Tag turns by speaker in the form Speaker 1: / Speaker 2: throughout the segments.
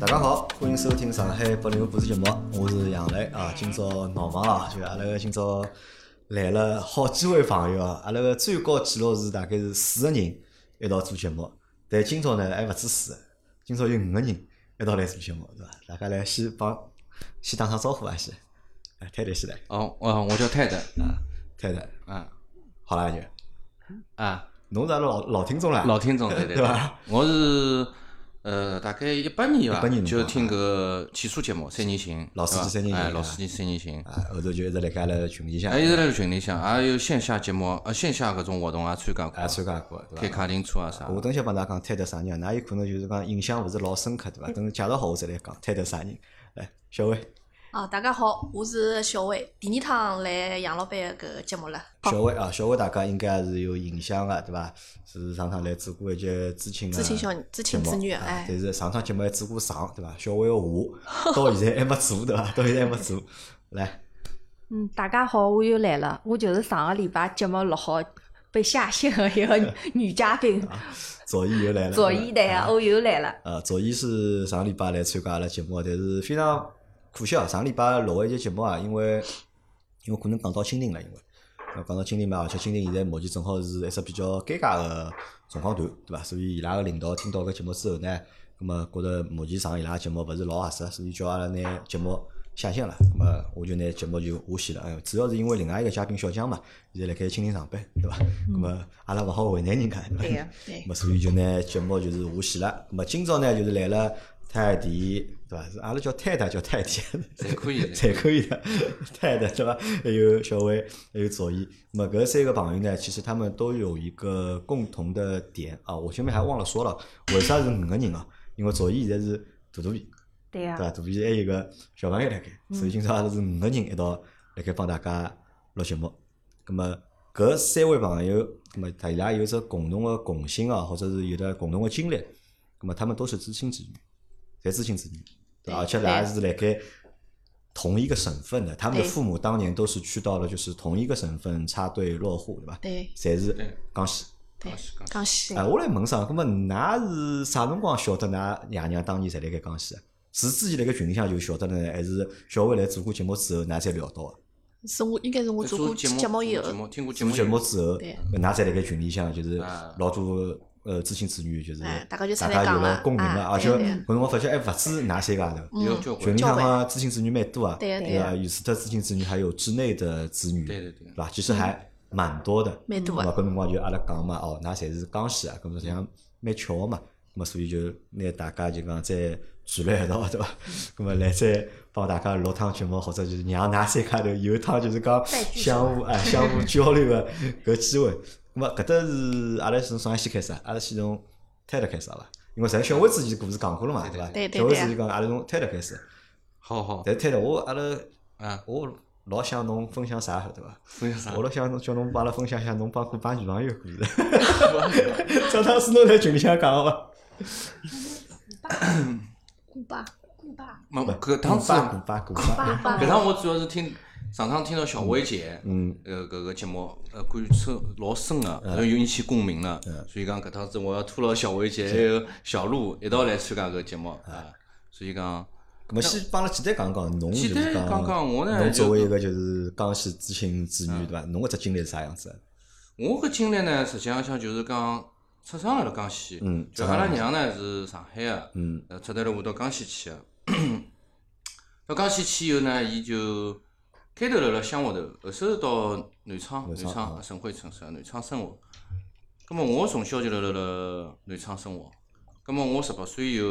Speaker 1: 大家好，欢迎收听上海八零后故事节目，我是杨磊啊。今朝闹忙啊，就阿拉个今朝来了好几位朋友啊，阿拉个最高纪录是大概是四个人一道做节目，但今朝呢还勿止四个，今朝有五个人一道来做节目，对伐？大家来先帮先打声招呼啊，先，哎，泰德先来，
Speaker 2: 哦，哦，我叫泰德，
Speaker 1: 嗯泰德，
Speaker 2: 啊
Speaker 1: 好啦就，
Speaker 2: 啊，
Speaker 1: 侬是阿拉老老听众啦，
Speaker 2: 老听众，对对
Speaker 1: 对吧？
Speaker 2: 我是呃，大概一八年吧
Speaker 1: 18年，
Speaker 2: 就听个汽车节目《三人行》，
Speaker 1: 老司机
Speaker 2: 对吧
Speaker 1: 三人行
Speaker 2: 哎，
Speaker 1: 啊
Speaker 2: 老司机三人行，啊
Speaker 1: 啊，后头就一直辣盖阿拉群里向
Speaker 2: 还一直在群里向，啊也有线下节目，呃，线下各种活动也参加过
Speaker 1: 也，啊参加过，对伐
Speaker 2: 开？卡丁车啊啥，
Speaker 1: 我等歇帮大家讲泰德啥人，㑚有可能就是讲印象勿是老深刻，对
Speaker 3: 嗯
Speaker 1: 伐？等介绍好我再来讲泰德啥人。来，小伟，
Speaker 3: 啊，大家好，我是小薇，第二趟来杨老板搿个节目了。
Speaker 1: 小伟啊，小伟大家应该是有印象个，对伐？是上趟来做过一节知青个
Speaker 3: 知青小知青子女
Speaker 1: 节目啊
Speaker 3: 哎
Speaker 1: 但是上趟节目还做过上，对伐？小伟个 我到现在还没做，对伐？到现在还没做。来，
Speaker 4: 嗯，大家好，我又来了，我就是上个礼拜节目录好被下线的一个女女嘉宾，
Speaker 1: 啊左一又来了，
Speaker 4: 左一的
Speaker 1: 啊
Speaker 4: 呀，我又来了。
Speaker 1: 呃，赵毅是上礼拜来参加阿拉节目，但是非常可惜啊，上礼拜录了一节节目啊，因为因为可能讲到清定了，因为呃讲到清定嘛，而且清定现在目前正好是一只比较尴尬的状况段，对伐？所以伊拉个领导听到搿节目之后呢，葛么觉得目前上伊拉个节目勿是老合适，所以叫阿拉拿节目。下线了，葛么我就拿节目就下线了。哎，主要是因为另外一个嘉宾小江嘛，现在辣盖清定上班，对伐？葛么阿拉勿好为难人家，对伐？
Speaker 4: 呀
Speaker 3: 对
Speaker 1: 咁，么所以就拿节目就是下线了。咁么今朝呢，就是来了泰迪，对伐？是阿拉叫泰达，叫泰迪，
Speaker 2: 侪 可以
Speaker 1: 才可以的，泰达对伐？还有小伟，还有左一。那么搿三个朋友呢，其实他们都有一个共同的点啊，我前面还忘了说了，为啥是五个人啊？因为左一现在是大肚皮，
Speaker 4: 对呀
Speaker 1: 对，伐？肚皮还有一个小朋友辣盖，所以今朝阿拉是五个人一道辣盖帮大家录节目。咁么搿三位朋友，咁么他伊拉有只共同的共性啊，或者是有的共同的经历，咁么他们都是知青子女，侪知青子女，对吧而且大家是辣盖同一个省份的，他们的
Speaker 3: 对
Speaker 1: 父母当年都是去到了就是同一个省份插队落户，对吧？
Speaker 3: 对
Speaker 1: 侪是
Speaker 2: 对
Speaker 1: 江西。
Speaker 3: 对
Speaker 2: 啊讲，是讲是
Speaker 3: 江西
Speaker 1: 哎，我来问上，葛么㑚是啥辰光晓得㑚爷娘当年侪辣盖江西啊？是之前辣盖群里向就晓得呢，还是小伟来做过节目之后，㑚才聊到啊？
Speaker 3: 是我应该是我做过
Speaker 2: 节
Speaker 3: 节目以
Speaker 2: 做
Speaker 3: 后
Speaker 2: 节，目听过节
Speaker 1: 做
Speaker 2: 目以
Speaker 1: 节目
Speaker 2: 后，
Speaker 1: 之后，
Speaker 3: 对
Speaker 1: 搿㑚才辣盖群里向就是
Speaker 2: 啊
Speaker 1: 老多呃知青子女，就是
Speaker 3: 哎大家就出
Speaker 1: 大
Speaker 3: 来
Speaker 1: 家有
Speaker 3: 讲
Speaker 1: 了
Speaker 3: 了
Speaker 1: 共鸣
Speaker 3: 啊
Speaker 1: 了，而且
Speaker 3: 对对
Speaker 1: 搿辰光发现哎还勿止㑚三家头。
Speaker 2: 有
Speaker 3: 嗯，
Speaker 2: 交关
Speaker 1: 群里，向
Speaker 3: 交关
Speaker 1: 嘛，知青子女蛮多啊，
Speaker 3: 对啊
Speaker 1: 对
Speaker 3: 对
Speaker 1: 吧？
Speaker 3: 啊
Speaker 1: 有除脱知青子女，还有之内的子女，
Speaker 2: 对对对
Speaker 3: 嗯
Speaker 1: 吧？其实还蛮多的，
Speaker 3: 蛮多
Speaker 1: 那么
Speaker 3: 的
Speaker 1: 搿辰光就阿拉讲嘛，哦，㑚侪是江西啊，搿么实际上蛮巧个嘛，咁么啊所以就拿大家就讲再聚辣一道，对伐？
Speaker 3: 嗯
Speaker 1: 咁么来再帮大家录趟节目，或者就是让㑚三家头有一趟就是讲
Speaker 4: 再聚
Speaker 1: 相互哎相互交流个 搿机会。咁啊么搿搭是阿拉是从啥先开始啊？阿拉先从泰勒开始好伐？因为咱小薇之前故事讲过了嘛，
Speaker 2: 对
Speaker 1: 对伐？
Speaker 3: 对对
Speaker 1: 小薇
Speaker 3: 对啊
Speaker 1: 之前讲阿拉从泰勒开始，啊
Speaker 2: 好好
Speaker 1: 但泰勒我阿拉
Speaker 2: 啊，
Speaker 1: 我老想侬分享啥，对伐？
Speaker 2: 分享啥
Speaker 1: 我？老想侬叫侬帮阿拉分享一下侬帮过把女朋友故事。这趟是侬在群里向讲个伐？
Speaker 3: 古巴，古巴，
Speaker 2: 没，搿趟子，
Speaker 1: 古巴古巴古巴，
Speaker 3: 古巴
Speaker 2: 搿，趟我主要是听上趟听到小薇姐，
Speaker 1: 嗯，
Speaker 2: 呃，搿个节目，呃，感受老深个，然后有引起共鸣了，所以讲搿趟子我要拖牢小薇姐还有小鹿一道来参加搿个节目啊，所以讲，
Speaker 1: 咾么先帮阿拉简单讲讲侬就是
Speaker 2: 简单讲讲我呢
Speaker 1: 侬作
Speaker 2: 就啊
Speaker 1: 为一个就是江西知青子女对伐？侬搿只经历是啥样子？
Speaker 2: 我搿经历呢，实际上向就是讲出生辣辣江西，
Speaker 1: 嗯
Speaker 2: 就阿拉娘呢是上海个，
Speaker 1: 嗯，
Speaker 2: 呃，出来了我到江西去个，到江西去以后呢，伊就开头辣辣乡下头，后首到南昌，
Speaker 1: 南
Speaker 2: 南
Speaker 1: 昌啊
Speaker 2: 昌省会城市啊，南昌生活。咁么我从小就辣辣辣南昌生活，咁么我十八岁以后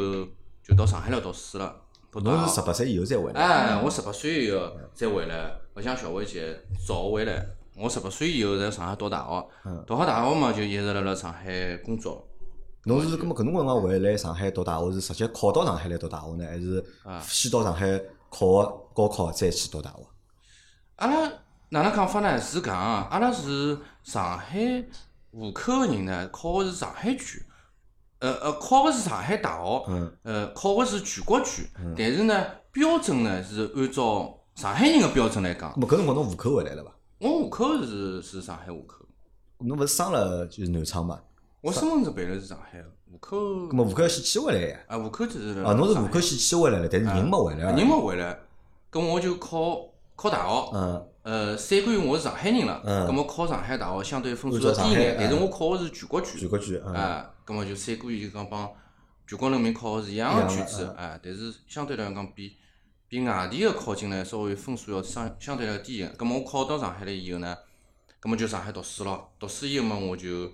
Speaker 2: 就到上海来读书了。读大
Speaker 1: 侬
Speaker 2: 学
Speaker 1: 是十八岁以后才回来？
Speaker 2: 哎，我十八岁以后再回来，勿像小薇姐早回来。我十八岁以后在上海读大学
Speaker 1: 嗯，
Speaker 2: 读好大学嘛就一直辣辣上海工作。
Speaker 1: 侬是搿么搿侬辰光回来上海读大学是直接考到上海来读大学呢，还是
Speaker 2: 啊
Speaker 1: 先到上海考个高考再去读大学？
Speaker 2: 阿拉哪能讲法呢？是讲啊，阿拉是上海户口个人呢，考个是上海卷，呃呃，考个是上海大学，
Speaker 1: 嗯
Speaker 2: 呃，考个是全国卷，但是呢，标准呢是按照上海人个标准来讲
Speaker 1: 咾，么搿辰光侬户口回来了伐？
Speaker 2: 我户口是是上海户口，
Speaker 1: 侬勿是生了就是南昌嘛？
Speaker 2: 我身份证办了是上海个，户口
Speaker 1: 咁，么户口要先迁回来呀。
Speaker 2: 啊，户口就是
Speaker 1: 哦，侬是户口先迁回来了，但是人没回来啊。
Speaker 2: 嗯人没回来，咁我就考考大学。
Speaker 1: 嗯，
Speaker 2: 呃，三个月我是上海人了，
Speaker 1: 嗯
Speaker 2: 咁么考上海大学相对分数
Speaker 1: 按照
Speaker 2: 要低一
Speaker 1: 上海
Speaker 2: 眼，但是
Speaker 1: 嗯
Speaker 2: 我考的是全国卷
Speaker 1: 全，国区嗯，
Speaker 2: 啊，咁么就三个月就讲帮全国人民考的是一样的
Speaker 1: 一样
Speaker 2: 卷
Speaker 1: 的嗯
Speaker 2: 子，啊，但是相对来讲比比外地的考进来稍微分数要相相对来低一眼，咁么我考到上海了以后呢，咁么就上海读书了，读书以后嘛我就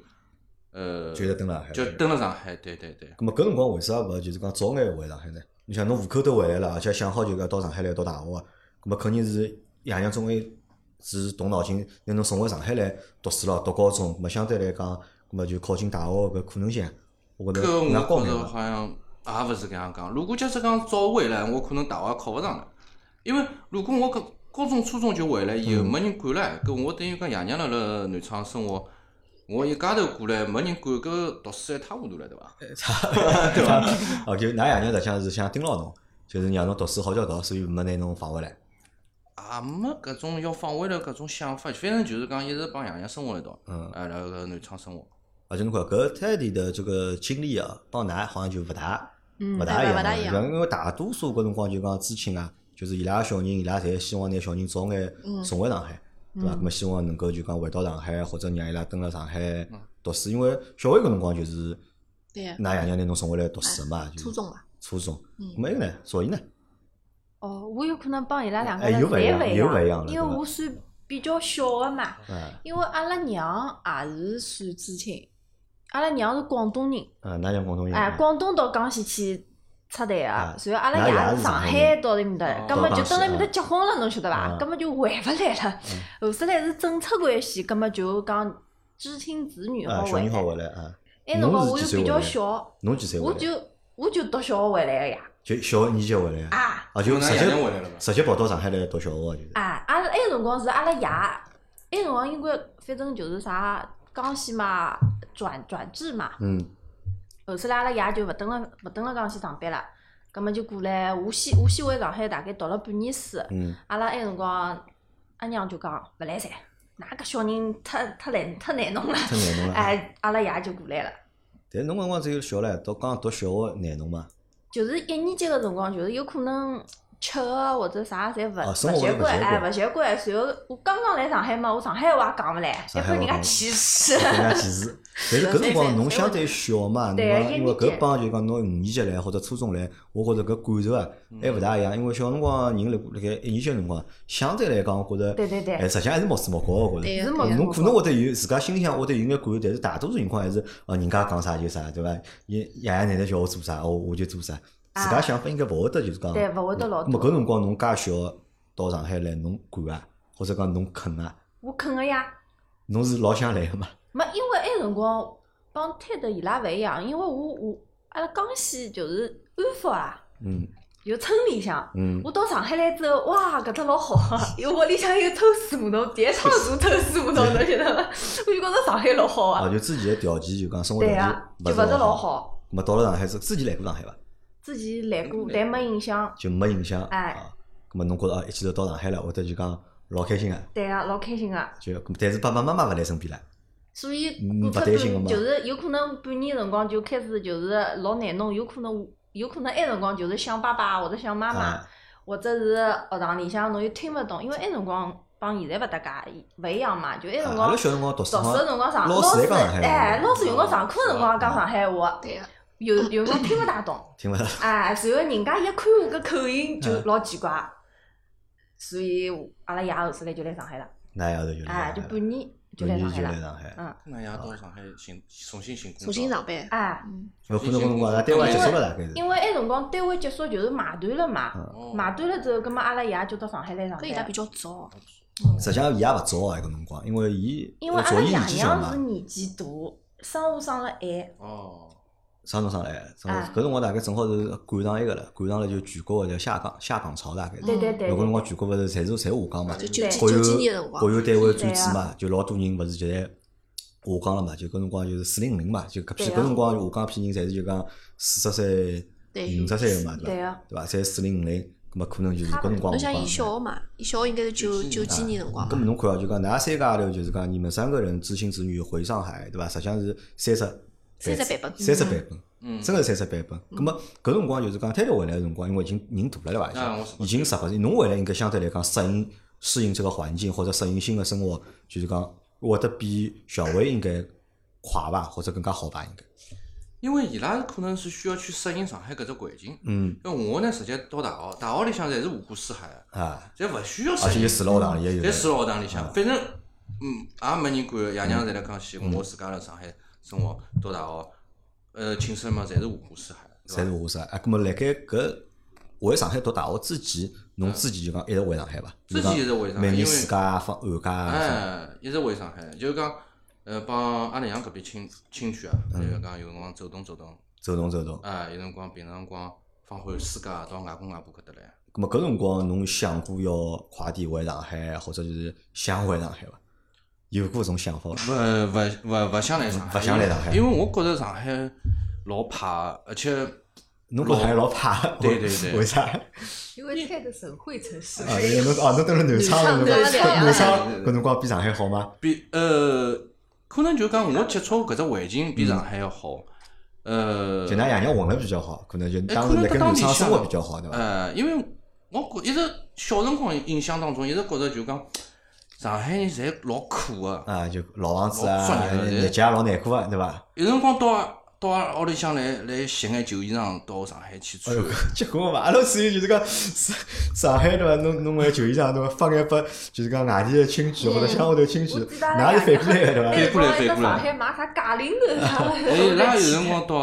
Speaker 2: 呃
Speaker 1: 就在等上海。
Speaker 2: 就
Speaker 1: 咁
Speaker 2: 蹲了上海，对对对，
Speaker 1: 么搿辰光为啥勿就是讲早眼回上海呢？你想侬户口都回来了，而且想好就讲到上海来读大学啊，咁么肯定是爷娘总归是动脑筋，拿侬送回上海来读书了，读高中，咁么相对来讲，咁么就考进大学搿可能性，啊我觉
Speaker 2: 搿
Speaker 1: 着
Speaker 2: 个
Speaker 1: 更加高
Speaker 2: 我觉
Speaker 1: 眼
Speaker 2: 着
Speaker 1: 了。
Speaker 2: 好像也勿是搿样讲。如果假使讲早回来，我可能大学也考勿上了，因为如果我搿高中、初中就回来
Speaker 1: 嗯
Speaker 2: 以后，没人管唻，搿我等于讲爷娘辣辣南昌生活，我一家头过来，没人管，搿读书一塌糊涂了，对伐？
Speaker 1: 对伐？哦，就㑚爷娘实际上是想盯牢侬，就是让侬读书好叫读，所以没拿侬放回来。
Speaker 2: 也没搿种要放回来搿种想法，反正就是讲一直帮爷娘生活一道，
Speaker 1: 嗯
Speaker 2: 哎，辣搿南昌生活。
Speaker 1: 而且侬看搿 Teddy 的这个经历啊，帮㑚好像就勿大
Speaker 4: 嗯
Speaker 1: 勿大一
Speaker 3: 对勿大
Speaker 1: 样，
Speaker 3: 一
Speaker 1: 因
Speaker 3: 样
Speaker 1: 为因为大多数搿辰光就讲知青啊，就是伊拉小人，伊拉侪希望拿小人早眼送回上海，对伐？咾么希望能够就讲回到上海，或者让伊拉蹲辣上海读书，因为小学搿辰光就是
Speaker 3: 对，
Speaker 1: 㑚爷娘拿侬送回来读书的嘛，就是
Speaker 3: 初中嘛，
Speaker 1: 初中。
Speaker 3: 嗯
Speaker 1: 咾么一个呢，所以呢，
Speaker 4: 哦，我有可能帮伊拉两个
Speaker 1: 哎
Speaker 4: 人
Speaker 1: 有勿一样
Speaker 4: 侪
Speaker 1: 有
Speaker 4: 勿
Speaker 1: 勿一
Speaker 4: 一
Speaker 1: 样了
Speaker 4: 因为
Speaker 1: 对伐
Speaker 4: 我算比较小个嘛，
Speaker 1: 嗯
Speaker 4: 因为阿拉娘也是算知青，阿拉娘是广东人，
Speaker 1: 嗯，㑚娘广东人，
Speaker 4: 哎，广东到江西去出台
Speaker 1: 啊
Speaker 4: 个，然后阿拉
Speaker 1: 那
Speaker 4: 爷
Speaker 1: 也
Speaker 4: 是
Speaker 1: 是
Speaker 4: 上
Speaker 1: 上海
Speaker 4: 海
Speaker 1: 人
Speaker 4: 到埃面搭
Speaker 2: 哦，
Speaker 4: 葛末
Speaker 1: 到
Speaker 4: 就
Speaker 1: 江西
Speaker 4: 蹲辣埃面搭
Speaker 1: 啊
Speaker 4: 结婚了，侬晓得伐
Speaker 1: 啊？嗯
Speaker 4: 葛末就回勿来了。后首来是政策关系，葛末就讲知青子女
Speaker 1: 啊，
Speaker 4: 好
Speaker 1: 小
Speaker 4: 回
Speaker 1: 人好
Speaker 4: 来。
Speaker 1: 回来啊，
Speaker 4: 埃辰光
Speaker 1: 侬
Speaker 4: 我
Speaker 1: 是几岁
Speaker 4: 又比
Speaker 1: 回
Speaker 4: 较
Speaker 1: 来
Speaker 4: 小，
Speaker 1: 侬几岁回
Speaker 4: 我
Speaker 1: 来？
Speaker 4: 就我就读小学回来个呀。
Speaker 1: 就小学二级回来啊，
Speaker 4: 啊
Speaker 1: 啊就
Speaker 2: 那
Speaker 1: 直
Speaker 2: 爷娘回
Speaker 1: 接
Speaker 2: 来了吧？
Speaker 1: 直接跑到上海来读小学啊，就是。
Speaker 4: 啊，阿拉埃辰光是阿拉爷，哎埃辰光应该反正就是啥江西嘛转转制嘛，
Speaker 1: 嗯，
Speaker 4: 后首来阿拉爷就勿蹲了，勿蹲了江西上班了，葛末就过来，我先我先回上海，大概读了半年书。
Speaker 1: 嗯，
Speaker 4: 阿拉埃辰光，阿娘就讲勿来噻，㑚搿小人太太难太难弄了。
Speaker 1: 太难弄了。啊
Speaker 4: 哎，阿拉爷就过来了，
Speaker 1: 但是侬搿辰光只有小唻，到刚读小学难弄嘛，
Speaker 4: 就是一年级个辰光，就是有可能吃个或者啥侪勿
Speaker 1: 啊
Speaker 4: 勿
Speaker 1: 生活
Speaker 4: 习
Speaker 1: 勿
Speaker 4: 惯，
Speaker 1: 习
Speaker 4: 哎，
Speaker 1: 惯
Speaker 4: 勿习惯。随后我刚刚来上海嘛，我上海话也讲勿来，
Speaker 1: 上
Speaker 4: 要
Speaker 1: 海
Speaker 4: 被人
Speaker 1: 话
Speaker 4: 家
Speaker 1: 讲
Speaker 4: 歧视。
Speaker 1: 人家歧视。 但是搿辰光侬相对小嘛，侬
Speaker 4: 对
Speaker 1: 讲
Speaker 4: 一
Speaker 1: 因为
Speaker 4: 年级
Speaker 1: 搿帮就讲侬五年级来或者初中来，我觉着搿感受啊
Speaker 2: 嗯
Speaker 1: 还勿大一样，因为小辰光人辣辣盖一年级个辰光，相对来讲我觉着，
Speaker 4: 对对对
Speaker 1: 哎，实际上还是毛手毛脚个，我觉
Speaker 3: 对
Speaker 1: 着。
Speaker 4: 是
Speaker 3: 呀对呀
Speaker 4: 没
Speaker 3: 啊
Speaker 1: 侬可能会得有自家心里向会得有眼感受，但是大多数情况还是哦，人家讲啥就啥，对伐？爷爷爷奶奶叫我做啥，我我就做啥。自家
Speaker 4: 啊
Speaker 1: 想法应该勿会得就是讲，
Speaker 4: 对勿会得老
Speaker 1: 咾嗯么
Speaker 4: 多
Speaker 1: 搿辰光侬介小到上海来，侬敢啊，或者讲侬肯啊，
Speaker 4: 我肯个呀。
Speaker 1: 侬是老想来个嘛？
Speaker 4: 没，因为埃辰光帮泰德伊拉勿一样，因为我我阿拉江西就是安福啊，
Speaker 1: 嗯
Speaker 4: 有村里向。
Speaker 1: 嗯，
Speaker 4: 我到上海来之后，哇，搿搭老好啊，因为屋里向有偷水马桶，第一趟做偷水马桶，侬晓得伐？我就觉着上海老好
Speaker 1: 啊，
Speaker 4: 啊。
Speaker 1: 就之前的条件就讲生活条
Speaker 4: 对
Speaker 1: 件
Speaker 4: 啊，就
Speaker 1: 勿
Speaker 4: 勿是老
Speaker 1: 好。
Speaker 4: 好。
Speaker 1: 咾么到了上海之之前来过上海伐？
Speaker 4: 之前来过，但没印象。
Speaker 1: 就没印象
Speaker 4: 哎
Speaker 1: 啊。咾么侬觉着啊，一记头到上海了，会得就讲老开心个，
Speaker 4: 对啊，老开心个、啊。
Speaker 1: 就咾但是爸爸妈妈勿来身边了。
Speaker 4: 所以
Speaker 1: 嗯
Speaker 4: 过脱
Speaker 1: 勿担心个
Speaker 4: 半
Speaker 1: 嘛
Speaker 4: 就是有可能半年辰光就开始就是老难弄，有可能有可能埃辰光就是想爸爸或者想妈妈。
Speaker 1: 啊，
Speaker 4: 或者是学堂里向侬又听勿懂，因为埃辰光帮现在勿搭界，勿一样嘛。就埃辰
Speaker 1: 啊阿
Speaker 4: 光
Speaker 1: 拉
Speaker 4: 读
Speaker 1: 小辰光读书
Speaker 4: 书
Speaker 1: 好
Speaker 4: 个
Speaker 1: 像
Speaker 4: 辰光上，
Speaker 1: 老
Speaker 4: 老
Speaker 1: 师
Speaker 4: 师
Speaker 1: 也讲上海话
Speaker 4: 哎，老师有辰光上课个辰光也讲上海话，
Speaker 3: 对啊呀，
Speaker 4: 有有辰光听勿大 懂，
Speaker 1: 听勿到。
Speaker 4: 哎，然后人家一看我搿口音就
Speaker 1: 嗯
Speaker 4: 老奇怪，所以阿拉爷后头来就来上海了，
Speaker 1: 那丫头就
Speaker 4: 哎，
Speaker 1: 来上海
Speaker 4: 就
Speaker 1: 了，
Speaker 4: 半年就
Speaker 1: 半
Speaker 4: 来上
Speaker 1: 年
Speaker 4: 海
Speaker 1: 就来
Speaker 4: 了，
Speaker 1: 上海。
Speaker 4: 嗯，
Speaker 2: 那爷到上海寻重新寻工作，
Speaker 3: 重新上班，
Speaker 4: 哎，
Speaker 3: 嗯，
Speaker 1: 有可能搿辰光，咱单位结束了大概是。
Speaker 4: 因为埃辰光单位结束就是买断了嘛，
Speaker 1: 嗯
Speaker 2: 哦
Speaker 4: 买断了之后，葛末阿拉爷就到上海来上
Speaker 3: 搿伊拉
Speaker 4: 班
Speaker 3: 比。较早，嗯
Speaker 1: 实际上伊也勿早啊，搿辰光，因为伊
Speaker 4: 因为阿
Speaker 1: 早
Speaker 4: 拉
Speaker 1: 伊
Speaker 4: 爷
Speaker 1: 年纪小
Speaker 4: 娘是
Speaker 1: 嘛，
Speaker 4: 年纪大，生我生了晚，
Speaker 2: 哦，
Speaker 1: 啥辰光上来，正好
Speaker 4: 啊
Speaker 1: 搿辰光大概正好是赶上一个了，赶上了就全国个叫下岗下岗潮大概是。
Speaker 4: 对对对
Speaker 1: 有搿辰
Speaker 4: 对，
Speaker 1: 光全国勿是侪是侪下岗嘛，
Speaker 3: 就九几
Speaker 1: 国有
Speaker 3: 九几年的辰光
Speaker 1: 国，有单位转制嘛，就老多人勿是就在下岗了嘛，就搿辰光就是四零零嘛，就搿批
Speaker 4: 对
Speaker 1: 搿
Speaker 4: 啊
Speaker 1: 辰光下岗批人侪是就讲四十岁、
Speaker 3: 对
Speaker 1: 五十岁个嘛，
Speaker 4: 对
Speaker 1: 对伐
Speaker 4: 啊？
Speaker 1: 对伐？侪四零五零，搿么可能就是
Speaker 4: 差
Speaker 1: 搿
Speaker 4: 不多
Speaker 1: 辰光
Speaker 3: 侬
Speaker 1: 下
Speaker 3: 想
Speaker 1: 岗
Speaker 3: 伊
Speaker 1: 嘛
Speaker 3: 小学嘛，伊小学应该是九
Speaker 1: 啊
Speaker 3: 九几年的辰光
Speaker 1: 咁
Speaker 3: 嘛，
Speaker 1: 么侬看啊，就讲㑚三家头就是讲你们三个人知心子女回上海，对伐？实际上是三十
Speaker 3: 三十版本，
Speaker 1: 三十版本，
Speaker 2: 嗯
Speaker 1: 真个是三十版本。葛么搿辰光就是讲，推头回来个辰光，因为已经人大了对伐？已
Speaker 2: 啊我
Speaker 1: 经
Speaker 2: 是
Speaker 1: 已经适合，侬回来应该相对来讲适应适应这个环境或者适应新的生活，就是讲会得比小薇应该快吧，或者更加好吧，应该。
Speaker 2: 因为伊拉可能是需要去适应上海搿只环境。
Speaker 1: 嗯
Speaker 2: 因为我呢，直接到大学，大学里向侪是五湖四海的，
Speaker 1: 啊，
Speaker 2: 侪勿需要
Speaker 1: 而
Speaker 2: 适
Speaker 1: 且
Speaker 2: 应
Speaker 1: 有，住了学堂里也有
Speaker 2: 侪
Speaker 1: 的。
Speaker 2: 住辣学堂里向，反正嗯也没人管。爷娘侪辣讲起，我自家辣上海生活到大学，呃，寝室嘛侪是五湖四海，对
Speaker 1: 侪
Speaker 2: 伐
Speaker 1: 是？我啥？啊，葛么辣盖搿回上海读大学之前，侬自己就讲一直回上海伐？
Speaker 2: 自己一直回上海
Speaker 1: 每
Speaker 2: 因
Speaker 1: 年
Speaker 2: 为
Speaker 1: 暑假放寒假啊。
Speaker 2: 哎，一直回上海，就是讲，呃，帮阿拉娘搿边亲亲戚啊，就是讲有辰光走动走动，
Speaker 1: 走动走动。
Speaker 2: 哎，有辰光平常辰光放寒暑假到外公外婆搿搭来，
Speaker 1: 葛么搿辰光侬想过要快点回上海，或者就是想回上海伐？有过搿种想法伐？
Speaker 2: 勿勿勿勿想来上海，
Speaker 1: 勿想来上海
Speaker 2: 因为我觉着上海老怕，而且
Speaker 1: 侬觉着还是老怕？
Speaker 2: 对对 对
Speaker 1: 为啥？啊，
Speaker 4: 因为太的省会城市
Speaker 1: 因为侬啊，侬到了南昌了，侬
Speaker 3: 南
Speaker 1: 南
Speaker 3: 昌对
Speaker 1: 昌南昌
Speaker 2: 对对
Speaker 1: 搿
Speaker 2: 对
Speaker 1: 辰光比上海好吗？
Speaker 2: 比呃，可能就讲我接触搿只环境比上海要好，呃，
Speaker 1: 就㑚爷娘混了比较好，可能就
Speaker 2: 哎
Speaker 1: 当时
Speaker 2: 可能
Speaker 1: 辣盖
Speaker 2: 搭档
Speaker 1: 南
Speaker 2: 里
Speaker 1: 昌生活
Speaker 2: 向
Speaker 1: 比较好，对伐？
Speaker 2: 呃，因为我觉一直小辰光印象当中一直觉着就讲上海人侪老苦个、
Speaker 1: 啊，就老房子
Speaker 2: 老
Speaker 1: 啊
Speaker 2: 壮，年的
Speaker 1: 日节也老难过啊，对伐？
Speaker 2: 有辰光到到阿拉屋里向来来寻眼旧衣裳到上海去
Speaker 1: 哎
Speaker 2: 穿
Speaker 1: 呦，， 结棍嘛！阿拉属于就是讲上上海对伐？侬侬买旧衣裳对伐？发眼拨就是讲外地的亲戚或者乡下头亲戚，
Speaker 4: 我记得阿
Speaker 1: 哪
Speaker 4: 拉
Speaker 1: 是
Speaker 4: 爷
Speaker 1: 反过来的
Speaker 4: 哎
Speaker 1: 对伐？
Speaker 2: 对过来
Speaker 4: 我
Speaker 2: 反
Speaker 4: 在
Speaker 2: 过来
Speaker 4: 上海买啥咖喱 头啥的
Speaker 2: 哎， 伊拉有辰光到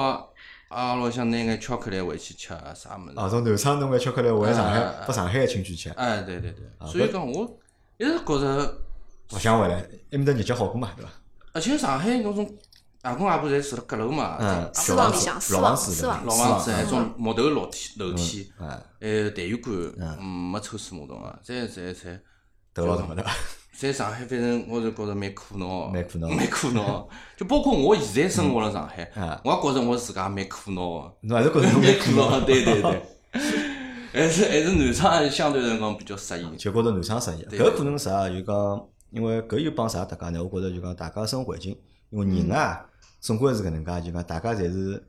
Speaker 2: 阿拉屋里向拿眼巧克力回去吃啊啥物
Speaker 1: 啊，
Speaker 2: 事，
Speaker 1: 从南昌侬买巧克力回上
Speaker 2: 啊
Speaker 1: 海，拨上海的亲戚吃，
Speaker 2: 哎，对对对，
Speaker 1: 啊
Speaker 2: 所以讲我一直觉着，
Speaker 1: 勿想回来，埃面搭日脚好过嘛，对伐？
Speaker 2: 而且上海搿种外公外婆侪住辣阁楼嘛，啊
Speaker 1: 嗯，
Speaker 3: 私
Speaker 1: 小房
Speaker 3: 房里
Speaker 1: 子
Speaker 3: 向，私
Speaker 1: 老
Speaker 3: 房
Speaker 1: 房子
Speaker 3: 私
Speaker 1: 对伐，
Speaker 3: 房
Speaker 2: 老房子，
Speaker 1: 私
Speaker 2: 还种木头楼梯楼梯，呃
Speaker 1: 房啊，
Speaker 2: 还有痰盂
Speaker 1: 嗯
Speaker 2: 馆，嗯，没抽水马桶啊，侪侪侪。
Speaker 1: 头老大对 伐？
Speaker 2: 在上海，反正我就觉着蛮苦恼，
Speaker 1: 蛮苦恼
Speaker 2: 蛮苦 恼。就包括我现在生活了上海
Speaker 1: 嗯啊，
Speaker 2: 我也觉着我自家蛮苦恼
Speaker 1: 侬还是觉
Speaker 2: 的，
Speaker 1: 着侬
Speaker 2: 蛮
Speaker 1: 蛮
Speaker 2: 苦
Speaker 1: 苦
Speaker 2: 恼
Speaker 1: 恼
Speaker 2: 的。对对对，还是还是南昌相对来讲比较适宜。
Speaker 1: 就觉着南昌适宜。啊
Speaker 2: 对
Speaker 1: 搿可能啥？就讲，因为搿又帮啥大家呢？我觉着就讲大家生活环境，因为人啊，总归是搿能介，就讲大家侪是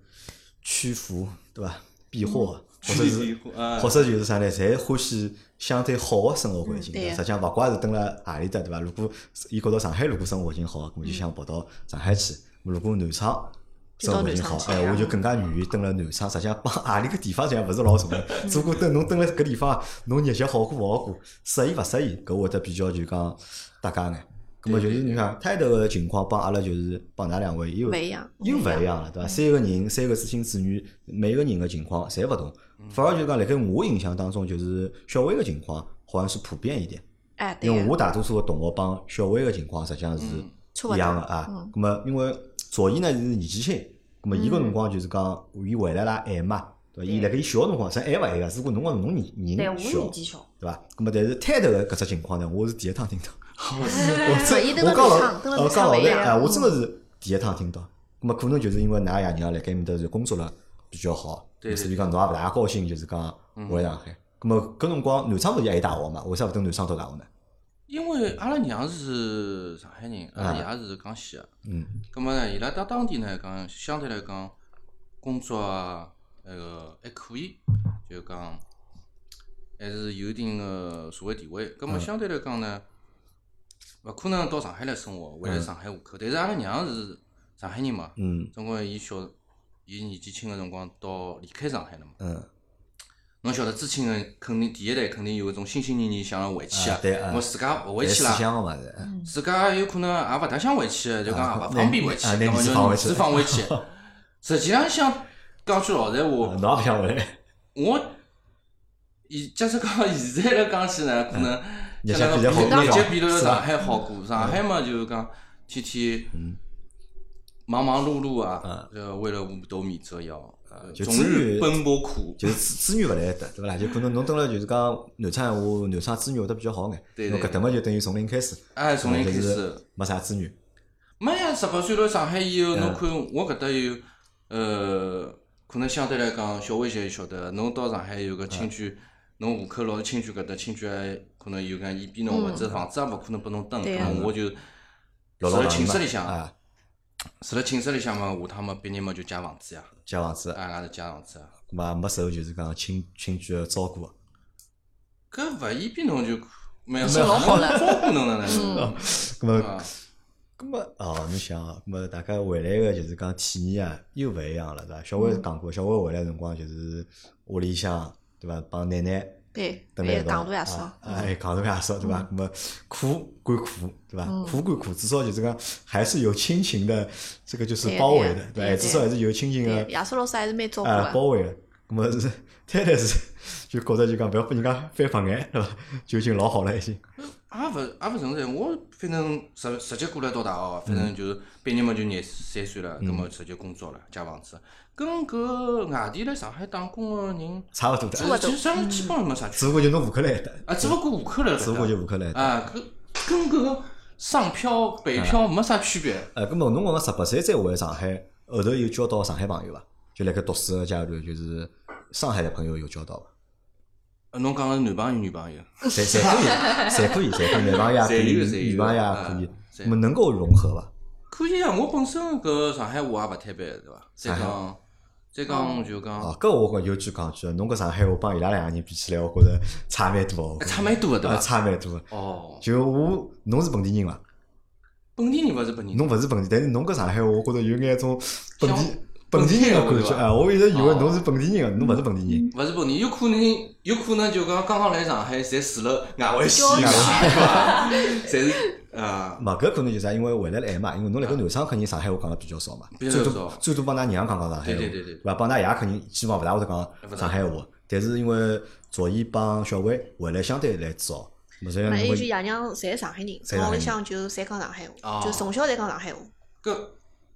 Speaker 1: 趋福，对伐？避祸，或者
Speaker 2: 趋利
Speaker 1: 是
Speaker 2: 避祸
Speaker 3: 嗯
Speaker 2: 啊
Speaker 1: 或者就是啥呢？侪欢喜相对好个生活环境。
Speaker 3: 嗯对
Speaker 1: 实际上，勿怪是蹲辣何里搭，对伐？如果伊觉着上海如果生活环境好，咁就想跑到上海去；如果南昌。生活环境好，
Speaker 3: 就到南昌去
Speaker 1: 哎，我
Speaker 3: 啊
Speaker 1: 就更加愿意蹲辣南昌。实际上，帮何里个地方实际上勿是老重
Speaker 3: 嗯
Speaker 1: 要，只不过蹲侬蹲辣搿地方，侬日脚好过勿好过，适宜勿适宜，搿会得比较就讲搭界眼。葛么就是你看，泰头个情况帮阿拉就是帮㑚两位又
Speaker 3: 勿一样嗯
Speaker 1: 又勿一样了，对伐？三个人，三个知心子女，每个人个情况侪勿同。反而就讲辣盖我印象当中，就是小薇个情况好像是普遍一点，
Speaker 3: 哎，对
Speaker 1: 因为
Speaker 3: 个，
Speaker 1: 我大多数个同学帮小薇个情况实际上是
Speaker 2: 嗯
Speaker 3: 差勿
Speaker 1: 一
Speaker 3: 多
Speaker 1: 样的啊
Speaker 3: 嗯。
Speaker 1: 咁么，因为左伊呢是年纪轻，咁么伊搿辰光就是讲，伊回来啦晚嘛，对伐？伊辣盖伊小辰光，实爱勿爱个，只不过侬讲侬年
Speaker 4: 对，我
Speaker 1: 人
Speaker 4: 年
Speaker 1: 小，
Speaker 4: 纪小，
Speaker 1: 对伐？咁么，但是摊头个搿只情况呢，我是第一趟听到。 我
Speaker 3: 勿伊
Speaker 1: 真
Speaker 3: 蹲
Speaker 1: 我讲老
Speaker 3: 辣南昌，蹲辣
Speaker 1: 呃
Speaker 3: 南
Speaker 1: 讲
Speaker 3: 昌勿
Speaker 1: 老
Speaker 3: 一
Speaker 1: 板哎，
Speaker 3: 样。
Speaker 1: 我真个是第一趟听到。咁么可能就是因为㑚爷娘辣盖埃面搭是工作了比较好，
Speaker 2: 对对嗯
Speaker 1: 所以讲侬也勿大高兴，就是讲回上海。咁么搿辰光南昌勿是也有大学嘛？为啥勿等南昌读大学呢？
Speaker 2: 因为阿拉娘是上海人，阿
Speaker 1: 啊
Speaker 2: 拉爷是江西个，
Speaker 1: 嗯，
Speaker 2: 葛末呢，伊拉到当地呢讲，相对来讲工作啊，呃还可以，就讲还是有一定个社会地位。葛末
Speaker 1: 嗯
Speaker 2: 相对来讲呢，勿可能到上海来生活，回来
Speaker 1: 嗯
Speaker 2: 上海户口。但是阿拉娘是上海人嘛，
Speaker 1: 嗯
Speaker 2: 总归伊小，伊年纪轻个辰光到离开上海了嘛。
Speaker 1: 嗯，
Speaker 2: 侬晓得，知青个肯定第一代肯定有一种心心念念想要回去
Speaker 1: 啊对啊
Speaker 2: 我自家勿
Speaker 1: 回
Speaker 2: 回去啦
Speaker 1: 思。想个嘛是。
Speaker 2: 自家有可能也勿大想回去，就讲也勿方便回去，
Speaker 1: 啊
Speaker 2: 那
Speaker 1: 那
Speaker 2: 么
Speaker 1: 你
Speaker 2: 就
Speaker 1: 是放回去
Speaker 2: 是放 回去。实际浪向讲句老实话，
Speaker 1: 呃侬也勿想回来，
Speaker 2: 我以假使讲 现在来讲起呢，可能
Speaker 1: 日
Speaker 2: 像
Speaker 1: 脚啊比较好
Speaker 2: 日脚
Speaker 1: 过
Speaker 2: 比了
Speaker 1: 是吧嗯
Speaker 2: 上海好过，上海嘛就是讲天天忙忙碌碌啊，呃，为了五斗米折腰，呃
Speaker 1: 就
Speaker 2: 终
Speaker 1: 至于
Speaker 2: 日奔波苦。
Speaker 1: 就是资资源勿来得，对勿啦？就可能侬等了就是讲南昌闲话，南昌资源会得比较好眼。
Speaker 2: 对
Speaker 1: 侬
Speaker 2: 对
Speaker 1: 搿等么就等于从零开始，
Speaker 2: 哎，从零
Speaker 1: 嗯就
Speaker 2: 开
Speaker 1: 是
Speaker 2: 始。
Speaker 1: 没啥资源。
Speaker 2: 没呀，十八岁到上海以后，侬看我搿搭有，呃，可能相对来讲，小薇姐晓得，侬到上海有个亲眷，侬户口落亲眷搿搭，亲眷还可能有讲伊逼侬，或
Speaker 3: 嗯
Speaker 2: 者房子也勿可能拨侬蹲，
Speaker 3: 对
Speaker 2: 咾
Speaker 3: 呀
Speaker 2: 么我就
Speaker 1: 老
Speaker 2: 住
Speaker 1: 老
Speaker 2: 辣
Speaker 1: 实
Speaker 2: 寝室里向，
Speaker 1: 啊，
Speaker 2: 住辣寝室里向嘛，下趟嘛毕业嘛就借房子呀，
Speaker 1: 借房子，
Speaker 2: 俺拉是借房子啊。
Speaker 1: 咁啊没受就是讲亲亲眷的照顾啊。
Speaker 2: 搿勿依边侬就蛮
Speaker 3: 是老好了
Speaker 2: 照顾侬了呢。
Speaker 1: 咁么
Speaker 2: 啊，
Speaker 1: 咁么哦，侬想啊，咁么大家回来个就是讲体验啊，又勿一样了，对伐？小
Speaker 3: 嗯
Speaker 1: 伟讲过，小伟回来的辰光就是屋里向对伐，帮奶奶
Speaker 3: 对，
Speaker 1: 蹲辣
Speaker 3: 也
Speaker 1: 一道
Speaker 3: 戆大爷说，
Speaker 1: 啊哎，戆大爷说对
Speaker 3: 嗯
Speaker 1: 伐？那么苦归苦，对伐？苦归苦，至少就是讲还是有亲情的，这个就是
Speaker 3: 对
Speaker 1: 包围
Speaker 3: 对
Speaker 1: 的，
Speaker 3: 对
Speaker 1: 吧？
Speaker 3: 对
Speaker 1: 至少还是有亲情
Speaker 3: 对
Speaker 1: 的，
Speaker 3: 亚瑟老师还是蛮照顾
Speaker 1: 啊包
Speaker 3: 的，
Speaker 1: 围的。那么是，太太是就觉着就讲不要被人家翻白眼，对伐？就已经老好了，已经。
Speaker 2: 也勿也勿啊存在。我反正直直接过来到大学，啊
Speaker 1: 嗯
Speaker 2: 反正就是毕业嘛就廿三岁了，葛末直接工作了，借房子。跟搿外地来上海打工个人，
Speaker 1: 差勿多的，
Speaker 3: 不多
Speaker 2: 其实上基本上没啥区
Speaker 1: 只不过就侬户口来的，
Speaker 2: 别啊，只不过户口来了搿搭，
Speaker 1: 嗯只不过就户口来的。
Speaker 2: 啊，搿跟搿个上漂北漂没啥区别。
Speaker 1: 呃，那么侬讲个十八岁再回上海，后头有交到上海朋友伐？就辣盖读书个阶段，就是上海的朋友有交 到伐？
Speaker 2: 呃侬讲个男朋友女朋友，
Speaker 1: 侪侪可以，侪可以，侪可以，男朋友也可以，
Speaker 2: 侪有侪有
Speaker 1: 女朋友也可以
Speaker 2: 啊，
Speaker 1: 那么能够融合伐？
Speaker 2: 可以啊，我本身搿上海话也勿太白，对伐？再讲再讲就
Speaker 1: 啊
Speaker 2: 讲，，
Speaker 1: 搿我觉有句讲句，啊侬搿上海话帮伊拉两个人比起来，我觉着差蛮多哦，我觉
Speaker 2: 差蛮多个
Speaker 1: 着
Speaker 2: 对
Speaker 1: 啊
Speaker 2: 伐？
Speaker 1: 差蛮多的。
Speaker 2: 哦，
Speaker 1: 就我，侬是本地人伐？
Speaker 2: 本地人勿是本地人，
Speaker 1: 侬勿是本地，但是侬搿上海话，我觉着有眼种本
Speaker 2: 像
Speaker 1: 地本地人的
Speaker 2: 本
Speaker 1: 感
Speaker 2: 地
Speaker 1: 觉
Speaker 2: 人
Speaker 1: 啊！我一直以为
Speaker 2: 哦
Speaker 1: 侬是本地人，侬勿是本地人。
Speaker 2: 勿是本地，有可能有可能就讲刚刚来上海，侪住了外湾西
Speaker 3: 郊区
Speaker 2: 外 湾区对伐？侪是啊，
Speaker 1: 嘛，搿可能就是因为回来了晚嘛，因为侬辣盖南昌肯定上海话讲了比较少嘛，
Speaker 2: 比
Speaker 1: 最
Speaker 2: 较
Speaker 1: 多
Speaker 2: 少
Speaker 1: 最多帮㑚娘讲讲上海话，
Speaker 2: 对对对对
Speaker 1: 伐？帮㑚爷肯定基本上勿大会得讲上海话，但是因为左一帮小伟回来相对来早，勿然
Speaker 3: 那
Speaker 1: 侬
Speaker 3: 一句
Speaker 1: 会
Speaker 3: 爷娘侪是上海人，
Speaker 1: 侪上
Speaker 3: 屋
Speaker 1: 海
Speaker 3: 里
Speaker 1: 人
Speaker 3: 向就侪讲上海
Speaker 2: 哦
Speaker 3: 话，就从小侪讲上海话。
Speaker 2: 搿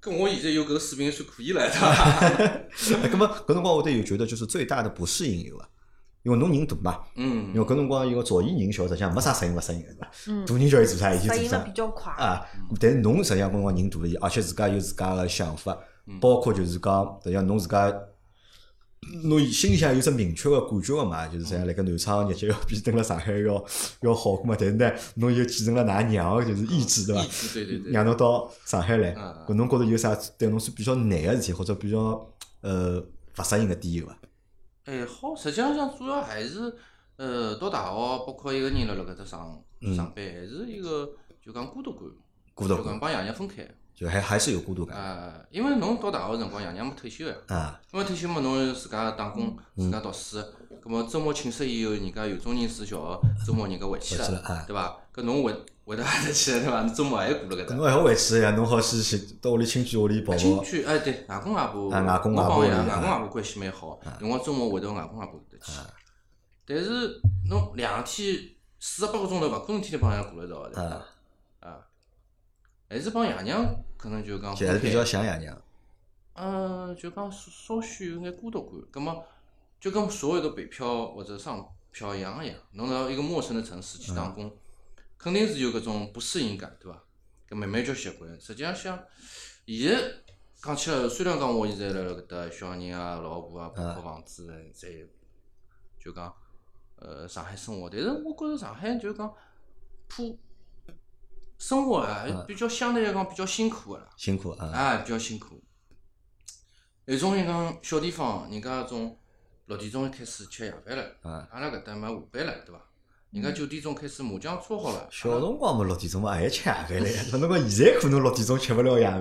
Speaker 2: 搿我现在有搿水平算可以了， 对伐？
Speaker 1: 哎搿么搿辰光会得有觉得就是最大的不适应有伐？啊因为侬人大嘛，
Speaker 2: 嗯
Speaker 1: 因为，搿辰光因为左一人小，实际上没啥适应勿适应个是伐？
Speaker 4: 嗯
Speaker 1: 大人叫伊做啥，伊就做
Speaker 4: 适应的
Speaker 1: 啥
Speaker 4: 比。较快。
Speaker 1: 啊，但是侬实际上辰光人大了以后，而且自家有自家个想法，
Speaker 2: 嗯
Speaker 1: 包括就是讲，实际上侬自家，侬心里向有只明确个感觉个嘛，就是实
Speaker 2: 嗯
Speaker 1: 际上辣盖南昌日脚要比蹲辣上海要要好个嘛，但是呢，侬又继承了㑚娘个就是意志对伐
Speaker 2: 意？嗯志对对对，
Speaker 1: 让侬到上海来
Speaker 2: 嗯，
Speaker 1: 搿侬觉着有啥对侬是比较难个事体，或者比较呃勿适应个点有伐？
Speaker 2: 哎，好，实际上主要还是，呃，读大学，包括一个人辣辣搿搭上
Speaker 1: 嗯
Speaker 2: 上班，还是一个就讲孤独感，
Speaker 1: 孤独
Speaker 2: 就讲
Speaker 1: 感，
Speaker 2: 帮爷娘分开，
Speaker 1: 就还还是有孤独感
Speaker 2: 啊，因为侬读大学个辰光，爷娘没退休呀，
Speaker 1: 啊，
Speaker 2: 因为退休嘛，侬自家打工，
Speaker 1: 嗯
Speaker 2: 自家读书，葛末周末寝室以后，人家有中人住小学，周末人家回去
Speaker 1: 回去了啊
Speaker 2: 了，对伐？搿侬回回到外头去了，对伐？你周末还过了搿
Speaker 1: 搿
Speaker 2: 搭。
Speaker 1: 侬还要回去呀，侬好先去到屋里亲眷屋里跑
Speaker 2: 亲
Speaker 1: 跑，
Speaker 2: 眷哎，对，外公外婆，
Speaker 1: 啊外公
Speaker 2: 我
Speaker 1: 外
Speaker 2: 帮
Speaker 1: 婆
Speaker 2: 伊拉
Speaker 1: 里
Speaker 2: 外公
Speaker 1: 啊
Speaker 2: 外婆关系蛮好，因为我周末会到外公外婆搿搭去。但是侬两天四十八个钟头，勿可能天天帮爷娘过了一道的。对伐啊，还是帮爷娘可能就讲
Speaker 1: 啊就还是比较想爷娘。
Speaker 2: 嗯，就讲稍稍许有眼孤独感，葛么就跟所有的北漂或者上漂一样一样，侬到一个陌生的城市去打工，肯定是有搿种不适应感，对伐？搿慢慢叫习惯。实际上像现在讲起来，虽然讲我现在辣辣搿搭小人啊、老婆啊，包括房子啊，侪有就讲呃上海生活，但是我觉着上海就讲普生活啊，还比较相对来讲比较辛苦个啦。
Speaker 1: 辛苦啊！
Speaker 2: 啊，比较辛苦。有种人讲小地方，人家种六点钟开始吃夜饭了，
Speaker 1: 啊
Speaker 2: 阿拉搿搭嘛下班了，对伐？人家九点钟开始麻将搓好了，
Speaker 1: 小辰光嘛，六点钟嘛哎也吃夜饭嘞。 侬讲现在可能六点钟吃勿了夜饭，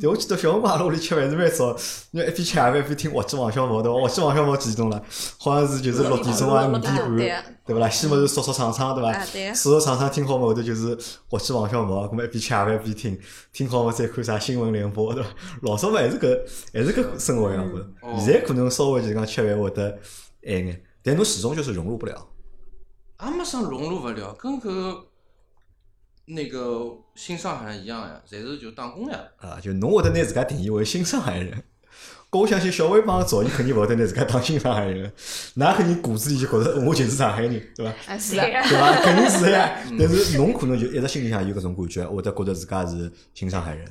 Speaker 1: 但我记得小辰光阿拉屋里吃饭是蛮早，因为一边吃夜饭一边听《滑稽王小毛》对伐？《滑稽王小毛》几点钟了？好像是就是六点钟啊，五点半，
Speaker 3: 对啊
Speaker 1: 对勿啦？先么是说说唱唱对伐
Speaker 3: 啊对？啊
Speaker 1: 说说唱唱听好嘛，后头就是《滑稽王小毛》，咁么一边吃夜饭一边听，听好嘛再看啥新闻联播对伐？老早嘛还是搿还是搿生活样子
Speaker 2: 嗯，哦
Speaker 1: 现在可能稍微就是讲吃饭会得晚眼，但侬始终就是融入不了。
Speaker 2: 也没啥融入勿了，跟搿个那个新上海人一样呀，侪是就打工呀。
Speaker 1: 啊，就侬会得拿自家定义为新上海人。搿我相信小伟帮赵毅肯定勿会得拿自家当新上海人，㑚肯定骨子里就觉着我就是上海人，对伐？
Speaker 3: 哎，是
Speaker 4: 对
Speaker 3: 的，
Speaker 4: 呀，
Speaker 1: 对伐？肯定是的呀。
Speaker 2: 嗯
Speaker 1: 但是侬可能就一直心里向有搿种感觉，会得觉着自家是新上海人。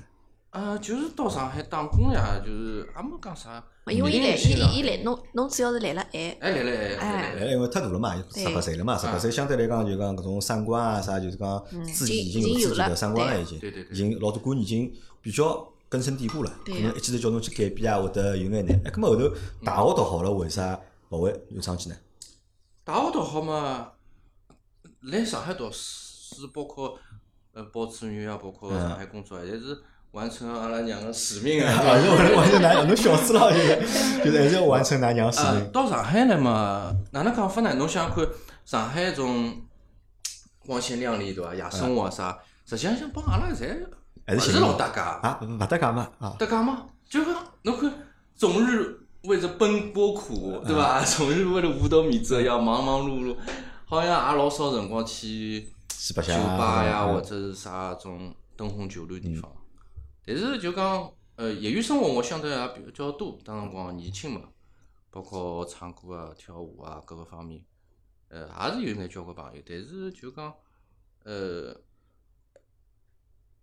Speaker 2: 啊，就是到上海打工呀，就是也没讲啥。
Speaker 3: 因为伊来，
Speaker 2: 年龄轻啊
Speaker 3: 伊伊来，侬侬只要是来了晚，
Speaker 2: 哎来来来来来
Speaker 1: 哎，因为太大了嘛，
Speaker 3: 对
Speaker 1: 十八岁了嘛，十八岁相对来讲就讲搿种三
Speaker 2: 嗯
Speaker 1: 观啊啥，就是讲自己已经有自己的三观了，已经
Speaker 2: 对对对
Speaker 1: 已经老多观念已经比较根深蒂固了，可
Speaker 3: 对呀
Speaker 1: 能一记头叫侬去改变啊，会得有眼难。哎，咁么后头大学读好了，为啥勿会有上去呢？
Speaker 2: 大学读好嘛，来上海读书，包括呃报志愿啊，包括
Speaker 1: 嗯
Speaker 2: 上海工作啊，侪是完成阿拉娘个使命 啊。
Speaker 1: 还是完成㑚侬小子了，就是就是还是要完成㑚娘使
Speaker 2: 啊
Speaker 1: 命。
Speaker 2: 到上海来嘛，哪能讲法呢？侬想想看，上海种光鲜亮丽对伐？夜生活啊啥，实际上帮阿拉侪
Speaker 1: 还是
Speaker 2: 勿呃是
Speaker 1: 行
Speaker 2: 老搭界，
Speaker 1: 啊，勿搭界嘛啊，
Speaker 2: 搭界嘛，就讲侬看，终日为着奔波苦，对伐？
Speaker 1: 嗯
Speaker 2: 终日为了五斗米折腰，忙忙碌碌，好像也老少辰光去。
Speaker 1: 去白
Speaker 2: 酒
Speaker 1: 相啊
Speaker 2: 吧呀，
Speaker 1: 嗯
Speaker 2: 或者是啥种灯红酒绿地方。但是就讲，呃，业余生活我相对也比较多，当辰光年轻嘛，包括唱歌啊、跳舞啊各个方面，呃，还是有眼交关朋友。但是就讲，呃，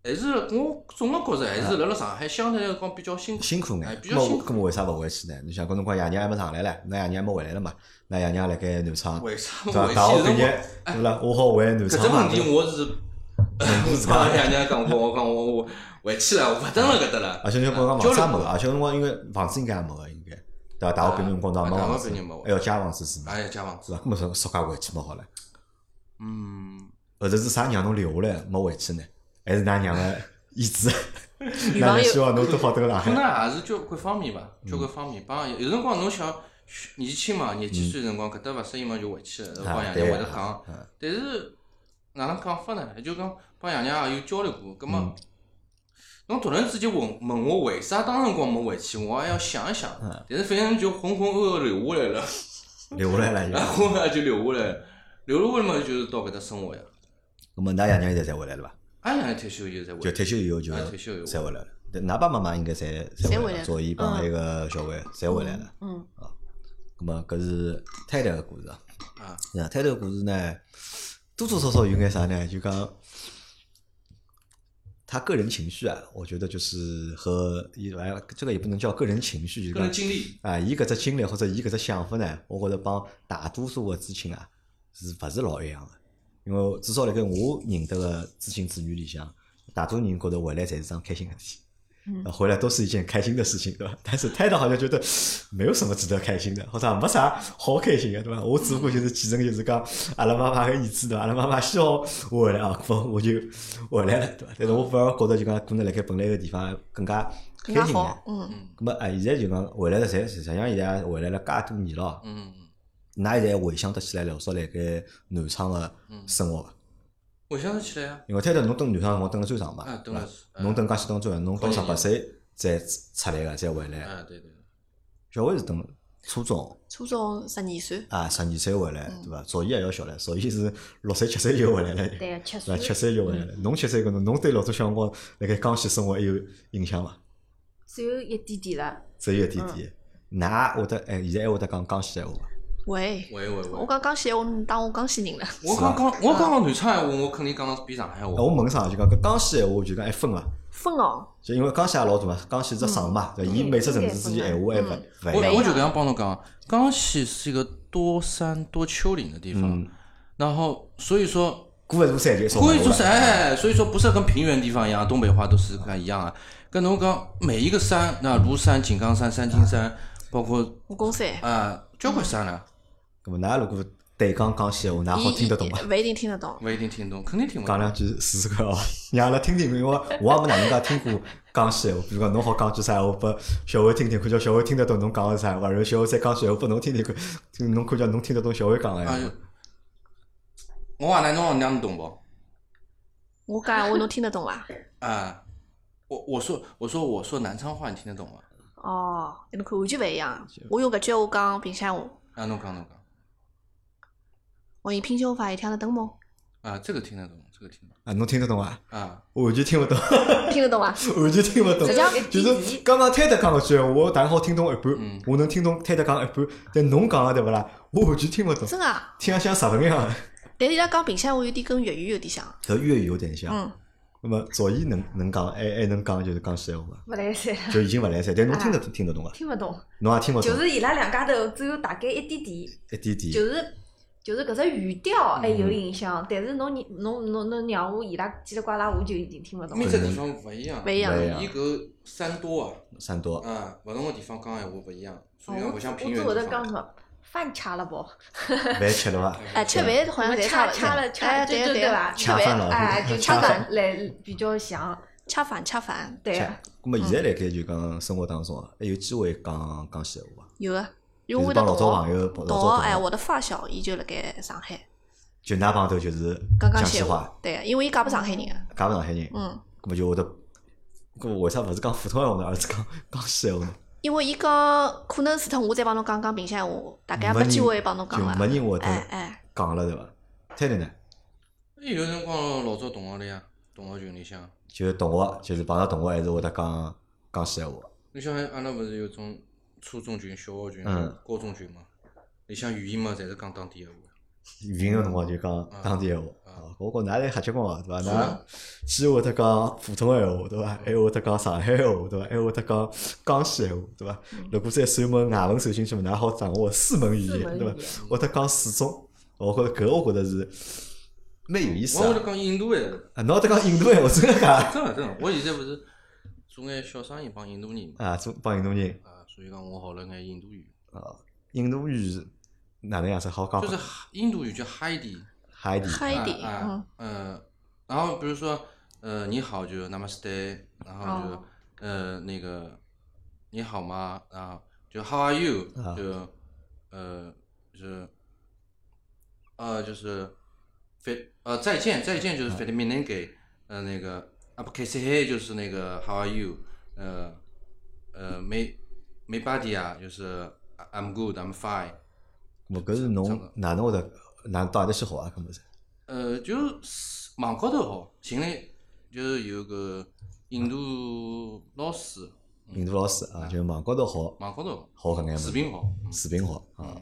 Speaker 2: 还是我总的觉着还是辣辣上海相对来讲比较辛苦。
Speaker 1: 辛苦
Speaker 2: 哎
Speaker 1: 眼，
Speaker 2: 比
Speaker 1: 那
Speaker 2: 较辛
Speaker 1: 么
Speaker 2: 苦
Speaker 1: 那么为啥勿回去呢？你想，搿辰光爷娘还没上来唻，㑚爷娘没回来了嘛？㑚爷娘辣盖南昌，
Speaker 2: 为啥
Speaker 1: 对伐？
Speaker 2: 我回
Speaker 1: 大
Speaker 2: 去
Speaker 1: 学
Speaker 2: 的
Speaker 1: 毕
Speaker 2: 辰光
Speaker 1: 业，对勿啦？我好回南
Speaker 2: 搿
Speaker 1: 昌
Speaker 2: 只
Speaker 1: 嘛
Speaker 2: 问？题我是，我是帮爷娘讲过，我讲我我回去了，我勿蹲辣搿搭了。
Speaker 1: 而且侬啊辰光
Speaker 2: 交
Speaker 1: 房
Speaker 2: 流
Speaker 1: 子也没个，而且辰光应该房子应该也没个，应该对伐？大学毕业辰光当没
Speaker 2: 啊大学
Speaker 1: 房子
Speaker 2: 毕业没，
Speaker 1: 还要借房子住嘛，
Speaker 2: 哎呀，家房子，
Speaker 1: 是伐？搿么说说家回去嘛好了。
Speaker 2: 嗯，
Speaker 1: 后头是啥让侬留下来没回去呢？还是㑚娘个意志？㑚
Speaker 3: 女朋
Speaker 1: 娘
Speaker 3: 友
Speaker 1: 希望侬多好蹲辣
Speaker 2: 可
Speaker 1: 上海。
Speaker 2: 能也是交关方面吧，
Speaker 1: 嗯
Speaker 2: 交关方面。帮有辰光侬想年轻嘛，廿几岁辰光搿搭勿适应嘛就回去了，
Speaker 1: 啊
Speaker 2: 帮爷
Speaker 1: 对
Speaker 2: 娘会
Speaker 1: 啊
Speaker 2: 得讲。
Speaker 1: 嗯
Speaker 2: 但是哪能讲法呢？也就讲帮爷娘也有交流过，葛
Speaker 1: 嗯
Speaker 2: 末侬突然之间问问我为啥当辰光没回去，我还要想一想
Speaker 1: 嗯。
Speaker 2: 但是反正就浑浑噩噩留下来了，
Speaker 1: 留下来了
Speaker 2: 然
Speaker 1: 就。
Speaker 2: 后呢就留下来了，留下来嘛就是到搿搭生活呀。哎
Speaker 1: 那么㑚爷娘现在才回来了伐？
Speaker 2: 俺爷娘退休以后才
Speaker 1: 就
Speaker 2: 回来，
Speaker 1: 退休以后就
Speaker 2: 啊退休以后
Speaker 1: 才回来了。对㑚爸妈妈应该侪
Speaker 3: 侪
Speaker 1: 侪
Speaker 3: 回
Speaker 1: 回来
Speaker 3: 来
Speaker 1: 了，
Speaker 3: 了
Speaker 1: 左一帮
Speaker 3: 嗯
Speaker 1: 那个小伟侪回来了。
Speaker 3: 嗯，
Speaker 1: 咁么搿是泰斗个故事啊。
Speaker 2: 啊，
Speaker 1: 那泰斗故事呢，多多少少有眼啥呢？就讲他个人情绪啊，我觉得就是和一哎，这个也不能叫个人情绪，就
Speaker 2: 个人
Speaker 1: 是讲
Speaker 2: 经历
Speaker 1: 啊，伊搿只经历或者伊搿只想法呢，我觉着帮大多数个知青啊是勿是老一样个？因为至少辣盖我认得个知青子女里向，大多数人觉得回来才是桩开心个事体。
Speaker 3: 嗯
Speaker 1: 啊回来都是一件开心的事情，对吧？但是泰达好像觉得没有什么值得开心的，或者没啥好开心的，对吧？我只不过就是继承就是讲阿拉妈妈的意志，对吧？阿拉妈妈希望我回来啊，咾我就回来了，对吧？但是我反而觉得就讲可能辣盖本来个地方更加开
Speaker 3: 更加
Speaker 1: 心点
Speaker 3: 好。。嗯，
Speaker 1: 咁么啊，现在就讲回来了，侪实际上现在回来了介多年了，
Speaker 2: 嗯，
Speaker 1: 㑚现在回想得起来，老少辣盖南昌个生活伐？
Speaker 2: 回想得起来啊，
Speaker 1: 因为泰达侬蹲南昌辰光蹲了最长嘛，
Speaker 2: 啊，
Speaker 1: 对
Speaker 2: 蹲
Speaker 1: 伐
Speaker 2: 了？是，
Speaker 1: 侬
Speaker 2: 啊
Speaker 1: 蹲介许多久啊？侬到
Speaker 2: 好几
Speaker 1: 十
Speaker 2: 年
Speaker 1: 八岁才出来个，才回来。
Speaker 2: 啊，对对。对
Speaker 1: 小伟是等初中
Speaker 3: 初中十二岁，
Speaker 1: 啊，十二岁回来，对伐？赵毅也要小了，赵毅是六岁、七岁就回来了，对
Speaker 4: 对，吃素
Speaker 1: 伐？。七岁就回来了。侬七岁搿侬，侬对老早小辰光辣盖江西生活还有印象伐？
Speaker 4: 只有一点点了，
Speaker 1: 只有一点点。㑚会得哎，现在还会得讲江西闲话伐？
Speaker 3: 喂，
Speaker 2: 喂喂喂，
Speaker 3: 我讲江西闲话，你当我江西人了。
Speaker 2: 我讲讲我讲讲南昌闲话，我肯定讲得比上海闲
Speaker 1: 啊
Speaker 2: 话。
Speaker 1: 我问啥就讲搿江西闲话就讲还分伐？
Speaker 3: 分哦，
Speaker 1: 就因为江西也老大嘛，江西只省嘛，对伐？伊每只城市之间闲话还勿勿一
Speaker 2: 我
Speaker 1: 样。
Speaker 2: 我就搿样帮侬讲，江西是一个多山多丘陵的地方
Speaker 1: 嗯，
Speaker 2: 然后所以说
Speaker 1: 过一座山就一种
Speaker 2: 可以
Speaker 1: 闲
Speaker 2: 说
Speaker 1: 话
Speaker 2: 是
Speaker 1: 了。
Speaker 2: 哎，所以说不是跟平原地方一样，东北话都是搿一样啊。跟侬讲每一个山，那庐山、井冈山、三清山，包括
Speaker 3: 武功山。
Speaker 2: 啊交关山了，
Speaker 1: 咁么㑚如果对讲江西闲话，㑚好
Speaker 3: 伊
Speaker 1: 听得懂伐？
Speaker 3: 勿一定听得懂。
Speaker 2: 勿一定听懂，肯定听勿
Speaker 1: 讲
Speaker 2: 懂。
Speaker 1: 两句试试看哦，让阿拉听听，因为我也没哪能介听过江西闲话。比如讲，侬好讲句啥闲话拨小伟听听，看叫小伟听得懂侬讲个啥话，然后小伟再讲闲话拨侬听听看，听侬看叫侬听得懂小伟讲个闲
Speaker 2: 哎
Speaker 1: 话
Speaker 2: 呦。，我话哪侬娘懂不？
Speaker 3: 我讲闲话侬听得懂 伐？
Speaker 2: 啊，我我说我说我说南昌话，你听得懂吗？
Speaker 3: 哦，侬看完全勿一样。我用搿句闲话讲萍乡话，
Speaker 2: 啊，侬讲侬讲。
Speaker 3: 我用萍乡话也听得懂么？
Speaker 2: 啊，这个听得懂，这个听得
Speaker 1: 啊，侬听得懂伐？
Speaker 2: 懂啊。
Speaker 1: 我完全听勿懂，
Speaker 3: 听得懂啊伐？
Speaker 1: 完全听勿懂
Speaker 4: 只。要
Speaker 1: 就是刚刚泰德讲搿句闲话，我大概好听懂一半
Speaker 2: 嗯，
Speaker 1: 我能听懂泰德讲一半，但侬讲个对勿啦？我完全听勿懂，
Speaker 3: 真个啊，
Speaker 1: 听像像日文一样的。
Speaker 3: 但是伊拉讲萍乡话有点跟粤语有点像。
Speaker 1: 和粤语有点像。
Speaker 3: 嗯，
Speaker 1: 那么赵毅能能讲，还还能讲就是江西闲 话伐，
Speaker 4: 勿来三，
Speaker 1: 就已经勿来三，但侬听得听
Speaker 3: 啊
Speaker 1: 得懂伐？
Speaker 4: 听勿懂。
Speaker 1: 侬也听勿懂
Speaker 4: 就。是伊拉两家头只有大概一点点，
Speaker 1: 一点点，
Speaker 4: 就是就是搿只语调还有影响，但是侬你侬侬侬让我伊拉叽里呱啦，我就已经听勿懂
Speaker 2: 每
Speaker 4: 了。
Speaker 2: 只地方勿一样，
Speaker 3: 勿一样
Speaker 1: 勿一样
Speaker 2: 伊搿山多啊，
Speaker 1: 山 多，
Speaker 2: 啊，勿同个地方讲闲话勿一样，所以
Speaker 4: 哦
Speaker 2: 讲
Speaker 4: 我
Speaker 2: 勿
Speaker 4: 只
Speaker 2: 像
Speaker 4: 我
Speaker 2: 平
Speaker 4: 只
Speaker 2: 原
Speaker 4: 会
Speaker 2: 地
Speaker 4: 得讲
Speaker 2: 方
Speaker 4: 什。么饭吃了不？
Speaker 1: 饭吃了伐？
Speaker 3: 哎，吃饭好像侪
Speaker 4: 掐
Speaker 3: 差勿多哎，
Speaker 4: 掐了掐，就
Speaker 3: 对
Speaker 4: 就
Speaker 3: 对
Speaker 4: 吧？
Speaker 3: 吃
Speaker 1: 恰饭了
Speaker 4: 哎，就
Speaker 1: 恰
Speaker 4: 吃
Speaker 1: 饭
Speaker 4: 饭来比较像，
Speaker 3: 吃饭吃饭，
Speaker 4: 对
Speaker 1: 吃
Speaker 4: 啊。。
Speaker 1: 咁么现在辣盖就讲生活当中啊，还有机会讲讲闲话伐？
Speaker 3: 有个，因
Speaker 1: 就
Speaker 3: 为
Speaker 1: 是
Speaker 3: 我
Speaker 1: 帮
Speaker 3: 的
Speaker 1: 老
Speaker 3: 同
Speaker 1: 早朋
Speaker 3: 学，
Speaker 1: 友，老
Speaker 3: 同
Speaker 1: 早
Speaker 3: 学哎，
Speaker 1: 同学，
Speaker 3: 我的发小伊就辣盖上海，
Speaker 1: 就㑚帮头就是
Speaker 3: 刚刚
Speaker 1: 江西
Speaker 3: 闲
Speaker 1: 话，，
Speaker 3: 对，因为伊嫁拨上海人啊，
Speaker 1: 嫁勿上海人，
Speaker 3: 嗯，
Speaker 1: 咁么就会得，咁么为啥勿是讲普通闲话呢，而是讲讲闲话呢？
Speaker 3: 因为伊讲可能除脱我再帮侬讲讲平乡话，大家
Speaker 1: 没
Speaker 3: 没机
Speaker 1: 人
Speaker 3: 会帮侬讲
Speaker 1: 就
Speaker 3: 了
Speaker 1: 没，人会
Speaker 3: 哎
Speaker 1: 得
Speaker 3: 哎，
Speaker 1: 讲了，对伐？太难呢，
Speaker 2: 哎有辰光老早同学里呀，同学群里向，
Speaker 1: 就是同学，就是碰到同学还是会得讲讲闲话，
Speaker 2: 你想阿拉勿是有种初中群、小学群
Speaker 1: 嗯、
Speaker 2: 高中群嘛？里向语言嘛，侪是讲当地闲话。
Speaker 1: 语音个辰光就讲当地闲话。
Speaker 2: 嗯
Speaker 1: 啊，我讲㑚侪瞎结棍哦，对伐？
Speaker 2: 是
Speaker 1: 㑚既会得讲普通闲话，对
Speaker 2: 嗯
Speaker 1: 伐？还会得讲上海闲话，对伐？还会得讲江西闲话，对伐？
Speaker 3: 嗯
Speaker 1: 如果再算一门外文算进去嘛，㑚好掌握四门语
Speaker 4: 四
Speaker 1: 言，
Speaker 4: 门
Speaker 1: 对
Speaker 4: 语
Speaker 1: 伐
Speaker 4: 言？
Speaker 1: 会得讲四种，我觉着搿我觉着是蛮有意思
Speaker 2: 我会得
Speaker 1: 啊。
Speaker 2: 讲印度闲话，
Speaker 1: 啊，侬会得讲印度闲话真个假？
Speaker 2: 真的真的。我现在勿是做眼小生意帮印度人嘛，
Speaker 1: 啊，中帮印度人
Speaker 2: 啊，所以讲我学了眼印度语，
Speaker 1: 啊，印度语是哪能样子好讲
Speaker 2: 就
Speaker 1: 法？
Speaker 2: 是印度语叫 Hindi。
Speaker 1: 海底
Speaker 3: 嗨一点，
Speaker 2: 啊
Speaker 3: 嗯，
Speaker 2: 啊呃，然后比如说，呃，你好就 Namaste，然后就、
Speaker 4: 哦
Speaker 2: 呃那个你好吗？然后就 How are you？、
Speaker 1: 啊
Speaker 2: 就呃就是呃就是非呃再见再见就是 f e l i m i n e n g e 呃那个 a p k s h 就是那个 How are you？呃呃没没 body 啊，就是 I'm good I'm fine。
Speaker 1: 我搿是侬哪能会得哪到何里去学啊？搿么是
Speaker 2: 呃，就是网高头哦，寻了就是有个印度老师，
Speaker 1: 印度老师啊，就是网高头学
Speaker 2: 嗯网高头
Speaker 1: 学搿眼物事
Speaker 2: 视频好，嗯
Speaker 1: 视频学啊。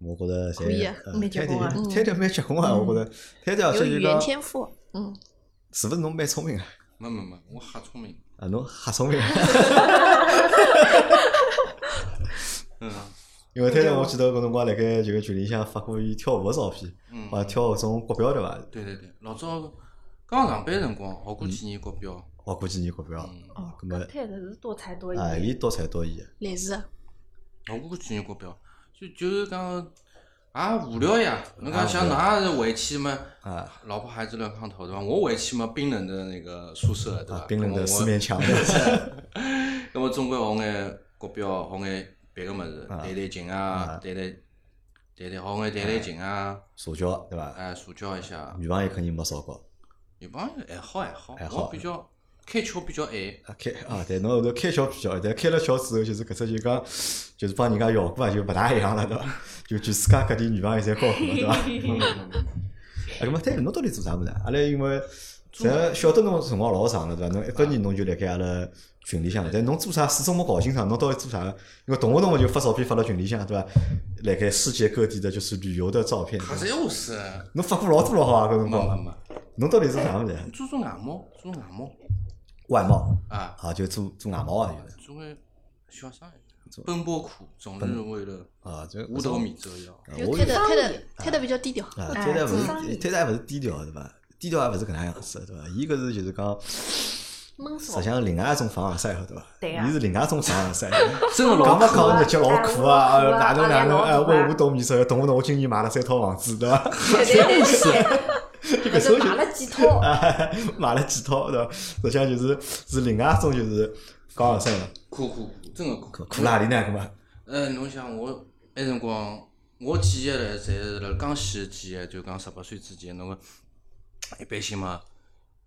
Speaker 1: 我觉着
Speaker 3: 可以
Speaker 1: 侪
Speaker 3: 啊
Speaker 1: 呃
Speaker 4: 蛮结棍啊
Speaker 1: 泰迪
Speaker 3: 嗯
Speaker 1: 泰迪蛮结棍啊！我觉着泰迪而
Speaker 3: 有
Speaker 1: 且就
Speaker 3: 语
Speaker 1: 讲
Speaker 3: 言，天赋，嗯，
Speaker 1: 是勿是侬蛮聪明啊？
Speaker 2: 没没没，我瞎聪明，
Speaker 1: 啊，侬瞎聪明啊！
Speaker 2: 嗯
Speaker 1: 因为泰迪我记得搿辰光辣盖就个群里向发过伊跳舞个照片，
Speaker 2: 嗯，
Speaker 1: 啊，跳搿种国标对伐？
Speaker 2: 对对对，老早刚上班辰光学过几年国标，
Speaker 1: 我估计你国标
Speaker 2: 嗯，
Speaker 1: 啊，搿么
Speaker 4: 搿太是多才多艺。
Speaker 1: 啊，伊多才多艺啊，
Speaker 3: 类似，
Speaker 2: 学过几年国标，就就是讲也啊无聊呀，侬讲像㑚是回去嘛，
Speaker 1: 啊
Speaker 2: 老婆孩子热炕头对伐？我回去嘛，冰冷的那个宿舍对
Speaker 1: 啊
Speaker 2: 伐？，
Speaker 1: 冰冷
Speaker 2: 那
Speaker 1: 的
Speaker 2: 么
Speaker 1: 四
Speaker 2: 我
Speaker 1: 面墙，
Speaker 2: 那么总归学眼国标，学眼别个物事，
Speaker 1: 啊
Speaker 2: 弹弹琴啊，弹弹弹弹学眼弹弹琴啊，
Speaker 1: 社交对伐？
Speaker 2: 哎，社交一下。
Speaker 1: 女朋友肯定没少过。
Speaker 2: 有帮友还好还好
Speaker 1: 还，好
Speaker 2: 我比较开窍比较晚，
Speaker 1: 啊开啊，对，侬后头开窍比较，但开了窍之后，就是搿只就讲，就是帮人家效果啊，就勿大一样了，对伐？就全世界各地女朋友侪高过，对伐？啊，搿么对，侬到底做啥物事啊？阿拉因为咱晓得侬辰光老长了，对伐？侬一八年侬就辣盖阿拉群里向了，但侬做啥始终没搞清爽，侬到底做啥？因为同学同学就发照片发到群里向，对伐？辣盖世界各地的就是旅游的照片，
Speaker 2: 他侪我是，
Speaker 1: 侬发过老多了好伐？搿辰
Speaker 2: 没没
Speaker 1: 光，
Speaker 2: 没，
Speaker 1: 侬到底做啥物事啊？
Speaker 2: 做做外贸，做外贸
Speaker 1: 外贸
Speaker 2: 啊，
Speaker 1: 啊，就做做外贸啊，就是
Speaker 2: 做个小生意
Speaker 1: 做，
Speaker 2: 奔波苦，总是为了
Speaker 1: 啊，就
Speaker 2: 五斗米折腰。
Speaker 1: 啊。
Speaker 3: 就
Speaker 1: 我
Speaker 3: 推
Speaker 1: 就
Speaker 3: 的推的推的比较低调，
Speaker 1: 啊，
Speaker 4: 哎
Speaker 1: 推特勿
Speaker 4: 做生
Speaker 1: 是
Speaker 4: 意
Speaker 1: 推特还勿是低调对伐？低调也勿是搿能样子对伐？伊搿是就是讲，
Speaker 4: 闷
Speaker 1: 实
Speaker 4: 死
Speaker 1: 际
Speaker 4: 我！
Speaker 1: 上另外一种凡尔赛对伐？
Speaker 4: 对啊
Speaker 1: 伊是另外一种凡尔赛。
Speaker 2: 真
Speaker 1: 讲
Speaker 2: 的老
Speaker 1: 勿
Speaker 2: 苦，
Speaker 1: 讲日脚老苦啊，
Speaker 4: 哎
Speaker 1: 呃
Speaker 4: 我
Speaker 1: 哪能
Speaker 4: 我
Speaker 1: 哪能，
Speaker 4: 我
Speaker 1: 哎，
Speaker 4: 我
Speaker 1: 我五斗米折，动不动我今年买了三套房子对伐？
Speaker 4: 对对对对，
Speaker 1: 就搿种
Speaker 4: 我就买
Speaker 1: 就
Speaker 4: 了几套。
Speaker 1: 买了几套对伐？实际上就是是另外一种就是凡尔赛嘛，
Speaker 2: 苦苦苦，真的
Speaker 1: 苦
Speaker 2: 苦。
Speaker 1: 苦辣里呢？搿么
Speaker 2: 呃，侬想我那辰光，我记忆嘞，侪是辣江西记忆，就讲十八岁之前，侬个一般性嘛，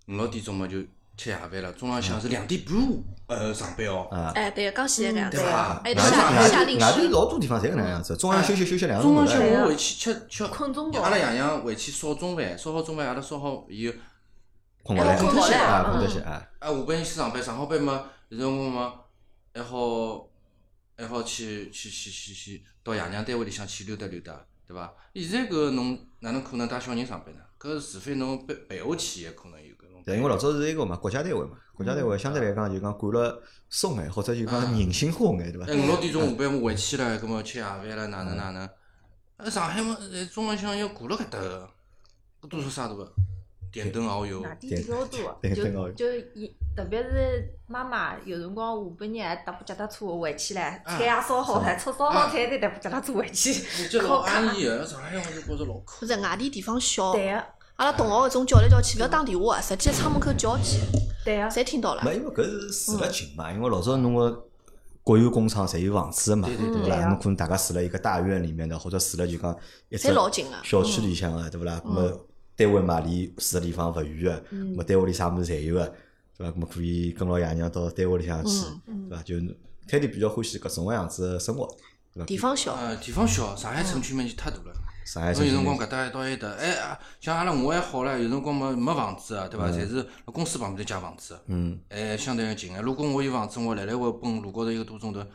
Speaker 2: 五六点钟嘛就吃夜饭了，中浪向是两点半呃上班哦。
Speaker 1: 啊？
Speaker 3: 哎，对，刚洗的搿样子
Speaker 2: 对，吧？
Speaker 3: 哎
Speaker 1: 外地
Speaker 3: 夏夏令时
Speaker 1: 外地老多地方侪搿能样子，中央休息休息两个
Speaker 2: 中
Speaker 1: 钟头
Speaker 2: 浪向
Speaker 1: 哎。
Speaker 2: 我回去吃吃，
Speaker 4: 困中
Speaker 2: 阿拉
Speaker 4: 觉。
Speaker 2: 爷娘回去烧中饭，烧好中饭，阿拉烧好以后，
Speaker 1: 困觉来，
Speaker 3: 哎困觉嘞
Speaker 1: 啊，困觉些啊，
Speaker 2: 啊下半夜去上班，上好班嘛，有辰光嘛还好还好去去去去去到爷娘单位里向去溜达溜达，对伐？现在搿侬哪能可能带小人上班呢？搿除非侬陪陪我去，也可能有搿种。
Speaker 1: 对，因为老早是一个嘛，国家单位嘛，国家单
Speaker 2: 嗯
Speaker 1: 位相对来讲就讲管了松眼，或者就讲人性化眼，对伐
Speaker 2: 嗯
Speaker 1: 嗯
Speaker 2: 哎，？五六点钟下班我回去了，葛末吃夜饭了，哪能哪能？呃，上海嘛，呃中浪向要过了搿搭个，搿多少啥对伐？电灯也有，
Speaker 4: 外地比较多，
Speaker 1: 对
Speaker 4: 就
Speaker 1: 对对
Speaker 4: 就伊，特别是妈妈有辰光下半日还踏部脚踏车回去唻，
Speaker 2: 嗯
Speaker 4: 菜也烧好唻，吃烧好
Speaker 2: 嗯
Speaker 4: 菜再踏部脚踏车回 去。
Speaker 2: 我记得老安逸个，上海我就觉着老苦。
Speaker 3: 或者外地地方小，
Speaker 1: 啊
Speaker 4: 对啊个，
Speaker 3: 阿拉同学搿种叫来叫去，勿要打电话，实际窗门口叫几，
Speaker 4: 对啊个，
Speaker 3: 侪听到了。
Speaker 1: 没，因为搿是住了近嘛，因为老早侬个国有工厂侪有房子个嘛，
Speaker 2: 嗯对对
Speaker 1: 对
Speaker 4: 对
Speaker 1: 伐？
Speaker 4: 啊
Speaker 1: 侬可能大家住了一个大院里面的，或者住了就讲一只
Speaker 3: 侪老近个
Speaker 1: 小区里向啊个，对勿
Speaker 4: 嗯
Speaker 1: 啦？那么单位嘛离住个地方勿远个，那么单位里啥物事侪有个，对伐？那么可以跟牢爷娘到单位里向去，
Speaker 4: 嗯
Speaker 1: 对伐？就凯蒂比较欢喜搿种个样子个生活，对伐？
Speaker 3: 地方小，
Speaker 2: 呃，地方小，上海城区面积太大了。
Speaker 1: 上海
Speaker 2: 侬
Speaker 1: 城
Speaker 2: 有
Speaker 1: 区
Speaker 2: 辰光
Speaker 1: 面积
Speaker 2: 搿搭到埃搭，哎啊，像阿拉我还好唻，有辰光没没房子啊，对伐？侪是公司旁边头借房子，
Speaker 1: 嗯，
Speaker 2: 哎，相对近个。如果我有房子，我来来回奔路高头一个多钟头，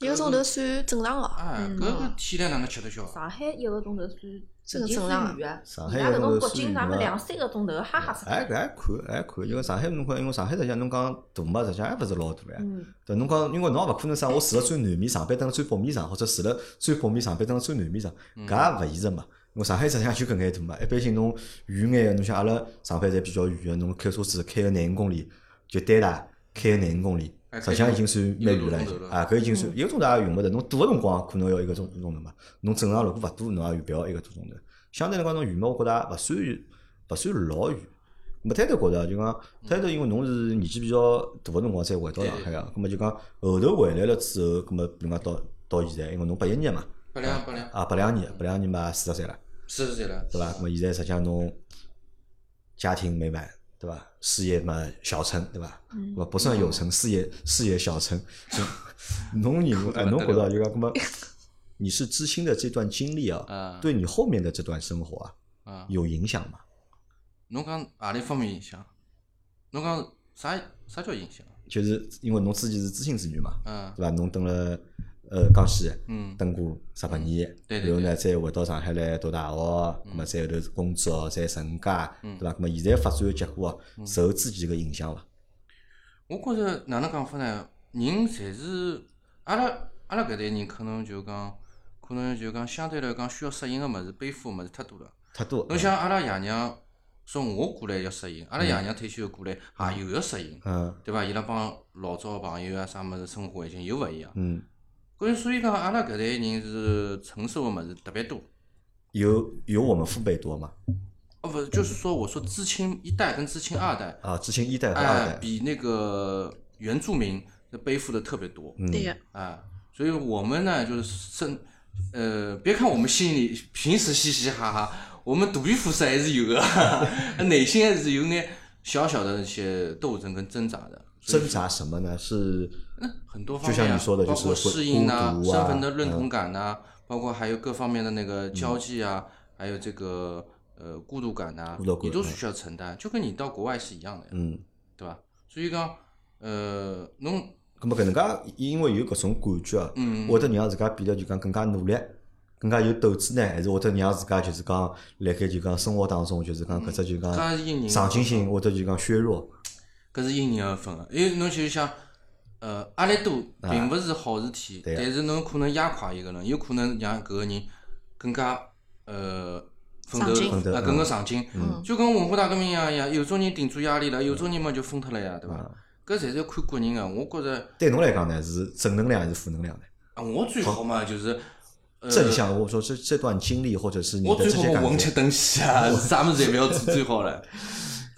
Speaker 3: 一个钟头算正常个。
Speaker 2: 哎，搿个体力哪能吃得消？啊
Speaker 4: 上海一个钟头算
Speaker 3: 这个
Speaker 4: 已经
Speaker 3: 正
Speaker 4: 算
Speaker 3: 常啊
Speaker 4: 远个，
Speaker 1: 上
Speaker 4: 伊
Speaker 1: 海
Speaker 4: 拉
Speaker 1: 一个
Speaker 4: 搿
Speaker 1: 钟头
Speaker 4: 种北
Speaker 1: 算
Speaker 4: 京
Speaker 1: 远
Speaker 4: 啥么
Speaker 1: 了
Speaker 4: 两三个钟头，哈哈死
Speaker 1: 哎，搿还看，还看，因为上海侬看，因为上海实际上侬讲大嘛，实际上还勿是老大呀。
Speaker 4: 嗯，
Speaker 1: 对，侬讲，因为侬也勿可能啥，我住了最南面，上班蹲了最北面上，或者住了最北面，上班蹲了最南面上，
Speaker 2: 嗯
Speaker 1: 搿也勿现实嘛。因为上海实际上就搿眼大嘛，一般性侬远眼个，侬像阿拉上班侪比较远个，侬开车子开个廿五公里，就单大开个廿五公里，
Speaker 2: 哎
Speaker 1: 实际上已经算蛮远了
Speaker 2: 一个多钟头，了
Speaker 1: 啊，搿已经算一个钟头也用勿着。侬堵个辰光可能要一个钟钟头嘛，侬正常如果勿堵，侬也用不要一个多钟头。相对来讲，侬远嘛，我觉着也勿算勿算老远。没太头觉啊着，就讲太头，因为侬是年纪比较大个辰光才回到上海啊个，葛末就讲后头回来了之后，葛末比如讲到到现在，因为侬八一年嘛，
Speaker 2: 八两八两，
Speaker 1: 啊八两年，八两年嘛四十岁了，
Speaker 2: 四十岁了，
Speaker 1: 对伐？葛末现在实际上侬家庭美满，对伐？事业嘛小成，对伐？勿不算有成，事业事业小成。侬认 为哎，侬觉着就讲葛末你是知青的这段经历 啊
Speaker 2: 嗯，
Speaker 1: 对你后面的这段生活啊
Speaker 2: 啊，
Speaker 1: 有影响吗？
Speaker 2: 侬讲何里方面影响？侬讲啥啥叫影响？
Speaker 1: 就是因为侬自己是知青子女嘛，
Speaker 2: 嗯
Speaker 1: 对伐？侬蹲了呃江西
Speaker 2: 嗯，
Speaker 1: 蹲过十八年，
Speaker 2: 对
Speaker 1: 然
Speaker 2: 对
Speaker 1: 后呢再回到上海来读大学，那么再后头是工作，再成家，对
Speaker 2: 嗯
Speaker 1: 伐？那么现在发展的结果啊，受自己个影响伐？
Speaker 2: 我觉着哪能讲法呢？人侪是阿拉阿拉搿代人，可能就讲，可能就讲相对来讲需要适应个物事，背负个物事太多了。
Speaker 1: 太多，
Speaker 2: 侬像阿拉爷娘从我过来要适应，阿拉爷娘退休后过来也又要适应，
Speaker 1: 嗯
Speaker 2: 对伐？伊拉帮老早朋友啊啥物事生活环境又勿一样。
Speaker 1: 嗯，
Speaker 2: 所以所以讲，阿拉搿代人是承受个物事特别多。
Speaker 1: 有有我们父辈多嘛？
Speaker 2: 哦，不，就是说，我说知青一代跟知青二代，
Speaker 1: 啊，知青一代和二
Speaker 2: 哎，
Speaker 1: 代，
Speaker 2: 比那个原住民背负的特别多。
Speaker 1: 嗯，
Speaker 3: 对个，
Speaker 2: 啊，所以我们呢就是生，呃，别看我们心里平时嘻嘻哈哈，我们肚皮肤是还是有的， 内心还是有眼小小的一些斗争跟挣扎的。所以
Speaker 1: 挣扎什么呢？是
Speaker 2: 很多方
Speaker 1: 就
Speaker 2: 面啊、
Speaker 1: 像你说的就是
Speaker 2: 包
Speaker 1: 会
Speaker 2: 括适应
Speaker 1: 孤独啊嗯
Speaker 2: 身份的认同感呐、包括还有各方面的那个交际啊，还有这个呃孤独感呐、
Speaker 1: 孤独感
Speaker 2: 你都是需要承担，就跟你到国外是一样的呀，
Speaker 1: 嗯，
Speaker 2: 对吧？所以讲，呃，侬
Speaker 1: 咁么搿能介，因为有搿种感觉啊，
Speaker 2: 嗯
Speaker 1: 会得让自家变得就讲更加努力，更加有斗志呢，还是会得让自家就是讲，辣盖就讲生活当中就是讲搿只就
Speaker 2: 搿是因
Speaker 1: 讲
Speaker 2: 人
Speaker 1: 上
Speaker 2: 而
Speaker 1: 进心，或者就讲削弱，
Speaker 2: 搿是因人而分个，啊因为侬就是想，呃，压力大并勿是好事体，
Speaker 1: 啊对啊
Speaker 2: 但是侬可能压垮一个人，有可能让搿个人更加呃奋斗
Speaker 3: 上进
Speaker 1: 奋斗
Speaker 2: 啊
Speaker 1: 嗯
Speaker 2: 更加上进。
Speaker 3: 嗯
Speaker 2: 就跟文化大革命一样一样，有种人顶住压力了，有种人嘛就疯脱了呀，对
Speaker 1: 啊
Speaker 2: 伐？搿侪是要看个人个，我觉着
Speaker 1: 对侬来讲呢是正能量还是负能量呢？
Speaker 2: 啊，我最好嘛就是呃
Speaker 1: 正向，我说这这段经历或者是你
Speaker 2: 我
Speaker 1: 的这
Speaker 2: 最
Speaker 1: 些
Speaker 2: 好
Speaker 1: 感
Speaker 2: 嘛混
Speaker 1: 觉
Speaker 2: 吃。等死啊， 啥物事侪勿要做最好了，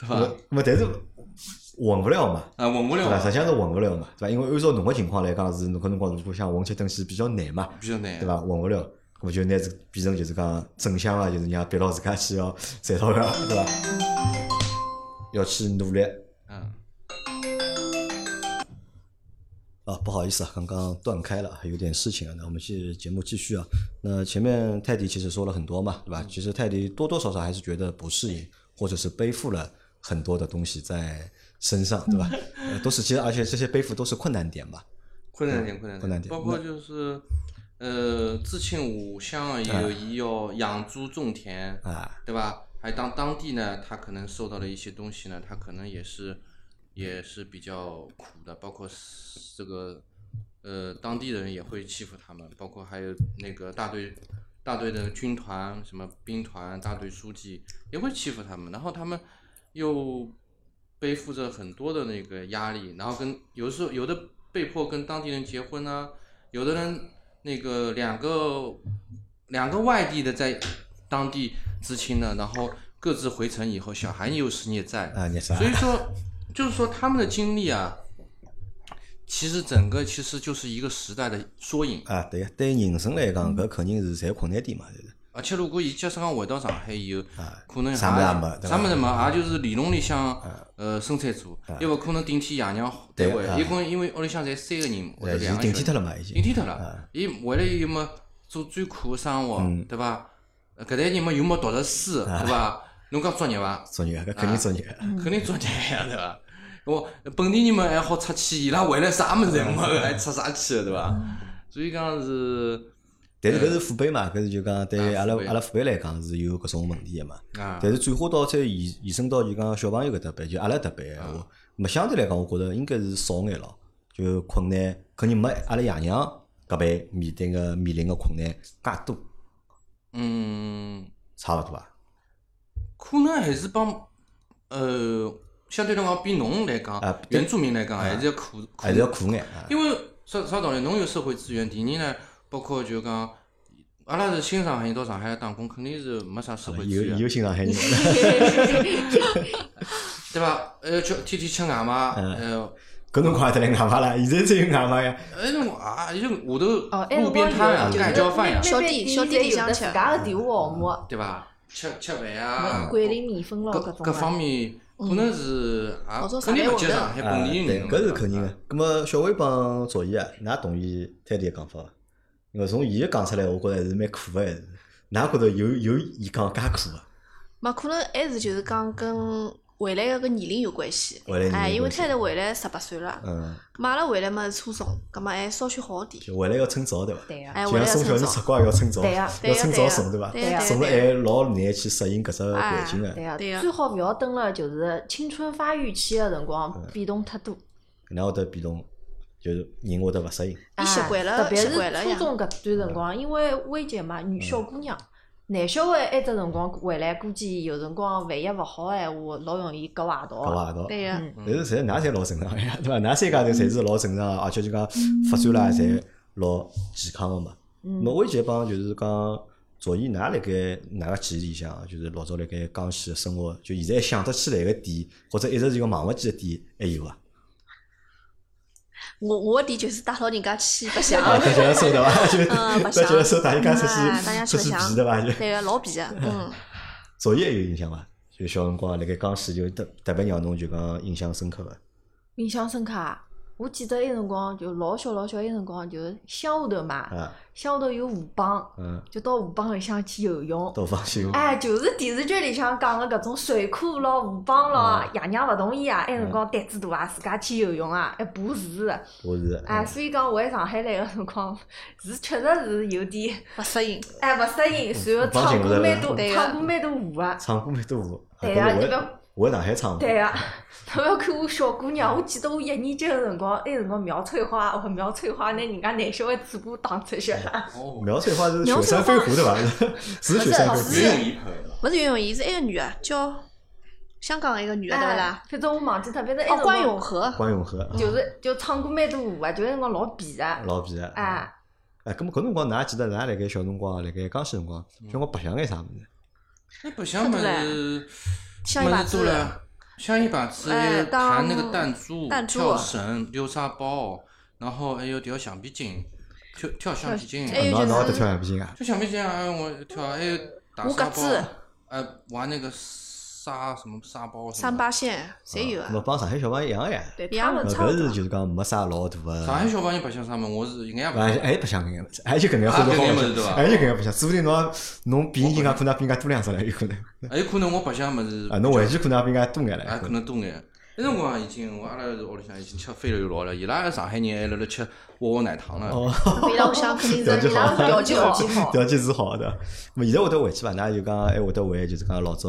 Speaker 2: 对伐？
Speaker 1: 那么但是混不了嘛，
Speaker 2: 啊，混不
Speaker 1: 对
Speaker 2: 了
Speaker 1: 吧？
Speaker 2: 嘛
Speaker 1: 实际上是混不了嘛，对吧？因为按照侬个情况来讲是，侬搿辰光如果想混吃等死比较难嘛，
Speaker 2: 比较难
Speaker 1: 对，伐？混勿了，咾就拿这变成就是讲正向啊，就是让逼牢自家去要 赚钞票，对伐？要去努力
Speaker 2: 嗯，
Speaker 1: 啊！不好意思啊，刚刚断开了，还有点事情啊。那我们继节目继续啊。那前面泰迪其实说了很多嘛，对吧？其实泰迪多多少少还是觉得不适应，或者是背负了很多的东西在身上，对吧？呃都是其实而且这些背负都是困难点吧。
Speaker 2: 困难点，困难
Speaker 1: 困难点
Speaker 2: 包括就是，呃，知青下乡啊，
Speaker 1: 哎
Speaker 2: 也有伊要养猪种田，
Speaker 1: 啊，
Speaker 2: 对吧？还有当当地呢，他可能受到的一些东西呢，他可能也是也是比较苦的，包括是这个呃当地人也会欺负他们，包括还有那个大队大队的军团、什么兵团、大队书记也会欺负他们，然后他们又背负着很多的那个压力，然后跟有时候有的被迫跟当地人结婚啊，有的人那个两个两个外地的在当地知青呢，然后各自回城以后，小孩又是孽债，
Speaker 1: 啊，你啥
Speaker 2: 所？以说，就是说他们的经历啊，其实整个其实就是一个时代的缩影。
Speaker 1: 啊，对个，对人生来讲，搿肯定是侪困难点嘛，就是
Speaker 2: 而且如果伊假使讲回到上海以后，可能
Speaker 1: 啊啥物
Speaker 2: 也
Speaker 1: 事也没对吧啊
Speaker 2: 啥物事没，也就是里弄里向呃生产组，要不可能顶替爷娘单位
Speaker 1: 对啊，
Speaker 2: 伊可能因为屋里向侪三个人或者
Speaker 1: 哎已
Speaker 2: 两
Speaker 1: 经顶
Speaker 2: 个人，
Speaker 1: 替脱了嘛，已经啊
Speaker 2: 啊顶。替脱了。伊回来又没做最苦的生活，
Speaker 1: 嗯
Speaker 2: 对伐？呃搿代人嘛又没读着书，
Speaker 1: 啊
Speaker 2: 对伐？侬讲作业伐？
Speaker 1: 作孽，搿肯定作孽。
Speaker 2: 肯定作孽呀，对伐？我本地人嘛还好出去，伊拉回来啥物事侪没
Speaker 1: 嗯
Speaker 2: 有，还出啥去了，对伐？所以讲是
Speaker 1: 但是搿是父辈嘛，搿是就讲对
Speaker 2: 啊
Speaker 1: 阿拉
Speaker 2: 父辈
Speaker 1: 阿拉父辈来讲是有搿种问题个嘛。
Speaker 2: 啊，
Speaker 1: 但是转化到再延延伸到就讲小朋友搿搭辈，就阿拉搭辈闲
Speaker 2: 啊
Speaker 1: 话，么相对来讲，我觉着应该是少眼咯，就困难肯定没阿拉爷娘搿辈面对个面临个困难介多，
Speaker 2: 嗯，
Speaker 1: 差勿多啊。
Speaker 2: 可能还是帮呃，相对来讲比侬来讲
Speaker 1: 啊，
Speaker 2: 原住民来讲还是要苦苦
Speaker 1: 还是要苦眼啊。
Speaker 2: 因为啥啥道理？侬有社会资源，第二呢，包括就讲，阿拉是新上海人到上海来打工，肯定是没啥社会资
Speaker 1: 啊有
Speaker 2: 源，
Speaker 1: 有新上海人，
Speaker 2: 对伐？呃，就天天吃外卖，
Speaker 1: 啊
Speaker 2: 呃，
Speaker 1: 搿辰光也得来外卖啦，现在只有外卖呀。
Speaker 2: 哎，那我啊，就下头
Speaker 4: 哦，
Speaker 2: 路边摊呀，
Speaker 1: 啊
Speaker 2: 盖浇饭呀，
Speaker 3: 小弟小弟里
Speaker 4: 有
Speaker 3: 向
Speaker 4: 的
Speaker 3: 吃
Speaker 4: 自家的店铺项目，
Speaker 2: 对伐？吃吃饭
Speaker 4: 么
Speaker 2: 啊，
Speaker 4: 嗯桂林米粉咯，
Speaker 2: 各
Speaker 4: 种
Speaker 2: 各
Speaker 4: 啊
Speaker 2: 方面可能是啊
Speaker 3: 老早，
Speaker 2: 肯定
Speaker 3: 上海
Speaker 2: 不
Speaker 3: 混
Speaker 2: 及
Speaker 3: 的
Speaker 2: 上海
Speaker 1: 啊
Speaker 2: 本地
Speaker 1: 对
Speaker 2: 人。啊
Speaker 1: 搿是肯定个。葛么小伟帮左伊啊，㑚同意泰迪个讲法伐？因为从伊个讲出来，我觉着还是蛮苦个，还是。㑚觉着有有伊讲介苦啊伐？
Speaker 3: 嘛，可能还是就是讲跟回来个搿年龄有关系
Speaker 1: 回来年龄有关。系
Speaker 3: 哎，因为太太回来十八岁了，
Speaker 1: 嗯，
Speaker 3: 嘛阿拉回来嘛是初中，葛末还稍许好点。
Speaker 1: 就回来要趁早对伐？
Speaker 4: 对啊
Speaker 3: 哎，
Speaker 1: 就
Speaker 3: 回来
Speaker 1: 像
Speaker 3: 要
Speaker 1: 送小
Speaker 3: 趁
Speaker 1: 人
Speaker 3: 早。
Speaker 1: 出国也要趁早，
Speaker 4: 对呀
Speaker 1: 要趁早送对伐？
Speaker 3: 啊对呀
Speaker 1: 送了
Speaker 3: 对呀啊
Speaker 1: 还哎老难去适应搿只环境
Speaker 4: 对
Speaker 1: 个。
Speaker 4: 啊，
Speaker 3: 对啊
Speaker 4: 最好勿要等了，就是青春发育期的辰光变动太多。
Speaker 1: 哪会得变动？就是人会得勿适应。
Speaker 3: 伊习惯
Speaker 4: 哎
Speaker 3: 了
Speaker 4: 特别
Speaker 3: 习
Speaker 4: 是
Speaker 3: 惯了呀嗯
Speaker 4: 初中搿段辰光，因为危险嘛，女小姑娘，男小孩埃只辰光回来，估计有辰光万一勿好的闲话，老容易搞坏
Speaker 1: 搿
Speaker 4: 道。
Speaker 1: 伐？道。
Speaker 3: 对啊呀，
Speaker 4: 嗯
Speaker 1: 但是侪㑚侪老正常呀， 对伐？㑚三家头侪是老正常，而且就讲发展啦，侪老健康个嘛。
Speaker 4: 嗯
Speaker 1: 那，我就帮就是讲，昨夜㑚辣盖哪个记忆里向，啊就是老早辣盖江西个生活，就现在想得起来个点，或者一直就讲忘勿记个点，还有啊伐？
Speaker 3: 我我的点就是带牢人家去白相，
Speaker 1: 啊，大家要收对伐？就
Speaker 3: 嗯
Speaker 1: 大家
Speaker 3: 白相
Speaker 1: 要收，大家出
Speaker 3: 哎大家
Speaker 1: 去
Speaker 3: 出
Speaker 1: 出
Speaker 3: 去
Speaker 1: 去皮
Speaker 3: 白相
Speaker 1: 对伐？就
Speaker 3: 对个老皮的，嗯，
Speaker 1: 昨夜有印象伐？就小辰光辣盖江西就特特别让侬就讲印象深刻个，
Speaker 4: 印象深刻啊！我记得埃辰光就老小老小埃辰光，就是乡下头嘛，
Speaker 1: 啊，
Speaker 4: 乡下头有河浜，
Speaker 1: 嗯，
Speaker 4: 就到河浜里向去游泳。
Speaker 1: 都放心。
Speaker 4: 哎，就是电视剧里向讲个搿种水库咯、河浜咯，爷娘勿同意啊，埃辰光胆子大啊，自家去游泳啊，还爬池。
Speaker 1: 我是
Speaker 4: 哎，
Speaker 1: 嗯
Speaker 4: 所以讲我在上海来个辰光， 是确实是有点
Speaker 3: 不适应。
Speaker 4: 哎勿适应，然后
Speaker 1: 帮
Speaker 4: 唱
Speaker 1: 进来
Speaker 4: 歌蛮
Speaker 1: 了
Speaker 4: 多，
Speaker 3: 对
Speaker 4: 唱
Speaker 3: 个
Speaker 4: 歌蛮多舞啊。
Speaker 1: 唱过蛮多舞，啊
Speaker 4: 对啊
Speaker 1: 搿
Speaker 4: 你
Speaker 1: 个
Speaker 4: 不
Speaker 1: 我我在上海唱过。
Speaker 4: 对个、啊 侬勿要看我小姑娘，我记得我一年级个辰光，那辰光苗翠花，哦苗翠花拿人家男小孩嘴巴打出去 了。
Speaker 2: 哦，
Speaker 1: 苗翠花是
Speaker 3: 苗
Speaker 1: 雪
Speaker 3: 翠
Speaker 1: 山飞
Speaker 3: 花
Speaker 1: 狐对伐？是雪山飞
Speaker 3: 不
Speaker 1: 狐
Speaker 3: 是。
Speaker 2: 游泳一派的。
Speaker 3: 勿是游泳，伊是埃个女个叫香港一个女个对勿啦？
Speaker 4: 反哎正我忘记脱，反正那辰
Speaker 3: 哎哦，
Speaker 4: 光
Speaker 3: 关咏荷。
Speaker 1: 关咏荷啊
Speaker 4: 就是就唱歌蛮多舞啊，就那辰光老皮个。
Speaker 1: 老皮的。
Speaker 4: 哎，
Speaker 1: 哎，搿么搿辰光，㑚还记得㑚辣盖小辰光，辣盖江西辰光，小辰光白相眼啥物事？
Speaker 2: 那白相么子，
Speaker 3: 像一把
Speaker 2: 么子做
Speaker 3: 子
Speaker 2: 了，像一把子，
Speaker 3: 哎
Speaker 2: 弹那
Speaker 3: 当
Speaker 2: 个弹珠、
Speaker 3: 弹珠
Speaker 2: 跳绳、丢沙包，然后还有跳橡皮筋，跳跳橡皮筋，
Speaker 3: 还有
Speaker 1: 啊
Speaker 3: 就
Speaker 1: 哪哪会得
Speaker 3: 是
Speaker 1: 跳橡皮筋啊？
Speaker 2: 跳橡皮筋啊，我跳，还有打
Speaker 3: 嗯五
Speaker 2: 沙
Speaker 3: 格子
Speaker 2: 包，呃，玩那个沙什么沙包什么的。
Speaker 3: 三八线，侪有
Speaker 1: 啊咾
Speaker 3: 啊。
Speaker 1: 帮上海小朋友一样呀。
Speaker 4: 对，
Speaker 3: 一样
Speaker 4: 他
Speaker 1: 啊
Speaker 4: 们
Speaker 3: 的
Speaker 4: 唱
Speaker 1: 搿
Speaker 4: 歌
Speaker 1: 是就是讲没啥老大个。
Speaker 2: 上海小朋友白相啥么？我是一眼也不
Speaker 1: 啊，
Speaker 2: 懂。
Speaker 1: 还白相搿眼物事，还就搿能样好
Speaker 2: 啊搿眼
Speaker 1: 好
Speaker 2: 物事对伐
Speaker 1: 还就搿样白相，说不定侬侬比人家可能比人家多两只了，有可能。
Speaker 2: 还哎有可能我白相么子
Speaker 1: 啊，侬回去可能也比人家多眼
Speaker 2: 哎，
Speaker 1: 了
Speaker 2: 可。能多眼。那辰光已经，我阿拉屋里向已经吃飞了又老了，伊拉上海人还辣辣吃窝窝奶糖了。
Speaker 1: 哦，
Speaker 3: 伊拉屋里向肯定
Speaker 1: 条
Speaker 3: 是
Speaker 1: 件好
Speaker 3: 条件 好。
Speaker 4: 好
Speaker 1: 条件是好的。咾么现在会得回去伐？㑚就讲还会得回，就是讲老早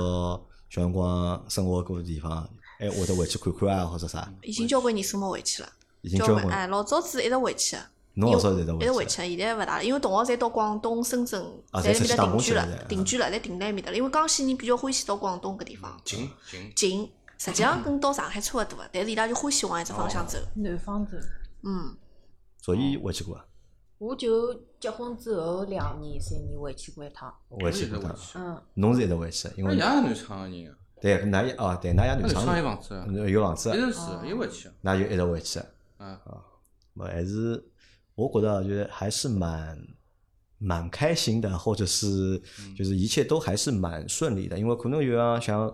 Speaker 1: 小辰光生活过个地方，还会得回去看看啊，或者啥？
Speaker 3: 已经交关年数没回去了，
Speaker 1: 已经
Speaker 3: 交
Speaker 1: 交
Speaker 3: 关
Speaker 1: 关
Speaker 3: 哎，老早子一直回去的，
Speaker 1: 侬老早侪得
Speaker 3: 一直回
Speaker 1: 回去
Speaker 3: 去，现在勿大了，因为同学侪到广东、深圳，
Speaker 1: 啊
Speaker 3: 在
Speaker 1: 侪
Speaker 3: 埃
Speaker 1: 出去
Speaker 3: 面搭
Speaker 1: 打
Speaker 3: 定
Speaker 1: 工
Speaker 3: 居
Speaker 1: 去了
Speaker 3: 了
Speaker 1: 侪，
Speaker 3: 定居了，侪停辣埃面搭了。因为江西人比较欢喜到广东搿地方
Speaker 1: 嗯
Speaker 2: 近近，
Speaker 3: 近，实际上跟到上海差勿多，但是伊拉就欢喜往一只方向
Speaker 1: 哦
Speaker 3: 走。
Speaker 4: 南方走。
Speaker 3: 嗯，
Speaker 1: 所以回去过啊，
Speaker 4: 我就结婚之后两年、三年回去过一趟。
Speaker 1: 回去
Speaker 2: 过
Speaker 1: 过趟。
Speaker 4: 嗯，
Speaker 1: 侬是一直回去的，因
Speaker 2: 俺
Speaker 1: 为
Speaker 2: 爷是南昌个人啊，
Speaker 1: 对，㑚也哦，对，㑚爷南
Speaker 2: 俺南昌有
Speaker 1: 昌
Speaker 2: 房子啊，
Speaker 1: 有有房
Speaker 2: 一
Speaker 1: 子，
Speaker 2: 直是一回去啊，
Speaker 1: 那就一直回去。
Speaker 2: 嗯，
Speaker 1: 我还是我觉得就是还是蛮蛮开心的，或者是就是一切都还是蛮顺利的，因为可能有啊像。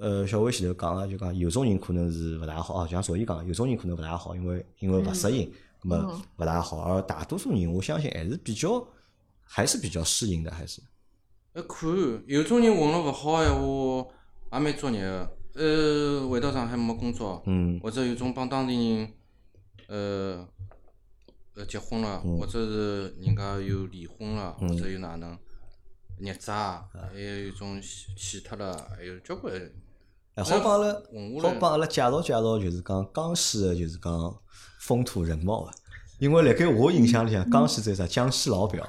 Speaker 1: 呃，小伟前头讲了，就讲有种人可能是勿大好啊，像赵毅讲，有种人可能勿大好，因为因为勿适应，那么
Speaker 3: 嗯
Speaker 1: 勿大好。而大多数人，我相信还是比较还是比较适应的，还是
Speaker 2: 要看，哎有种人混了勿好个闲话，也蛮作孽个。呃，回到上海没工作，
Speaker 1: 嗯
Speaker 2: 或者有种帮当地人，呃，呃结婚了，
Speaker 1: 嗯
Speaker 2: 或者是人家又离婚了，或者又哪能，日渣，
Speaker 1: 嗯
Speaker 2: 还有一种死死脱了，还有交关。
Speaker 1: 哎，好帮阿拉
Speaker 2: 混下
Speaker 1: 好
Speaker 2: 来
Speaker 1: 帮阿拉介绍介绍，就是讲江西的，就是讲风土人貌啊。因为辣盖我印象里向，江西这啥江西老表，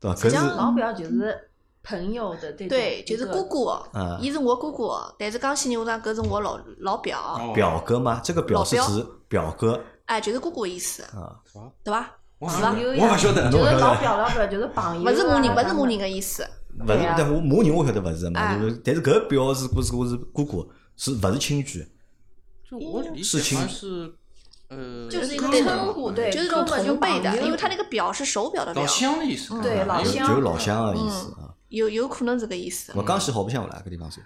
Speaker 1: 对吧？搿
Speaker 3: 实际上
Speaker 1: 是
Speaker 4: 老表就是朋友的这种，
Speaker 3: 对，就是
Speaker 4: 一
Speaker 3: 哥，
Speaker 4: 个
Speaker 3: 哥
Speaker 1: 嗯
Speaker 3: 哦，伊是我哥哥哦，但是江西人我讲搿是我老老表哦，
Speaker 1: 表哥吗？这个表是
Speaker 3: 老表
Speaker 1: 指表哥
Speaker 3: 哎，就是哥哥意思，
Speaker 1: 啊，
Speaker 2: 是伐？
Speaker 3: 对伐？
Speaker 2: 我
Speaker 4: 是吧
Speaker 2: 也我勿晓得，
Speaker 4: 就是
Speaker 1: 侬晓
Speaker 4: 老
Speaker 1: 得
Speaker 4: 表老表就是朋友啊。
Speaker 3: 勿是我人，勿是我
Speaker 4: 人。
Speaker 3: 人个意思，
Speaker 1: 勿是
Speaker 4: 对啊？
Speaker 1: 但我骂人我晓得勿是嘛，
Speaker 3: 哎
Speaker 1: 就是但是搿表是哥是哥是哥哥，是勿是亲眷？
Speaker 2: 就我理
Speaker 1: 是
Speaker 2: 解
Speaker 1: 亲
Speaker 2: 好像是，呃，
Speaker 3: 就是一
Speaker 2: 哥
Speaker 3: 个
Speaker 2: 们
Speaker 3: 称
Speaker 4: 呼对
Speaker 3: 就是那种
Speaker 4: 哥们就
Speaker 3: 同辈的
Speaker 4: 朋，友
Speaker 3: 因为他那个表是手表的表
Speaker 2: 老，乡的意
Speaker 3: 嗯
Speaker 2: 思。
Speaker 4: 对
Speaker 2: 哎
Speaker 4: 老
Speaker 1: 就
Speaker 4: 乡嗯
Speaker 1: 就是啊老乡的意思啊。
Speaker 3: 有有可能这个意思。
Speaker 1: 我江西好白相勿啦？搿地方是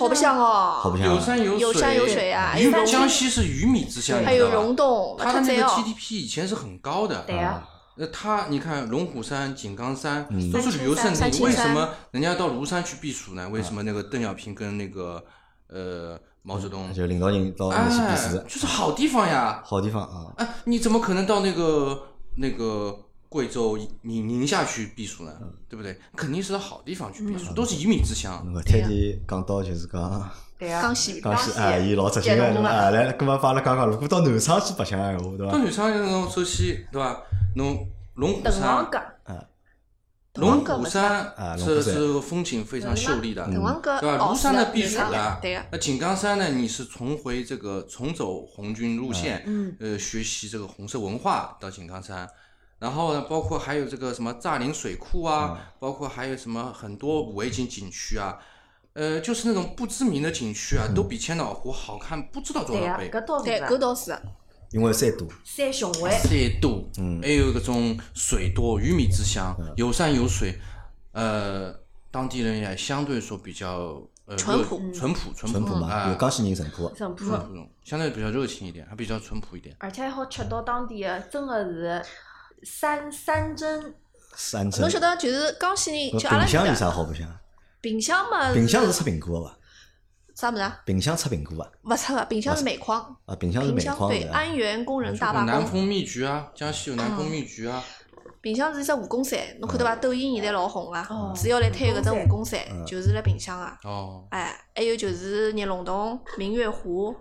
Speaker 3: 好不像哦，
Speaker 1: 好白相
Speaker 2: 有
Speaker 1: 啊。
Speaker 2: 山有水，
Speaker 3: 有山有水啊
Speaker 2: 鱼
Speaker 3: 有山
Speaker 2: 江西是鱼米之乡，
Speaker 3: 还
Speaker 2: 你知
Speaker 3: 有
Speaker 2: 道吧
Speaker 3: 溶洞，
Speaker 2: 它的
Speaker 3: 它
Speaker 2: 那
Speaker 3: 贼
Speaker 2: 个
Speaker 3: 哦，
Speaker 2: GDP 以前是很高的。
Speaker 4: 对啊，
Speaker 2: 那它，你看龙虎山、井冈山
Speaker 1: 嗯
Speaker 2: 都是旅游胜
Speaker 3: 三清山三
Speaker 2: 地，
Speaker 3: 清
Speaker 2: 为什
Speaker 3: 山
Speaker 2: 么人家到庐山去避暑呢？为
Speaker 1: 嗯
Speaker 2: 什么那个邓小平跟那个呃毛泽东，
Speaker 1: 嗯就领导人到那去
Speaker 2: 哎
Speaker 1: 比试，，
Speaker 2: 就是好地方呀！
Speaker 1: 好地方啊。
Speaker 2: 哎，你怎么可能到那个那个贵州宁宁夏去避暑
Speaker 1: 嗯
Speaker 2: 呢？对不对？肯定是到好地方去避暑，都是鱼米之乡。
Speaker 1: 我特地讲到就是讲。
Speaker 4: 对啊，
Speaker 3: 江西
Speaker 1: 江西哎，伊老扎心个对伐？哎来，搿么帮阿拉讲讲，如果到南昌去白相个闲话，对
Speaker 2: 到
Speaker 1: 伐？
Speaker 3: 嗯
Speaker 2: 南昌那种，首先对吧？侬龙虎
Speaker 3: 啊
Speaker 4: 滕
Speaker 2: 山
Speaker 4: 王。阁，
Speaker 2: 龙
Speaker 3: 腾王阁
Speaker 2: 虎
Speaker 3: 不是
Speaker 2: 山
Speaker 1: 啊龙虎
Speaker 2: 是
Speaker 1: 山
Speaker 2: 是风景非常秀丽的，
Speaker 3: 滕王阁
Speaker 2: 对吧？
Speaker 3: 哦
Speaker 2: 庐
Speaker 3: 是
Speaker 2: 山
Speaker 3: 的
Speaker 2: 的避暑啊
Speaker 3: 是的
Speaker 2: 的，
Speaker 3: 对啊的
Speaker 2: 那井冈山呢，你是重回这个重走红军路线，
Speaker 4: 嗯，
Speaker 2: 呃，学习这个红色文化到井冈山。然后呢，包括还有这个什么炸岭水库啊，包括还有什么很多五 A 级景区啊，呃，就是那种不知名的景区啊，都比千岛湖好看不知道多
Speaker 4: 对
Speaker 2: 少
Speaker 4: 啊，
Speaker 2: 倍。
Speaker 4: 搿倒
Speaker 3: 对，
Speaker 4: 是
Speaker 3: 搿倒是。
Speaker 1: 因为山多，
Speaker 4: 三雄会，
Speaker 2: 山多，
Speaker 1: 嗯
Speaker 2: 还有搿种水多，鱼米之乡，有山有水，呃，当地人也相对说比较呃
Speaker 3: 淳
Speaker 2: 热
Speaker 3: 朴嗯
Speaker 2: 淳朴、淳
Speaker 1: 淳朴嘛，有
Speaker 2: 啊，
Speaker 1: 江西人淳朴。
Speaker 4: 淳朴，
Speaker 2: 淳朴，相对比较热情一点，还比较淳朴一点。
Speaker 4: 而且还好吃到当地的，真的是山山珍。
Speaker 1: 山珍
Speaker 3: 侬，晓得，就是江西人，就阿拉
Speaker 1: 萍乡有
Speaker 3: 面
Speaker 1: 啥
Speaker 3: 搭，
Speaker 1: 好白相？
Speaker 3: 萍乡嘛，
Speaker 1: 萍乡是出苹果个伐？
Speaker 3: 啥物事啊？
Speaker 1: 萍乡出苹果伐？
Speaker 3: 勿出个，萍乡是煤矿，
Speaker 1: 啊，萍乡是
Speaker 3: 萍
Speaker 1: 煤
Speaker 3: 乡
Speaker 1: 矿
Speaker 3: 对
Speaker 1: 的啊。
Speaker 3: 安源工人大
Speaker 2: 有
Speaker 3: 罢
Speaker 2: 南
Speaker 3: 工，
Speaker 2: 丰蜜桔啊，江西有南丰蜜桔啊，
Speaker 3: 萍乡是一只蜈蚣山，侬看到伐？抖音现在老红啊
Speaker 4: 哦，
Speaker 3: 主要来推搿只蜈蚣
Speaker 1: 嗯
Speaker 3: 山，就是辣萍乡啊。
Speaker 2: 哦，
Speaker 3: 哎，还有就是热龙洞、明月湖，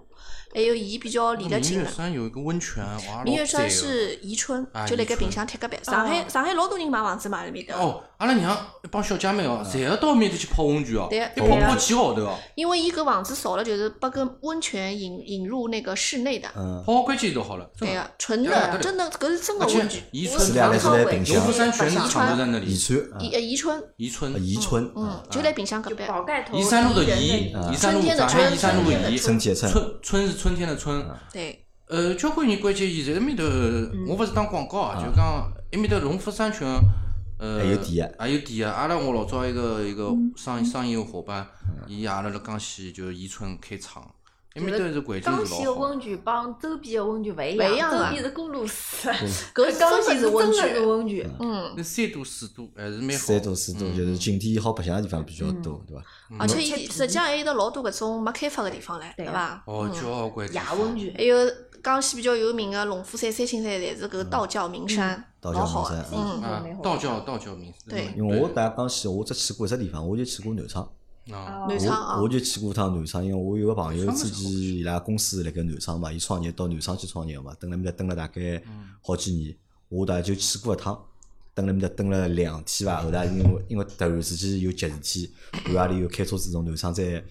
Speaker 3: 还有伊比较离得
Speaker 2: 哦明
Speaker 3: 近
Speaker 2: 月
Speaker 3: 的。
Speaker 2: 山有一个温泉，哇，
Speaker 3: 啊哦明
Speaker 2: 老
Speaker 3: 月山
Speaker 2: 赞的
Speaker 3: 是宜春
Speaker 2: 啊，
Speaker 3: 就辣盖
Speaker 2: 宜春
Speaker 3: 萍乡贴隔壁。上海上海老多人买房子买辣面搭。
Speaker 2: 哦，阿拉娘一帮小姐妹
Speaker 1: 嗯
Speaker 2: 哦，侪要到面头去泡温泉哦，
Speaker 3: 对啊
Speaker 2: 要泡好几个号头哦，
Speaker 3: 因为伊搿房子少了，就是把搿温泉引引入那个室内的，
Speaker 1: 嗯，
Speaker 2: 泡好关键都好了，真
Speaker 3: 对
Speaker 2: 的。
Speaker 3: 个、纯
Speaker 2: 对啊对
Speaker 3: 的，
Speaker 2: 啊
Speaker 3: 真的搿是真的
Speaker 2: 而且
Speaker 3: 温泉。
Speaker 2: 宜
Speaker 4: 我
Speaker 2: 春
Speaker 1: 是
Speaker 4: 是
Speaker 1: 两个
Speaker 4: 唐
Speaker 1: 是在
Speaker 4: 朝会
Speaker 1: 萍
Speaker 2: 农
Speaker 1: 乡
Speaker 2: 夫山泉
Speaker 4: 白
Speaker 2: 市
Speaker 4: 相
Speaker 2: 场都在那
Speaker 1: 宜
Speaker 2: 里，
Speaker 1: 川啊，
Speaker 3: 宜呃宜春，
Speaker 2: 宜春
Speaker 1: 啊，宜春
Speaker 3: 嗯
Speaker 1: 啊，，
Speaker 3: 就辣萍乡隔
Speaker 4: 就
Speaker 3: 壁。
Speaker 4: 宝盖头，
Speaker 2: 宜山路的啊
Speaker 4: 宜人
Speaker 2: 宜
Speaker 4: 的，
Speaker 2: 宜山路上海宜山路的宜，
Speaker 1: 春啊节村
Speaker 2: 春春是春天的春。
Speaker 3: 对，
Speaker 2: 呃，交关人关键现在埃面头，
Speaker 4: 嗯
Speaker 2: 我勿是打广告啊，就讲埃面头农夫山泉，呃，
Speaker 1: 还有地啊
Speaker 2: 还有地啊。阿拉我老早一个一个
Speaker 4: 嗯
Speaker 2: 商商业伙伴，
Speaker 1: 嗯
Speaker 2: 伊也阿拉辣江西就是宜春开厂，埃面头是环境
Speaker 4: 江
Speaker 2: 是
Speaker 4: 西的
Speaker 2: 老好。
Speaker 4: 温泉帮周边的温泉勿一
Speaker 3: 勿一样
Speaker 4: 样，
Speaker 3: 啊
Speaker 4: 周边是公路 水，
Speaker 3: 搿是
Speaker 4: 江
Speaker 3: 江
Speaker 4: 西
Speaker 3: 西
Speaker 4: 是
Speaker 3: 是温
Speaker 4: 真的是
Speaker 3: 泉。
Speaker 4: 温泉。
Speaker 3: 嗯，
Speaker 2: 那三度四度还是蛮好。嗯
Speaker 1: 三多四多就是景点好白相的地方比较
Speaker 3: 嗯
Speaker 1: 多，对伐？
Speaker 3: 而且
Speaker 4: 而且
Speaker 3: 伊实际上还有得老多搿种没开发个地方唻，
Speaker 4: 嗯对
Speaker 3: 对
Speaker 4: 啊
Speaker 3: 伐？
Speaker 2: 哦，交关地
Speaker 4: 夜
Speaker 2: 方
Speaker 4: 温泉
Speaker 3: 还，有江西比较有名个龙虎山、三清山，侪是搿个道教名山，
Speaker 1: 嗯道
Speaker 3: 老
Speaker 1: 教
Speaker 3: 好
Speaker 1: 名
Speaker 3: 个
Speaker 1: 山。
Speaker 3: 嗯
Speaker 1: 啊，
Speaker 2: 啊，道教道教名字。
Speaker 3: 对
Speaker 1: 因为我在江西，我只去过一只地方，我就去过南昌。
Speaker 2: 啊，
Speaker 4: 哦
Speaker 3: 南昌啊
Speaker 1: 我我就去过趟南昌，因为我有个朋友
Speaker 2: 南昌
Speaker 1: 之
Speaker 2: 不是
Speaker 1: 前伊
Speaker 2: 嗯
Speaker 1: 拉公司辣盖南昌嘛，伊创业到南昌去创业嘛，蹲了面搭蹲了大概好几年。我大概就去过一趟，蹲了面搭蹲了两天伐。后来因为因为突然之间有急事体，半夜里又开车子从南昌再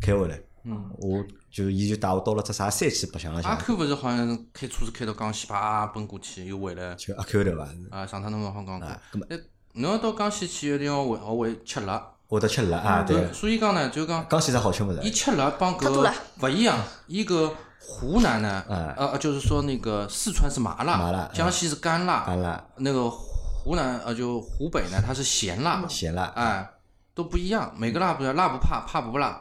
Speaker 1: 开回来，
Speaker 2: 嗯，啊
Speaker 1: 我就伊就带我到了只啥山区白相了
Speaker 2: 阿
Speaker 1: 相，
Speaker 2: Q 勿是好像开车子开到江西啪奔过去，又回来。
Speaker 1: 就阿 Q 头伐，
Speaker 2: 啊，上趟侬勿好讲过
Speaker 1: 啊。搿么
Speaker 2: 哎，侬要到江西去，一定要会学会吃辣。
Speaker 1: 会得吃辣啊，对，啊
Speaker 2: 所以讲呢，就讲
Speaker 1: 江西啥好吃物
Speaker 2: 嗯伊
Speaker 1: 事？
Speaker 2: 吃辣帮
Speaker 3: 太多
Speaker 2: 搿
Speaker 3: 了
Speaker 2: 勿一样，伊搿湖南呢，
Speaker 1: 哎
Speaker 2: 呃，就是说那个四川是麻辣，
Speaker 1: 麻辣啊
Speaker 2: 江西是干辣，
Speaker 1: 干辣、
Speaker 2: 那个湖南呃就湖北呢，它是咸辣，
Speaker 1: 咸辣，
Speaker 2: 哎，都不一样，每个辣不一样，辣不怕，怕不辣，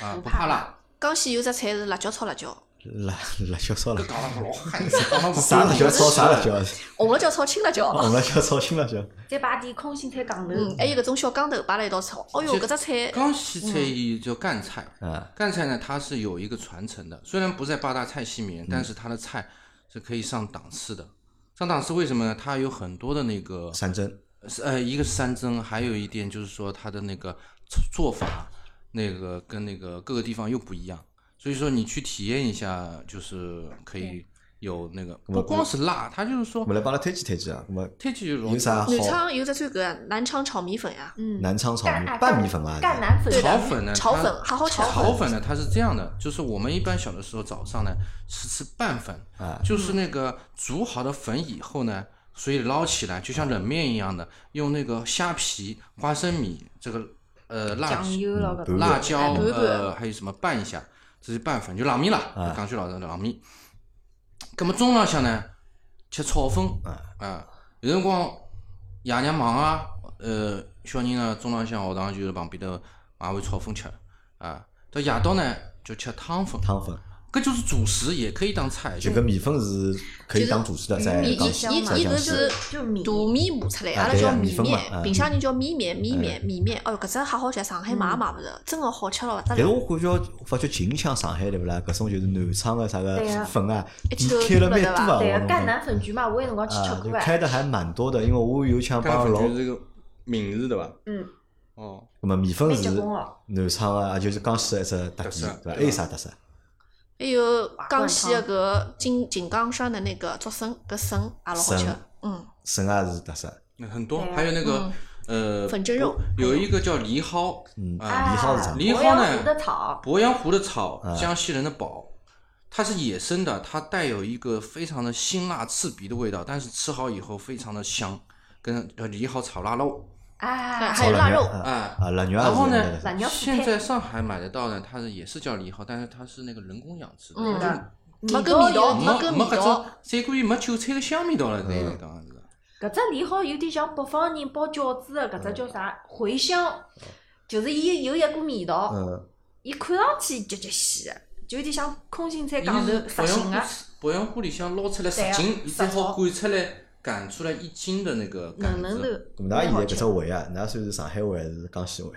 Speaker 2: 啊，
Speaker 4: 不
Speaker 2: 不
Speaker 4: 怕
Speaker 2: 怕
Speaker 4: 辣
Speaker 2: 辣，
Speaker 3: 江西有只菜是辣椒炒辣椒，
Speaker 1: 辣辣椒烧辣
Speaker 2: 搿，讲了老汉子，讲 了勿
Speaker 1: 啥辣椒炒啥辣椒，嗯
Speaker 3: 红辣椒炒青辣椒，
Speaker 1: 红辣椒炒青辣椒，
Speaker 4: 再摆点空心菜杠头，
Speaker 3: 嗯，还有搿种小缸头摆辣一道炒。哦哟，
Speaker 2: 这
Speaker 3: 搿只菜
Speaker 2: 江西菜伊叫赣菜，
Speaker 1: 啊，
Speaker 2: 赣菜呢它是有一个传承的，虽然不在八大菜系里面，但是它的菜是可以上档次的。上档次为什么呢？它有很多的那个
Speaker 1: 山珍
Speaker 2: 是呃，一个是山珍，还有一点就是说它的那个做法，那个跟那个各个地方又不一样，所以说你去体验一下，就是可以有那个不光是辣，它就是说
Speaker 1: 我来啊帮阿拉推荐推荐啊，那么
Speaker 2: 天气就是
Speaker 1: 有啥好
Speaker 3: 南？昌有只最搿啊南昌炒米粉呀，
Speaker 4: 嗯，
Speaker 1: 南昌炒
Speaker 4: 干
Speaker 1: 米
Speaker 4: 啊
Speaker 1: 拌
Speaker 4: 干
Speaker 1: 米粉啊，
Speaker 4: 赣南粉，
Speaker 3: 对
Speaker 2: 炒
Speaker 3: 的
Speaker 2: 粉呢？
Speaker 3: 炒
Speaker 2: 它
Speaker 3: 粉好好吃
Speaker 2: 炒粉呢，它是这样的，就是我们一般小的时候早上呢是吃拌粉，
Speaker 1: 啊
Speaker 3: 嗯
Speaker 2: 就是那个煮好的粉以后呢，所以捞起来就像冷面一样的，用那个虾皮、花生米这个呃辣
Speaker 4: 酱油了搿
Speaker 1: 嗯
Speaker 4: 种，
Speaker 2: 辣椒
Speaker 3: 哎拌一拌
Speaker 2: 呃还有什么拌一下，这是拌粉就冷面啦，
Speaker 1: 啊
Speaker 2: 讲句老实话冷面。葛么中浪向呢吃炒粉
Speaker 1: 啊
Speaker 2: 啊，有辰光爷娘忙啊，呃小人呢中浪向学堂就是旁边头买碗炒粉吃啊，到夜到呢就吃汤粉，
Speaker 1: 汤粉，
Speaker 2: 搿就是主食，也可以当菜。
Speaker 1: 就跟米粉是可以当主食的，
Speaker 4: 就是
Speaker 1: 在
Speaker 4: 米
Speaker 1: 江
Speaker 4: 一
Speaker 1: 西
Speaker 4: 一
Speaker 1: 在
Speaker 3: 一
Speaker 1: 江
Speaker 3: 个
Speaker 1: 西
Speaker 3: 是
Speaker 4: 就米
Speaker 3: 大米磨出来，
Speaker 1: 嗯啊
Speaker 3: 阿拉
Speaker 1: 对
Speaker 3: 叫
Speaker 1: 呀米
Speaker 3: 米
Speaker 1: 粉嘛
Speaker 3: 面
Speaker 1: 嗯，
Speaker 3: 萍乡人叫米面，米面，米面。哦哟，搿只还好吃，上海买也买勿着，真个好吃了勿得
Speaker 1: 嗯但是
Speaker 3: 了。
Speaker 1: 我感觉，我发觉近腔上海对勿啦？搿种就是南昌个啥个
Speaker 4: 对啊
Speaker 1: 粉啊，
Speaker 3: 一
Speaker 1: 店
Speaker 3: 起
Speaker 1: 开
Speaker 3: 都
Speaker 1: 了蛮
Speaker 3: 吃
Speaker 1: 多
Speaker 3: 了
Speaker 1: 啊，
Speaker 4: 对
Speaker 1: 我
Speaker 4: 个
Speaker 1: 侬
Speaker 4: 赣
Speaker 1: 讲
Speaker 4: 南粉局嘛，我也辰光去吃
Speaker 1: 啊，就
Speaker 4: 过哎，
Speaker 1: 开的还蛮多的。因为我有腔
Speaker 2: 干
Speaker 1: 帮
Speaker 2: 粉
Speaker 1: 老，
Speaker 2: 就是这个名字对伐？
Speaker 4: 嗯，
Speaker 2: 哦，
Speaker 1: 那么米粉
Speaker 4: 蛮
Speaker 1: 是
Speaker 4: 结棍哦
Speaker 1: 南昌个，也就是江西的一只特
Speaker 2: 特色
Speaker 1: 点，对伐？
Speaker 2: 对吧
Speaker 1: 还有啥特色？
Speaker 3: 还有江西个搿井井冈山的那个竹笋，搿笋也老好吃
Speaker 1: 笋。
Speaker 3: 嗯，
Speaker 1: 笋啊也是特色，
Speaker 2: 那很多
Speaker 4: 对，啊
Speaker 2: 还有那个呃
Speaker 3: 粉蒸肉
Speaker 2: 有一个叫藜蒿，
Speaker 1: 嗯，
Speaker 2: 啊
Speaker 1: 李蒿是啥？
Speaker 2: 李
Speaker 4: 鄱
Speaker 2: 蒿
Speaker 4: 阳
Speaker 2: 呢
Speaker 4: 湖的草，
Speaker 2: 鄱阳湖的草
Speaker 1: 啊，
Speaker 2: 江西人的宝，它是野生的，它带有一个非常的辛辣刺鼻的味道，但是吃好以后非常的香，跟呃藜蒿炒腊肉，
Speaker 4: 哎，
Speaker 3: 还有腊肉
Speaker 1: 啊
Speaker 2: 哎、
Speaker 1: 啊，腊肉也
Speaker 2: 然后
Speaker 1: 是
Speaker 2: 呢
Speaker 1: 特色
Speaker 4: 懒牛，腐
Speaker 2: 现在上海买得到呢，它是也是叫藜蒿，但是它是那个人工养殖的，
Speaker 3: 嗯
Speaker 2: 就是
Speaker 3: 没跟味
Speaker 4: 哦
Speaker 3: 道
Speaker 2: 没
Speaker 3: 没跟
Speaker 2: 没
Speaker 3: 味
Speaker 2: 搿
Speaker 3: 道
Speaker 2: 种，三过伊没韭菜的香味道了，那
Speaker 1: 嗯
Speaker 2: 个当然是。
Speaker 4: 搿只梨蒿有点像北方人包饺子的搿只叫啥茴香，就是伊有一股味道，
Speaker 1: 嗯，
Speaker 4: 伊看上去结结细的，就有点像空心菜杠
Speaker 2: 伊
Speaker 4: 头
Speaker 2: 是
Speaker 4: 实心
Speaker 2: 保
Speaker 4: 的
Speaker 2: 养，保养壶里向捞出来十
Speaker 4: 对啊
Speaker 2: 斤，伊才
Speaker 4: 十斤
Speaker 2: 好擀出来擀出来一斤的那个
Speaker 4: 嫩
Speaker 2: 杆
Speaker 4: 嫩
Speaker 1: 嗯
Speaker 2: 子。
Speaker 4: 的。
Speaker 1: 咾么㑚现在搿只胃啊，㑚算是上海胃还是江西胃？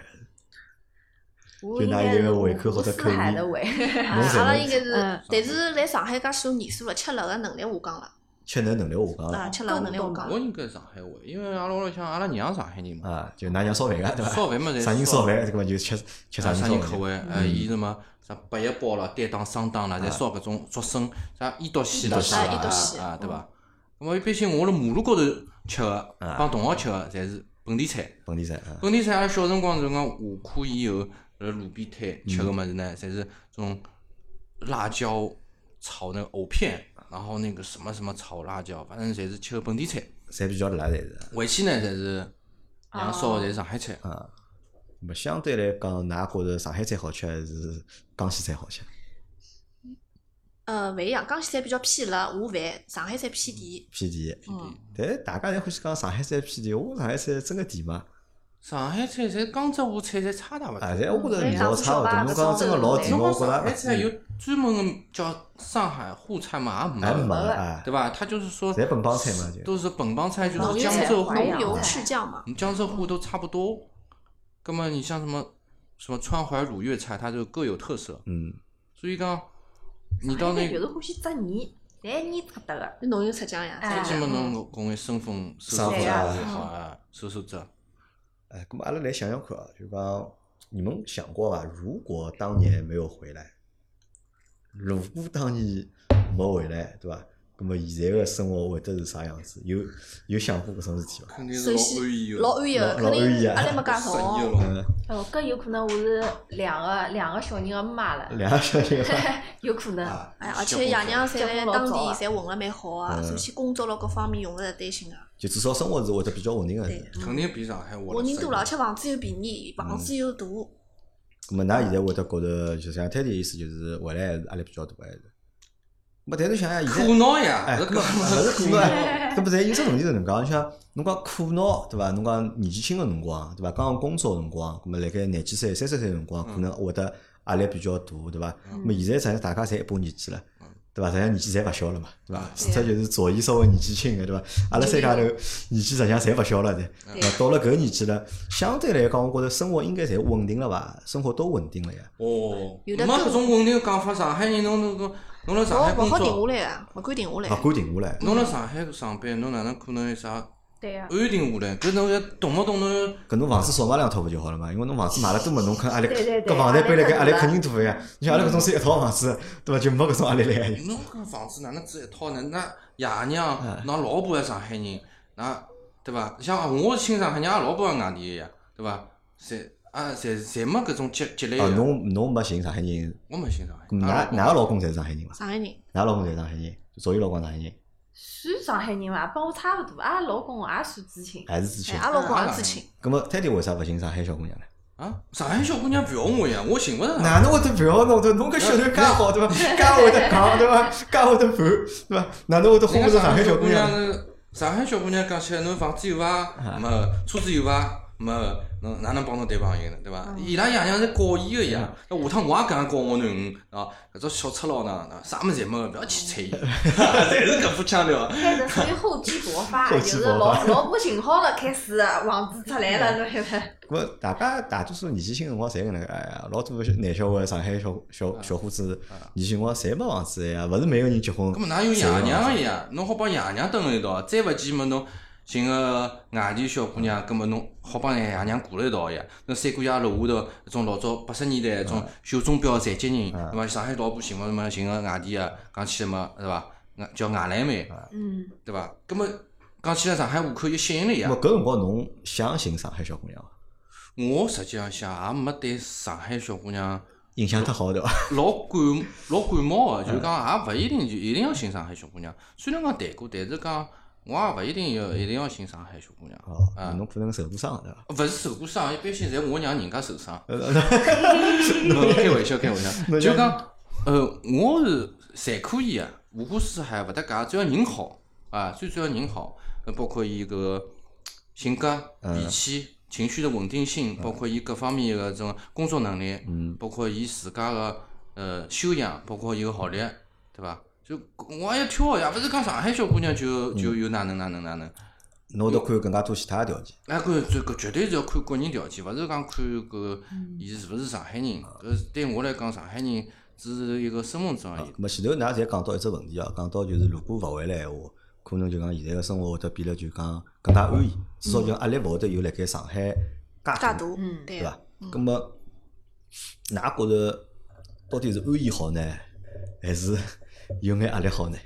Speaker 4: 我
Speaker 1: 就
Speaker 4: 应
Speaker 1: 拿
Speaker 4: 该
Speaker 1: 一
Speaker 4: 是
Speaker 1: 个
Speaker 4: 五
Speaker 1: 胃口
Speaker 4: 湖
Speaker 1: 或者
Speaker 4: 四
Speaker 1: 口
Speaker 4: 海
Speaker 1: 音
Speaker 4: 的 胃，
Speaker 3: 啊
Speaker 1: 侬侪
Speaker 3: 阿拉
Speaker 1: 能
Speaker 3: 应该是
Speaker 4: 嗯，
Speaker 3: 但是来上海介许多年数了，吃辣个能力下降了，
Speaker 1: 吃能能力下降
Speaker 3: 啊，
Speaker 1: 了
Speaker 3: 吃辣个能力下降
Speaker 2: 我
Speaker 3: 了。
Speaker 2: 应该是上海话，因为阿拉屋里向阿拉娘上海人嘛，
Speaker 1: 啊，就㑚娘烧饭 个对伐？
Speaker 2: 烧饭嘛侪
Speaker 1: 啥人
Speaker 2: 烧
Speaker 1: 烧饭，搿么就吃吃啥
Speaker 2: 啥
Speaker 1: 人烧
Speaker 2: 人口
Speaker 1: 饭。
Speaker 2: 味，呃，伊什么啥八叶包啦、担当、双
Speaker 1: 啊
Speaker 2: 档啦，侪烧搿种竹笋，啥伊毒西啦
Speaker 1: 伊毒西
Speaker 2: 啥
Speaker 3: 啊伊毒西
Speaker 2: 啊，对伐？那么一般性我辣马路高头吃个，
Speaker 1: 嗯啊
Speaker 2: 帮同学吃个，侪是本地菜。
Speaker 1: 本地菜啊，
Speaker 2: 本地菜阿拉小辰光是讲下课以后，辣路边摊
Speaker 1: 嗯
Speaker 2: 吃个物事呢，侪是种辣椒炒那个藕片，然后那个什么什么炒辣椒，反正侪是吃个本地菜。
Speaker 1: 侪比较辣侪是。
Speaker 2: 回去呢，侪是娘
Speaker 4: 哦
Speaker 2: 烧的，侪是上海菜。
Speaker 1: 啊，那么相对来讲，㑚觉着上海菜好吃还是江西菜好吃？
Speaker 3: 呃，勿一样，江西菜比较偏辣下饭，上海菜偏甜。
Speaker 1: 偏甜，
Speaker 3: 嗯，
Speaker 1: E 但大家侪欢喜讲上海菜偏甜，E，我上海菜真个甜吗？
Speaker 2: 上海菜侪江浙沪菜侪差大勿
Speaker 1: 啊，
Speaker 2: 多。
Speaker 1: 侪我觉
Speaker 3: 嗯
Speaker 1: 着味道差勿多。侬讲真个老甜，
Speaker 2: 侬
Speaker 1: 我
Speaker 2: 讲
Speaker 1: 觉着
Speaker 2: 上海
Speaker 1: 还
Speaker 2: 菜有专门的叫上海沪菜嘛，也
Speaker 1: 还
Speaker 2: 没，
Speaker 1: 没啊，
Speaker 2: 对伐？它就是说，
Speaker 1: 侪本帮菜嘛就
Speaker 2: 都是本帮菜，就
Speaker 4: 浓
Speaker 2: 是
Speaker 4: 油
Speaker 2: 江
Speaker 4: 菜哎
Speaker 2: 浙
Speaker 4: 淮
Speaker 2: 沪
Speaker 4: 扬
Speaker 3: 浓油赤酱嘛，
Speaker 2: 你江浙沪都差不多。那么你像什么什么川淮鲁粤菜，它就各有特色。
Speaker 1: 嗯，
Speaker 2: 所以讲，你到那个，
Speaker 4: 就是欢喜吃泥，侪泥特特的。
Speaker 3: 有浓油赤酱呀。
Speaker 4: 哎
Speaker 2: 起码侬讲个身份收
Speaker 1: 上
Speaker 2: 收
Speaker 1: 海
Speaker 2: 折也
Speaker 1: 啊
Speaker 2: 好
Speaker 4: 嗯
Speaker 2: 啊，收收折。
Speaker 1: 哎，那么阿拉来想想看啊，就讲你们想过伐？如果当年没有回来，如果当年没回来，对伐？那么现在个生活会得是啥样子？有有想过搿种事体伐？
Speaker 2: 肯定是
Speaker 3: 首
Speaker 2: 老
Speaker 3: 先
Speaker 2: 安逸的，
Speaker 3: 老安逸的，
Speaker 1: 老
Speaker 3: 肯
Speaker 1: 老安逸
Speaker 3: 定
Speaker 1: 啊
Speaker 3: 压力没介
Speaker 2: 神一
Speaker 3: 重。
Speaker 2: 了。
Speaker 4: 哦，搿有可能我是两个两个小人的妈了，
Speaker 1: 两个小人 伐？
Speaker 4: 有可能。
Speaker 1: 啊
Speaker 3: 哎，而且爷娘
Speaker 4: 结
Speaker 3: 侪
Speaker 4: 婚
Speaker 3: 在
Speaker 4: 老
Speaker 3: 当地
Speaker 4: 早啊
Speaker 3: 侪混了蛮好啊，首先工作咯各方面用勿着担心个。啊
Speaker 1: 就至少生活是会得比较稳定个。
Speaker 3: 对，
Speaker 2: 肯定比上海活
Speaker 3: 活人多了，而
Speaker 2: 了。
Speaker 3: 且房子又便宜，房子又大。
Speaker 1: 咁么，㑚现在会得觉得，就像泰迪意思，就是回来还是压力比较大还是？没，但是想想现在
Speaker 2: 苦恼呀，
Speaker 1: 哎，
Speaker 2: 搿
Speaker 1: 搿
Speaker 2: 个
Speaker 1: 么 勿是苦恼呀，搿么侪有只问题是能介，你像侬讲苦恼对伐？侬讲年纪轻个辰光对伐？刚刚工作个辰光，搿么辣盖廿几岁、三十岁个辰光，可能会得压力比较大对伐？
Speaker 2: 嗯
Speaker 1: 咁么现在实际上大家侪一把年纪了
Speaker 2: 嗯。
Speaker 1: 对伐？实际上年纪侪勿小了嘛，对伐
Speaker 2: 嗯？
Speaker 1: 除脱就是左伊稍微年纪轻个，对伐？阿拉三家头年纪实际上侪勿小了，对。
Speaker 2: 嗯
Speaker 1: 那到了搿年纪了，相对来讲，我觉着生活应该侪稳定了伐？生活都稳定了呀。
Speaker 2: 哦，没
Speaker 3: 有的更
Speaker 2: 搿种稳定的讲法，上海人侬侬侬侬辣上海
Speaker 3: 侬
Speaker 2: 工
Speaker 3: 勿好停
Speaker 2: 作，
Speaker 3: 下来啊，勿敢停下
Speaker 1: 勿
Speaker 3: 来。
Speaker 1: 敢停下来，
Speaker 2: 侬辣上海上班，侬哪能可能有啥安
Speaker 4: 对呀，
Speaker 2: 定下来？搿侬要动勿动侬
Speaker 1: 搿侬房子少买两套勿就好了嘛？因为侬房子买了多嘛，侬看压力，
Speaker 4: 对对对
Speaker 1: 搿房贷背辣盖压力
Speaker 4: 压力
Speaker 1: 肯定大呀。你像阿拉搿种是一套房子，对伐？就没搿种压力了呀。
Speaker 2: 侬搿房子哪能只一套呢？那爷
Speaker 1: 哎
Speaker 2: 娘、㑚老婆也上海人，那对伐？像我是亲上海人，阿拉老婆也外地个呀，对伐？侪啊，侪侪没搿种积积累
Speaker 1: 哦，
Speaker 2: 个。
Speaker 1: 侬侬没寻上海人，
Speaker 2: 我没亲上海，
Speaker 1: 㑚
Speaker 2: 阿拉
Speaker 1: 㑚个
Speaker 2: 老婆
Speaker 1: 老公侪是上海人伐？
Speaker 3: 上海人，哎
Speaker 1: 㑚老公侪是上海人，左伊老公上海人，
Speaker 4: 算上海人伐？帮我差勿多，阿拉老公也算知青。
Speaker 1: 还是知青
Speaker 3: 哎，。阿
Speaker 4: 嗯
Speaker 3: 拉老公
Speaker 2: 啊
Speaker 3: 也知青，
Speaker 1: 葛末泰迪为啥勿寻上海小姑娘呢？
Speaker 2: 啊，上海小姑娘不要我呀，我寻勿着她。
Speaker 1: 哪能会得不要弄对伐？侬搿小头介好 对伐？介会得讲对伐？介会得盘对伐？哪能会得
Speaker 2: 人
Speaker 1: 哄
Speaker 2: 家
Speaker 1: 不上上海小
Speaker 2: 姑
Speaker 1: 姑娘呢？啊
Speaker 2: 呢？上海小姑娘讲起来，侬房子有伐？没，车子有伐？没，侬哪能帮侬谈朋友呢？对伐？伊拉爷娘是教伊个呀，
Speaker 1: 嗯
Speaker 2: 那下趟我也讲教我囡恩啊，搿种小赤佬呢，那啥物事侪没个，勿要去睬 伊， 侪是搿副腔调。
Speaker 4: 开始属于厚积薄发，
Speaker 1: 厚
Speaker 4: 就
Speaker 1: 积
Speaker 4: 是
Speaker 1: 薄发
Speaker 4: 老老婆寻好了，开始房子出来
Speaker 1: 嗯
Speaker 4: 了，侬晓 得？
Speaker 1: 咁么大家大多数年纪轻辰光侪搿能介，哎呀，老多个男小孩、上海小小小伙子
Speaker 2: 啊，
Speaker 1: 年轻辰光侪没房子呀，勿是每个人结婚
Speaker 2: 搿。么哪有
Speaker 1: 侪
Speaker 2: 爷
Speaker 1: 有
Speaker 2: 娘个呀？侬好帮爷娘蹲辣一道，再勿济么侬寻个外地小姑娘，搿么侬好帮爷娘过辣一道呀？侬三姑爷楼下头搿种老早八十年代搿种绣钟表残疾人，对伐？上海老婆寻勿么寻个外地啊个，讲起来嘛，对伐？外叫外来妹，
Speaker 4: 嗯，
Speaker 2: 对伐？搿么讲起来上海户口有吸引力
Speaker 1: 咁
Speaker 2: 呀
Speaker 1: 么。搿辰光侬相信上海小姑娘伐？
Speaker 2: 我实际上想也没对上海小姑娘
Speaker 1: 印象太好对伐？
Speaker 2: 老感 老感冒个，啊就是讲也勿一定就一定要寻上海小姑娘。虽然讲谈过，但是讲我也勿一定要一定要寻上海小姑娘。
Speaker 1: 哦，
Speaker 2: 嗯
Speaker 1: 侬可能受过伤对伐？
Speaker 2: 勿是受过伤，一般性侪我让人家受伤。没 开玩笑，开玩笑，就讲，呃，我是侪可以啊，无可四海，勿搭界，只要人好啊，最主要人好，呃包括伊搿个性格、脾气、情绪的稳定性，包括伊各方面个种工作能力，
Speaker 1: 嗯，
Speaker 2: 包括伊自家个呃修养，包括伊个学历，对伐？就我还要挑，也勿是讲上海小姑娘就就有哪能哪能哪能。
Speaker 1: 侬会得看更加多其他个条件。
Speaker 2: 那哎搿这搿绝对是要看个人条件，勿是讲看搿伊是勿是上海人。搿是对我来讲，上海人只是一个身份证而已
Speaker 1: 咁。么前头㑚侪讲到一只问题哦，讲到就是如果勿回来闲话，可能就讲现在个生活会得变得就讲更加安逸，至少就讲压力勿会得有辣盖上海介
Speaker 3: 介
Speaker 1: 大
Speaker 3: 大，
Speaker 4: 嗯
Speaker 3: 对
Speaker 1: 对伐
Speaker 3: 个。？
Speaker 1: 咁么，㑚觉着到底是安逸好呢，还是有眼压力好呢？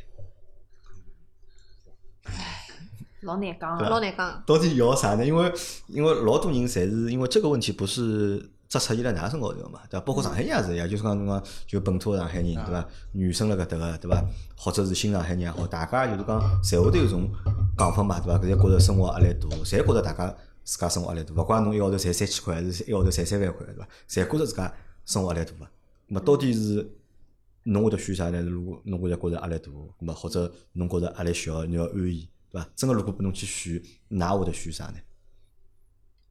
Speaker 4: 老难讲
Speaker 1: 对
Speaker 4: 啊。
Speaker 3: 老难讲，
Speaker 1: 到底要啥呢？因为因为老多人侪是因为这个问题不是只出现在㑚身高头嘛，对伐？包括上海人也是一样，就是讲侬讲就本土的上海人对伐？女生辣搿搭个对伐？或者是新上海人也好，大家就是讲侪会得有种讲法嘛，对伐？搿侪觉着生活压力大，侪觉着大家自家生活压力大，勿怪侬一个号头赚三千块，还是一个号头赚三万块，对伐？侪觉着自家生活压力大个。那么到底是侬会得选啥呢？如果侬会得觉着压力大，那么或者侬觉着压力小，侬要安逸，对伐？真个如果拨侬去选，㑚会得选啥呢？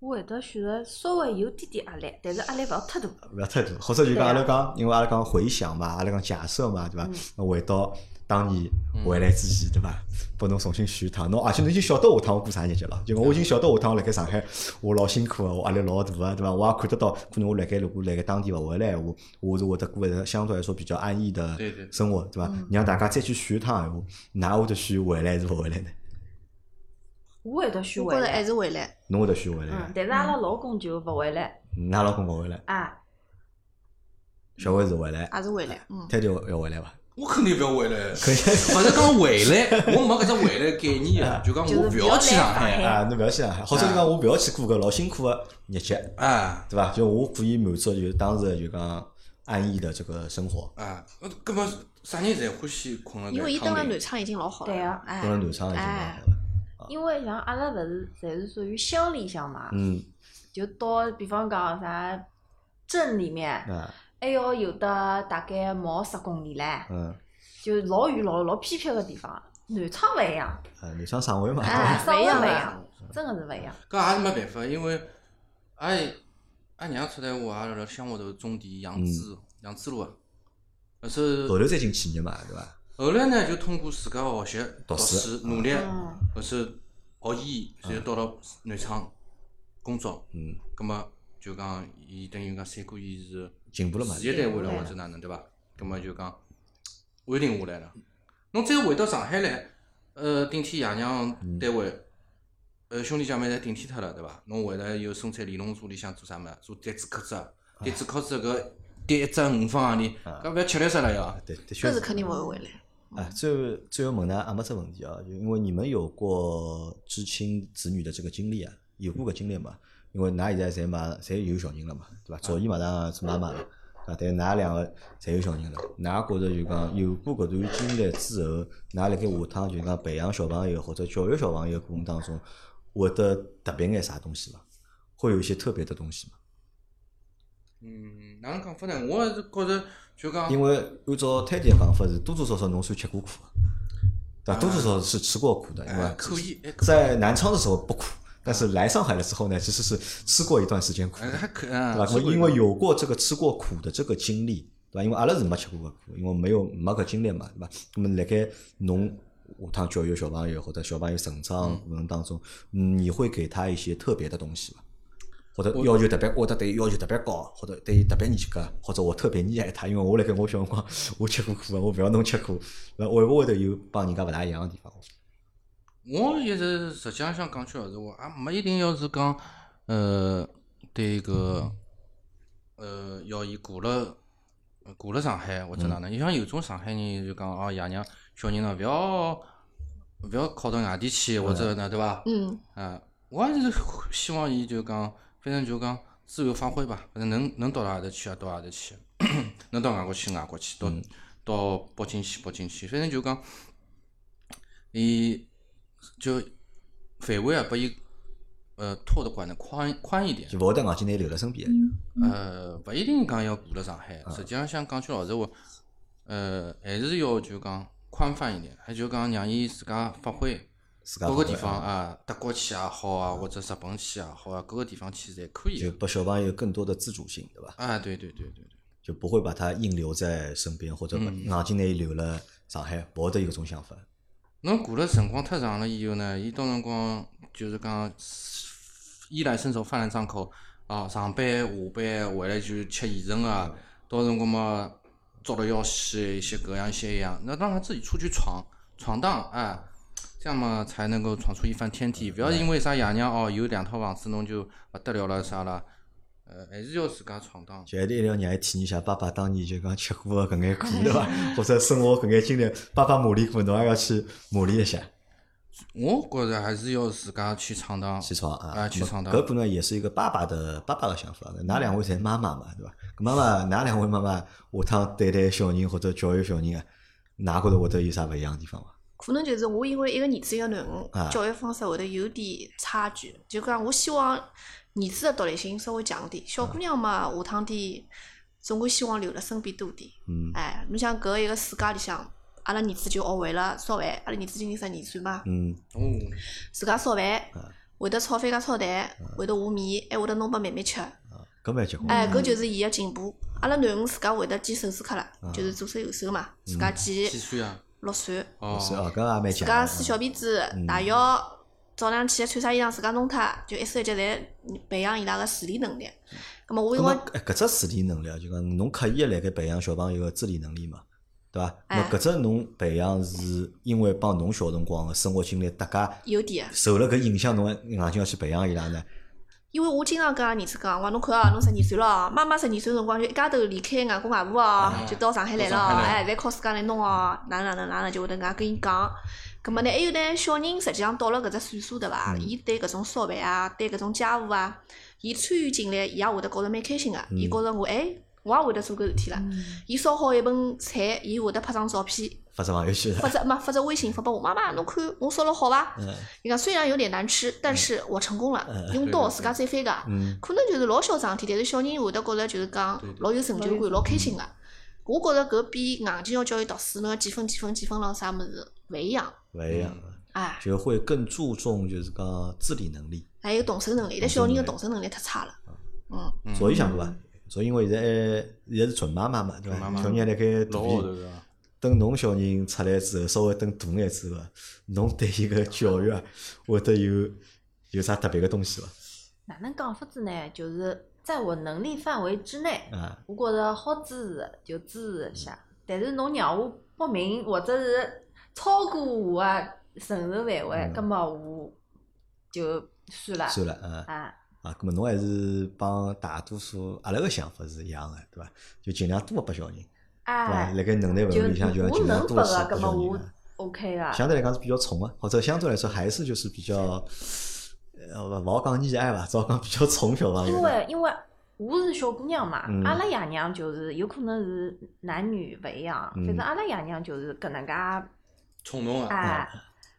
Speaker 4: 我会得选择稍微有点点压力，但是压力勿要太大。
Speaker 1: 勿要太大，或者就
Speaker 4: 对
Speaker 1: 讲
Speaker 4: 啊嗯
Speaker 1: 阿拉讲，因为阿拉讲回想嘛，阿拉讲假设嘛，对伐？那回到当年
Speaker 2: 嗯
Speaker 1: 回来之前，对伐？拨侬重新选一趟，侬而且侬已经晓得下趟我过啥日脚了，就讲我已经
Speaker 2: 啊
Speaker 1: 晓得下趟我辣盖上海，我老辛苦个，啊我压力老大个，对伐？我也看得到，可能我辣盖如果辣盖当地勿回来，我我是会得过一个相对来说比较安逸的
Speaker 2: 对对
Speaker 1: 生活，对
Speaker 4: 嗯
Speaker 1: 伐？让大家再去选一趟闲话，㑚会得选回来还是勿回来呢？
Speaker 4: 我会得选
Speaker 3: 我
Speaker 4: 回
Speaker 3: 觉着
Speaker 4: 来
Speaker 3: 还，是回来。
Speaker 1: 侬会得选回来
Speaker 4: 嗯
Speaker 1: 啊？，
Speaker 4: 但是阿拉老公就勿回来
Speaker 1: 㑚老公勿回来，
Speaker 4: 啊。
Speaker 1: 小伟是回来，
Speaker 3: 还是回来，嗯，
Speaker 1: 泰迪要回来伐？
Speaker 2: 我肯定不要回来，
Speaker 1: 肯定
Speaker 2: 勿是讲回来，我没搿只回来概念的，就讲我不要去上海，
Speaker 1: 啊，侬勿要去上海，或者就讲我勿要去过搿老辛苦个日脚，
Speaker 2: 哎
Speaker 1: 对伐？就我可以满足就是当时就讲安逸的这个生活。
Speaker 2: 哎，那搿么啥人侪欢喜困了
Speaker 3: 因为
Speaker 2: 在
Speaker 3: 伊登了
Speaker 2: 汤里
Speaker 3: 南？昌已经老好了。
Speaker 4: 对个，哎
Speaker 1: 当然南昌已经蛮
Speaker 4: 哎
Speaker 1: 好，了，
Speaker 4: 因为像阿拉勿是侪是属于乡里向嘛，
Speaker 1: 嗯
Speaker 4: 就到比方讲啥镇里面，
Speaker 1: 啊
Speaker 4: 还要有的大概毛十公里唻，
Speaker 1: 嗯
Speaker 4: 就老远老老偏僻个地方。南昌勿一样，
Speaker 1: 啊，南昌上回嘛，
Speaker 4: 哎，
Speaker 3: 不
Speaker 4: 生
Speaker 3: 一
Speaker 4: 活
Speaker 3: 样
Speaker 4: 勿一
Speaker 3: 啊
Speaker 4: 样，
Speaker 2: 嗯
Speaker 4: 真个是勿一样。
Speaker 2: 搿也是没办法，因为俺俺娘出来我也辣辣乡下头种地养猪，养猪猡啊。那时候
Speaker 1: 后头再进企业嘛，对伐？
Speaker 2: 后来呢，就通过自家学习、
Speaker 1: 读
Speaker 2: 读
Speaker 1: 书
Speaker 2: 书、努力，
Speaker 4: 嗯，
Speaker 2: 后头学医，然后到了南昌工作。
Speaker 1: 嗯，
Speaker 2: 葛么就讲，伊等于讲三哥伊是
Speaker 1: 进步了嘛
Speaker 2: 事业单位了
Speaker 4: 进步
Speaker 2: 或者哪能对伐？葛么就讲稳定下来了。侬再回到上海来，呃，顶替爷娘单位，
Speaker 1: 嗯
Speaker 2: 呃，兄弟姐妹侪顶替脱了对伐？侬回来又身在联农所里向做啥物事？做电子壳子啊，电子壳子搿跌一只五方行钿，
Speaker 1: 啊
Speaker 2: 搿勿要吃力死了要。
Speaker 1: 对，的确
Speaker 3: 搿
Speaker 1: 是
Speaker 3: 是肯定勿会回来。
Speaker 2: 嗯
Speaker 1: 啊，最后最后问呢，阿没这问题啊，就因为你们有过知青子女的这个经历啊，有过搿经历嘛？因为㑚现在侪马侪有小人了嘛，对
Speaker 2: 嗯
Speaker 1: 伐？早已马上做妈妈了，啊，但㑚两个侪有小人了，㑚觉着就讲有过搿段经历之后，㑚辣盖下趟就讲培养小朋友或者教育小朋友过程当中，会得特别眼啥东西伐？会有一些特别的东西嘛？
Speaker 2: 嗯，哪能讲法呢？我还是觉着就讲，
Speaker 1: 因为按照泰迪的讲法是，多多少少侬算吃过苦的，对伐？
Speaker 2: 啊
Speaker 1: 多多少少是吃过苦的，因为
Speaker 2: 哎，可以，哎，可以
Speaker 1: 在南昌的时候不苦，但是来上海了之后呢，其实是吃过一段时间苦
Speaker 2: 哎
Speaker 1: 的，
Speaker 2: 还可以啊
Speaker 1: 对吧？，
Speaker 2: 吃过一
Speaker 1: 因为
Speaker 2: 顿
Speaker 1: 有过这个吃过苦的这个经历，对吧？因为阿拉是没吃过个苦，因为没有没搿经历嘛，对吧？那么辣盖侬下趟教育小朋友或者小朋友成长过程当中，嗯你会给他一些特别的东西吗？或者要求特别，或者对伊要求特别高，或者对伊特别严格，或者我特别溺爱他，因为我辣盖我小辰光 我吃过苦啊，我勿要侬吃苦，那会勿会得有帮人家勿大一样的地方？
Speaker 2: 我一直实际上想讲句老实话，也没一定要是讲，呃，对个，呃，要伊过了，过了上海或
Speaker 1: 嗯
Speaker 2: 者哪能？你像有种上海人就讲哦，爷娘小人呢，勿要勿要考到外地去，或者哪对伐？
Speaker 3: 嗯，
Speaker 2: 啊，我还是希望伊就讲，反正就讲自由发挥吧，反正能能到哪搭去啊，到哪搭去， 能到外国去外国去，到到北京去北京去，反正就讲，伊就范围啊，把伊呃拓得管得宽宽一点
Speaker 1: 就，勿会得硬劲拿伊留辣身边。
Speaker 2: 呃，勿一定讲要过了上海，实际上想讲句老实话，呃，还是要就讲宽泛一点，还就讲让伊自家发挥。
Speaker 1: 自家
Speaker 2: 各个
Speaker 1: 发
Speaker 2: 地
Speaker 1: 挥
Speaker 2: 方啊，德国去也好啊，或者日本去也好啊，各个地方去侪可以
Speaker 1: 就
Speaker 2: 的。
Speaker 1: 拨小朋友更多的自主性，对吧？
Speaker 2: 啊，对对对对对，
Speaker 1: 就不会把他硬留在身边，或者把
Speaker 2: 嗯
Speaker 1: 硬劲拿伊留了上海，勿会得有搿种想法。
Speaker 2: 侬过了辰光太长了以后呢，伊到辰光就是讲衣来伸手饭来张口啊，上班下班回来就吃现成啊，到辰光嘛抓了要死，一些各样一些一样，那让他自己出去闯闯荡啊，这样嘛才能够闯出一番天地。不要因为啥爷娘哦有两套房子侬就不得了了啥了，呃，还是要自家闯荡。
Speaker 1: 就一定要让伊体验一下爸爸当年就讲吃过的搿眼苦，对 伐？或者生活搿眼经历，爸爸磨砺过，侬也要去磨砺一下，
Speaker 2: 我觉着还是要自家去闯荡。
Speaker 1: 去闯啊！
Speaker 2: 啊去闯荡
Speaker 1: 搿可能也是一个爸爸的爸爸的想法。㑚两位侪妈妈嘛，对伐？搿妈妈，㑚两位妈妈下趟对待小人或者教育小人啊，㑚觉着会得有啥勿一样的地方伐？
Speaker 3: 可能就是我因为一个儿子一个囡
Speaker 1: 啊
Speaker 3: 恩，教育方式会得有点差距。就讲我希望儿子的独立性稍微强点，小姑娘嘛，下趟点总归希望留辣身边多点。
Speaker 1: 嗯
Speaker 3: 哎，侬想搿一个世界里向，阿拉儿子就学会了烧饭，阿拉儿子今年十二岁嘛，
Speaker 1: 嗯，
Speaker 2: 哦，
Speaker 3: 自家烧饭
Speaker 1: 啊，
Speaker 3: 会得炒番茄炒蛋，
Speaker 1: 嗯
Speaker 3: 会得和面，还会得弄拨妹妹吃。
Speaker 1: 啊搿蛮结棍的。
Speaker 3: 哎，搿就是伊个进步。阿拉囡恩自家会得剪手指壳了，
Speaker 1: 嗯
Speaker 3: 就是左手右手嘛，自家剪
Speaker 2: 几岁啊？
Speaker 3: 落蒜。
Speaker 2: 哦，
Speaker 1: 是哦，搿也蛮
Speaker 3: 自
Speaker 1: 强
Speaker 3: 家
Speaker 1: 的。
Speaker 3: 梳小辫子，
Speaker 1: 嗯
Speaker 3: 洗浴，早浪起来穿啥衣裳自家弄脱，就一手一脚侪培养伊拉个自理能力。咁么我
Speaker 1: 那
Speaker 3: 因
Speaker 1: 么
Speaker 3: 为
Speaker 1: 哎搿只自理能力啊，就讲侬刻意辣盖培养小朋友个自理能力嘛，对伐？那么
Speaker 3: 哎
Speaker 1: 搿只侬培养是因为帮侬小辰光个生活经历搭界
Speaker 3: 有点，
Speaker 1: 受了搿影响，侬硬劲要去培养伊拉呢？
Speaker 3: 因为我经常跟阿儿子讲，我讲侬看啊，侬十二岁了啊，妈妈十二岁辰光就一家头离开外公外婆哦，
Speaker 2: 哎
Speaker 3: 就到上海来了
Speaker 2: 到
Speaker 3: 哦
Speaker 2: 上，海来
Speaker 3: 哎，侪靠自家来弄哦，哪能哪能哪能，就会得搿能介跟伊讲。葛末呢，还有呢，小人实际上到了搿只岁数对
Speaker 2: 嗯
Speaker 3: 伐？伊对搿种烧饭啊，对搿种家务啊，伊参与进来，伊也会得觉着蛮开心个。
Speaker 2: 嗯
Speaker 3: 伊觉着我哎，我也会得做搿事体了。
Speaker 4: 嗯
Speaker 3: 伊烧好一盆菜，伊会得拍张照片，
Speaker 1: 发生朋友圈
Speaker 3: 发
Speaker 1: 了，
Speaker 3: 只嘛发只微信发拨我妈妈，侬看我烧了好伐？
Speaker 1: 嗯
Speaker 3: 伊讲虽然有点难吃，
Speaker 2: 嗯
Speaker 3: 但是我成功了，用刀自家再翻个，
Speaker 1: 嗯，
Speaker 3: 可能就是老小桩事体，但是小人会得觉着就是讲
Speaker 2: 对对
Speaker 3: 老有成就
Speaker 4: 老有
Speaker 3: 感，老开心个。我觉着搿比硬劲要叫伊读书，侬要几分几分几分咾啥物事勿一样，
Speaker 1: 勿一样，
Speaker 3: 哎，
Speaker 1: 就会更注重就是讲自理能力。
Speaker 3: 还有动手能力，但小人个动手能力太差了。嗯，
Speaker 1: 昨天想过伐？昨天因为现在现在是准妈妈嘛，对
Speaker 2: 准妈
Speaker 1: 伐？
Speaker 2: 妈
Speaker 1: 小人辣盖
Speaker 2: 老
Speaker 1: 肚
Speaker 2: 号头
Speaker 1: 皮，
Speaker 2: 个，
Speaker 1: 等侬小人出来之后，稍微等大眼之后，侬对伊个教 育啊，会得有有啥特别个东西伐？
Speaker 4: 哪能讲法子呢？就是在我能力范围之内，
Speaker 1: 啊，
Speaker 4: 我觉着好支持就支持一下。但是侬让我报名或者是超过我的承受范围
Speaker 1: 嗯，
Speaker 4: 葛么我就算了
Speaker 1: 算了，啊。
Speaker 4: 啊。
Speaker 1: 啊，咁么侬还是帮大多数阿拉个想法是一样个，对伐？就尽量多拨小人，对伐？
Speaker 4: 哎，
Speaker 1: 辣盖能力范
Speaker 4: 就
Speaker 1: 围里向，就要
Speaker 4: 我
Speaker 1: 尽量
Speaker 4: 能
Speaker 1: 多
Speaker 4: 拨
Speaker 1: 去
Speaker 4: 个，
Speaker 1: 拨
Speaker 4: 葛么
Speaker 1: 小人
Speaker 4: 我
Speaker 1: 啊。
Speaker 4: OK 个。
Speaker 1: 相对来讲是比较宠个，或者相对来说还是就是比较，呃，勿勿好讲溺爱伐，只好讲比较宠小朋友。
Speaker 4: 因为因为我是小姑娘嘛
Speaker 1: 嗯，
Speaker 4: 阿拉爷娘就是有可能是男女勿一样，
Speaker 1: 嗯
Speaker 4: 反正阿拉爷娘就是搿能介
Speaker 2: 冲动啊，
Speaker 4: 啊哎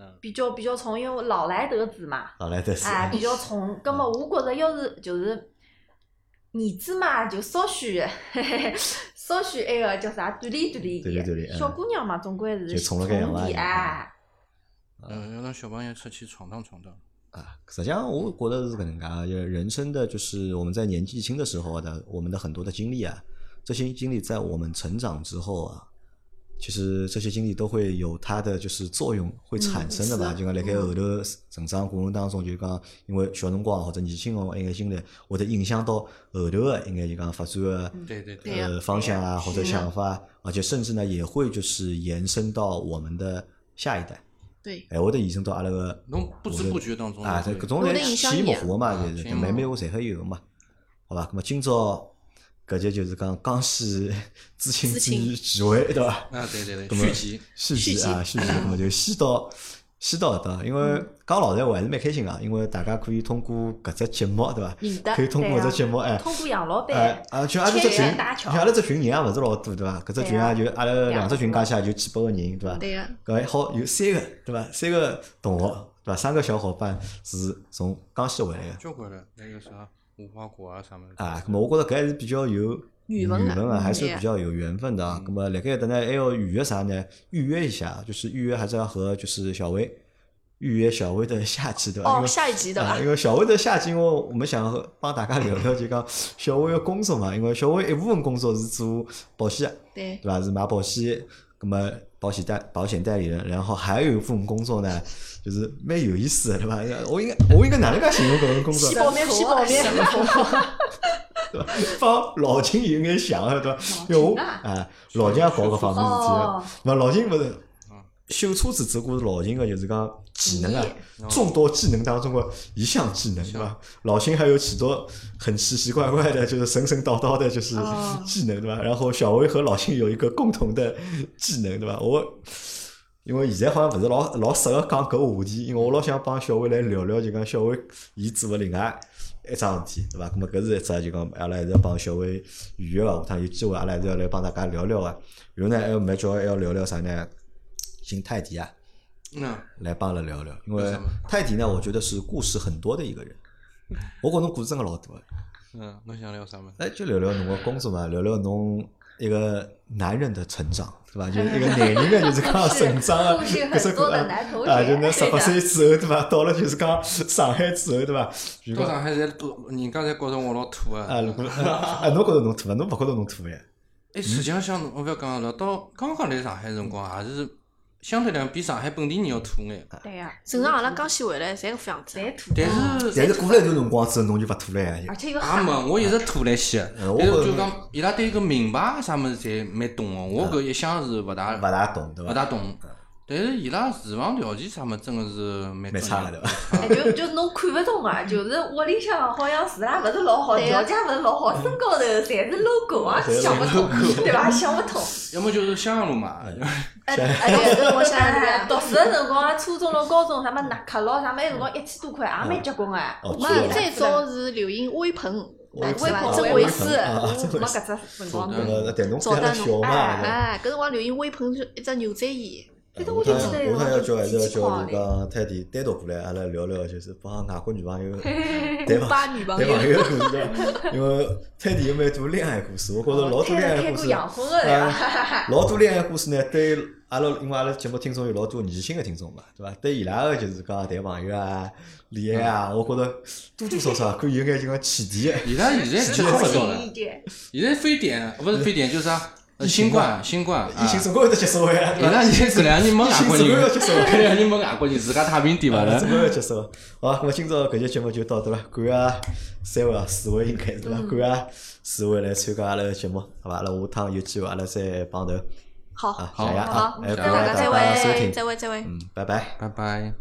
Speaker 2: 嗯，
Speaker 4: 比较比较宠，因为老来得子嘛，
Speaker 1: 老来得是，嗯
Speaker 3: 啊
Speaker 4: 哎，比较宠。葛么我觉着要是就是儿子嘛，就稍许 稍许那个叫啥锻炼锻
Speaker 1: 锻炼锻炼
Speaker 4: 炼伊，
Speaker 1: 嗯
Speaker 4: 小姑娘嘛，总归是
Speaker 1: 就宠了个样
Speaker 4: 宠
Speaker 1: 子
Speaker 4: 点哎，
Speaker 2: 嗯，要让小朋友出去闯荡闯荡。
Speaker 1: 啊，实际上我觉得是搿能介啊，因为人生的就是我们在年纪轻的时候啊的，我们的很多的经历啊，这些经历在我们成长之后啊，其实这些经历都会有它的就是作用会产生的吧。
Speaker 3: 嗯是
Speaker 1: 就讲辣盖
Speaker 3: 嗯
Speaker 1: 后头成长过程当中，就讲因为小辰光或者年轻辰光一眼经历，会得影响到后头的应该就讲发展的
Speaker 3: 嗯
Speaker 2: 对对对
Speaker 3: 对，呀
Speaker 1: 呃方向啊或者
Speaker 3: 是的
Speaker 1: 想法，而且甚至呢也会就是延伸到我们的下一代，哎
Speaker 3: 对，
Speaker 1: 还会得延伸到阿拉个
Speaker 2: 侬不知不觉当中
Speaker 1: 啊，这
Speaker 2: 各
Speaker 1: 搿种
Speaker 3: 有的
Speaker 1: 侪
Speaker 3: 影
Speaker 1: 潜
Speaker 3: 响
Speaker 1: 移默
Speaker 3: 你啊
Speaker 1: 化嘛，就
Speaker 2: 嗯
Speaker 1: 是
Speaker 2: 潜移
Speaker 1: 慢慢
Speaker 2: 默
Speaker 1: 下侪会有嘛，好吧？那么今朝搿节就是 讲江西知青
Speaker 3: 知
Speaker 1: 之
Speaker 3: 青
Speaker 1: 聚会，对伐？
Speaker 2: 啊，对对
Speaker 1: 葛
Speaker 2: 对，
Speaker 1: 么
Speaker 2: 续集，
Speaker 1: 续
Speaker 3: 续
Speaker 1: 集啊，续集，那么就先到先到搿搭，因
Speaker 3: 嗯
Speaker 1: 为讲老实闲话还是蛮开心个，因为大家可以通过搿只节目，对伐？
Speaker 4: 认得
Speaker 1: 可以通过
Speaker 4: 对
Speaker 1: 这
Speaker 4: 啊
Speaker 1: 节目哎
Speaker 4: 通过杨老
Speaker 1: 哎
Speaker 4: 板，
Speaker 1: 啊，就阿拉只
Speaker 4: 千
Speaker 1: 群，
Speaker 4: 元搭桥
Speaker 1: 像阿拉只群人也勿是老多，对伐？搿只群
Speaker 4: 对
Speaker 1: 啊，
Speaker 4: 啊
Speaker 1: 就阿拉两只群加
Speaker 4: 两
Speaker 1: 起来就几百个人，对伐？
Speaker 3: 对个，
Speaker 1: 搿还好有三个，对伐？三个同学，对伐？三个小伙伴是从江西回来个。
Speaker 2: 交关了，那个啥无花果啊啥么的
Speaker 1: 啊，咁么我觉着搿还是比较有
Speaker 3: 缘分的
Speaker 1: 啊，还
Speaker 3: 嗯
Speaker 1: 是
Speaker 3: 对
Speaker 1: 比较有缘分的啊。
Speaker 2: 嗯
Speaker 1: 咁么辣盖搿搭呢，还要预约啥呢？预约一下，就是预约还是要和就是小薇预约小薇的下期对吧？因
Speaker 3: 哦，
Speaker 1: 为
Speaker 3: 下一集对伐
Speaker 1: 啊，？因为小薇的下集，因为我们想和帮大家聊聊，就 讲小薇的工作嘛，因为小薇一部分工作是做保险，
Speaker 3: 对
Speaker 1: 对吧？是买保险，咁么保险代保险代理人，然后还有一部分工作 呢，就是蛮有意思的，对吧？我应该我应该哪能介形容搿份工 作？
Speaker 3: 细
Speaker 4: 报名去报名
Speaker 1: 对吧？帮老金有眼像啊，对吧？因为我
Speaker 4: 老金啊
Speaker 1: 啊，老金也搞搿方面事体啊
Speaker 4: 哦，
Speaker 1: 勿老金勿是
Speaker 2: 嗯。
Speaker 1: 修车子只顾是老金个，就是讲技能啊
Speaker 3: 职业，
Speaker 1: 众多技能当中的一项技能，对吧？老金还有许多很奇奇怪怪的，就是神神叨叨的，就是
Speaker 3: 哦
Speaker 1: 技能，对吧？然后小薇和老金有一个共同的技能，对吧？我因为现在好像勿是老老适合讲搿话题，因为我老想帮小薇来聊聊，就讲小薇伊做个另外一桩事体，对伐？咁么搿是一只就讲阿拉还是要帮小薇预约个，下趟有机会阿拉还是要来帮大家聊啊聊个。然后呢，还有蛮叫还要聊聊啥呢？请泰迪啊，
Speaker 2: 嗯，
Speaker 1: 来帮阿拉聊聊，因
Speaker 2: 为
Speaker 1: 为
Speaker 2: 什么
Speaker 1: 泰迪呢，我觉得是故事很多的一个人。我觉侬故事真个老多的，
Speaker 2: 嗯，侬想聊啥么？
Speaker 1: 哎，就聊聊侬个工作嘛，聊聊侬一个男人的成长，对伐？ 就是一个男人的，就是讲成长啊，
Speaker 4: 故事
Speaker 1: 搿只
Speaker 4: 很多
Speaker 1: 故
Speaker 4: 的男同学，
Speaker 1: 啊，就那十
Speaker 4: 对
Speaker 1: 八
Speaker 4: 的
Speaker 1: 岁之后对 伐？到了就是讲上海之后对伐？就
Speaker 2: 到
Speaker 1: 讲
Speaker 2: 上海侪都，人家侪觉着我老土啊。
Speaker 1: 啊，如 果啊，侬觉着侬土伐？侬勿觉着侬土呀？嗯
Speaker 2: 哎，实际上像侬我勿要讲了，到刚刚来上海辰光，啊还是相对来讲比上海本地人要土眼。
Speaker 1: 啊
Speaker 4: 对呀，
Speaker 3: 正常阿拉江西回来侪搿副样 子，
Speaker 4: 侪土，
Speaker 2: 但是
Speaker 1: 但是过了一段辰光之后，侬就勿土了呀？
Speaker 4: 而
Speaker 1: 就
Speaker 4: 且又
Speaker 2: 也
Speaker 4: 喊
Speaker 2: 没，啊我一直拖来些，
Speaker 1: 嗯我
Speaker 2: 但是
Speaker 1: 觉
Speaker 2: 就
Speaker 1: 着
Speaker 2: 讲伊拉对搿名牌啥物事侪蛮懂个，我搿一向是勿大
Speaker 1: 勿大懂对
Speaker 2: 勿
Speaker 1: 伐？
Speaker 2: 大懂。但是伊拉住房条件啥么，真个是蛮
Speaker 1: 蛮差
Speaker 2: 差
Speaker 1: 的对伐？
Speaker 4: 哎，就就侬看勿懂啊，就是屋里向好像住啦，勿是老好，
Speaker 3: 对
Speaker 4: 条
Speaker 3: 啊
Speaker 4: 件勿是老好，身高头侪是 logo 啊，
Speaker 1: 嗯侪是
Speaker 4: 想勿通
Speaker 1: logo，
Speaker 4: 对伐？想勿通。
Speaker 2: 要么就是香炉嘛，
Speaker 3: 哎，哎，对，搿我想起
Speaker 4: 哎
Speaker 3: 来，
Speaker 4: 读书的辰光，初中了、高中，啥么纳克咯，啥么，埃辰光一千多块，也蛮结棍哎。
Speaker 1: 哦
Speaker 3: 没
Speaker 1: 是的
Speaker 3: 最早是流行微朋，
Speaker 1: 微
Speaker 3: 是
Speaker 1: 朋
Speaker 3: 伐？
Speaker 1: 啊
Speaker 3: 真
Speaker 1: 微
Speaker 3: 维
Speaker 1: 朋
Speaker 3: 斯，
Speaker 1: 啊
Speaker 4: 我
Speaker 1: 真
Speaker 4: 没
Speaker 1: 维斯
Speaker 4: 搿只辰光
Speaker 2: 嗯
Speaker 1: 那个但侬
Speaker 3: 早
Speaker 1: 还
Speaker 3: 丹
Speaker 1: 小
Speaker 3: 侬，
Speaker 1: 嘛，
Speaker 3: 哎
Speaker 1: 对伐？
Speaker 3: 哎，搿辰光流行微朋就一只牛仔衣，
Speaker 1: 哎
Speaker 4: 但
Speaker 1: 我
Speaker 4: 是
Speaker 1: 想
Speaker 4: 我就记得
Speaker 1: 我想要叫还是要
Speaker 4: 有那
Speaker 1: 叫
Speaker 4: 种
Speaker 1: 就讲泰迪单独过来，阿拉聊聊，就是帮外国女朋 友谈
Speaker 3: 古
Speaker 1: 嗯吧
Speaker 3: 巴女朋
Speaker 1: 谈
Speaker 3: 友
Speaker 1: 朋。友的故事 对伐，因为泰迪有蛮多恋爱故事，我觉着老多恋爱
Speaker 4: 开
Speaker 1: 故
Speaker 4: 过
Speaker 1: 事，
Speaker 4: 洋荤的对伐？
Speaker 1: 哎，老多恋爱故事呢，对阿拉因为阿拉节目听众有老多年轻的听众嘛，对伐？对伊拉个就是讲谈朋友啊、恋爱啊，我觉着多多少少可以有眼就讲启 迪的。啊
Speaker 2: 伊拉现在 吃
Speaker 1: 是
Speaker 2: 好勿
Speaker 1: 是
Speaker 2: 少了
Speaker 4: 意。见。
Speaker 2: 现在非典勿是非典，就是啥？呃新冠，新冠。啊
Speaker 1: 疫情总归要结束个呀，
Speaker 2: 伊
Speaker 1: 对伐？
Speaker 2: 拉现在搿两年没外国
Speaker 1: 疫情总归要
Speaker 2: 人，
Speaker 1: 结 束
Speaker 2: 搿两年没外国人，自家太平点勿
Speaker 1: 啊，
Speaker 2: 了
Speaker 1: 这。个要结束。好，那么今朝搿节节目就到这了，感谢三位啊，四位应该是对伐？
Speaker 3: 嗯
Speaker 1: 感谢四位来参加阿拉个节目，好伐？阿拉下趟有机会阿拉再帮头
Speaker 3: 好，
Speaker 1: 啊，
Speaker 2: 好
Speaker 1: 谢谢啊
Speaker 3: 好，，
Speaker 1: 哎，
Speaker 3: 再
Speaker 1: 感谢
Speaker 3: 会，再
Speaker 1: 大家收
Speaker 3: 会，
Speaker 1: 听，
Speaker 3: 再会，再会。
Speaker 1: 嗯，拜拜。
Speaker 2: 拜拜。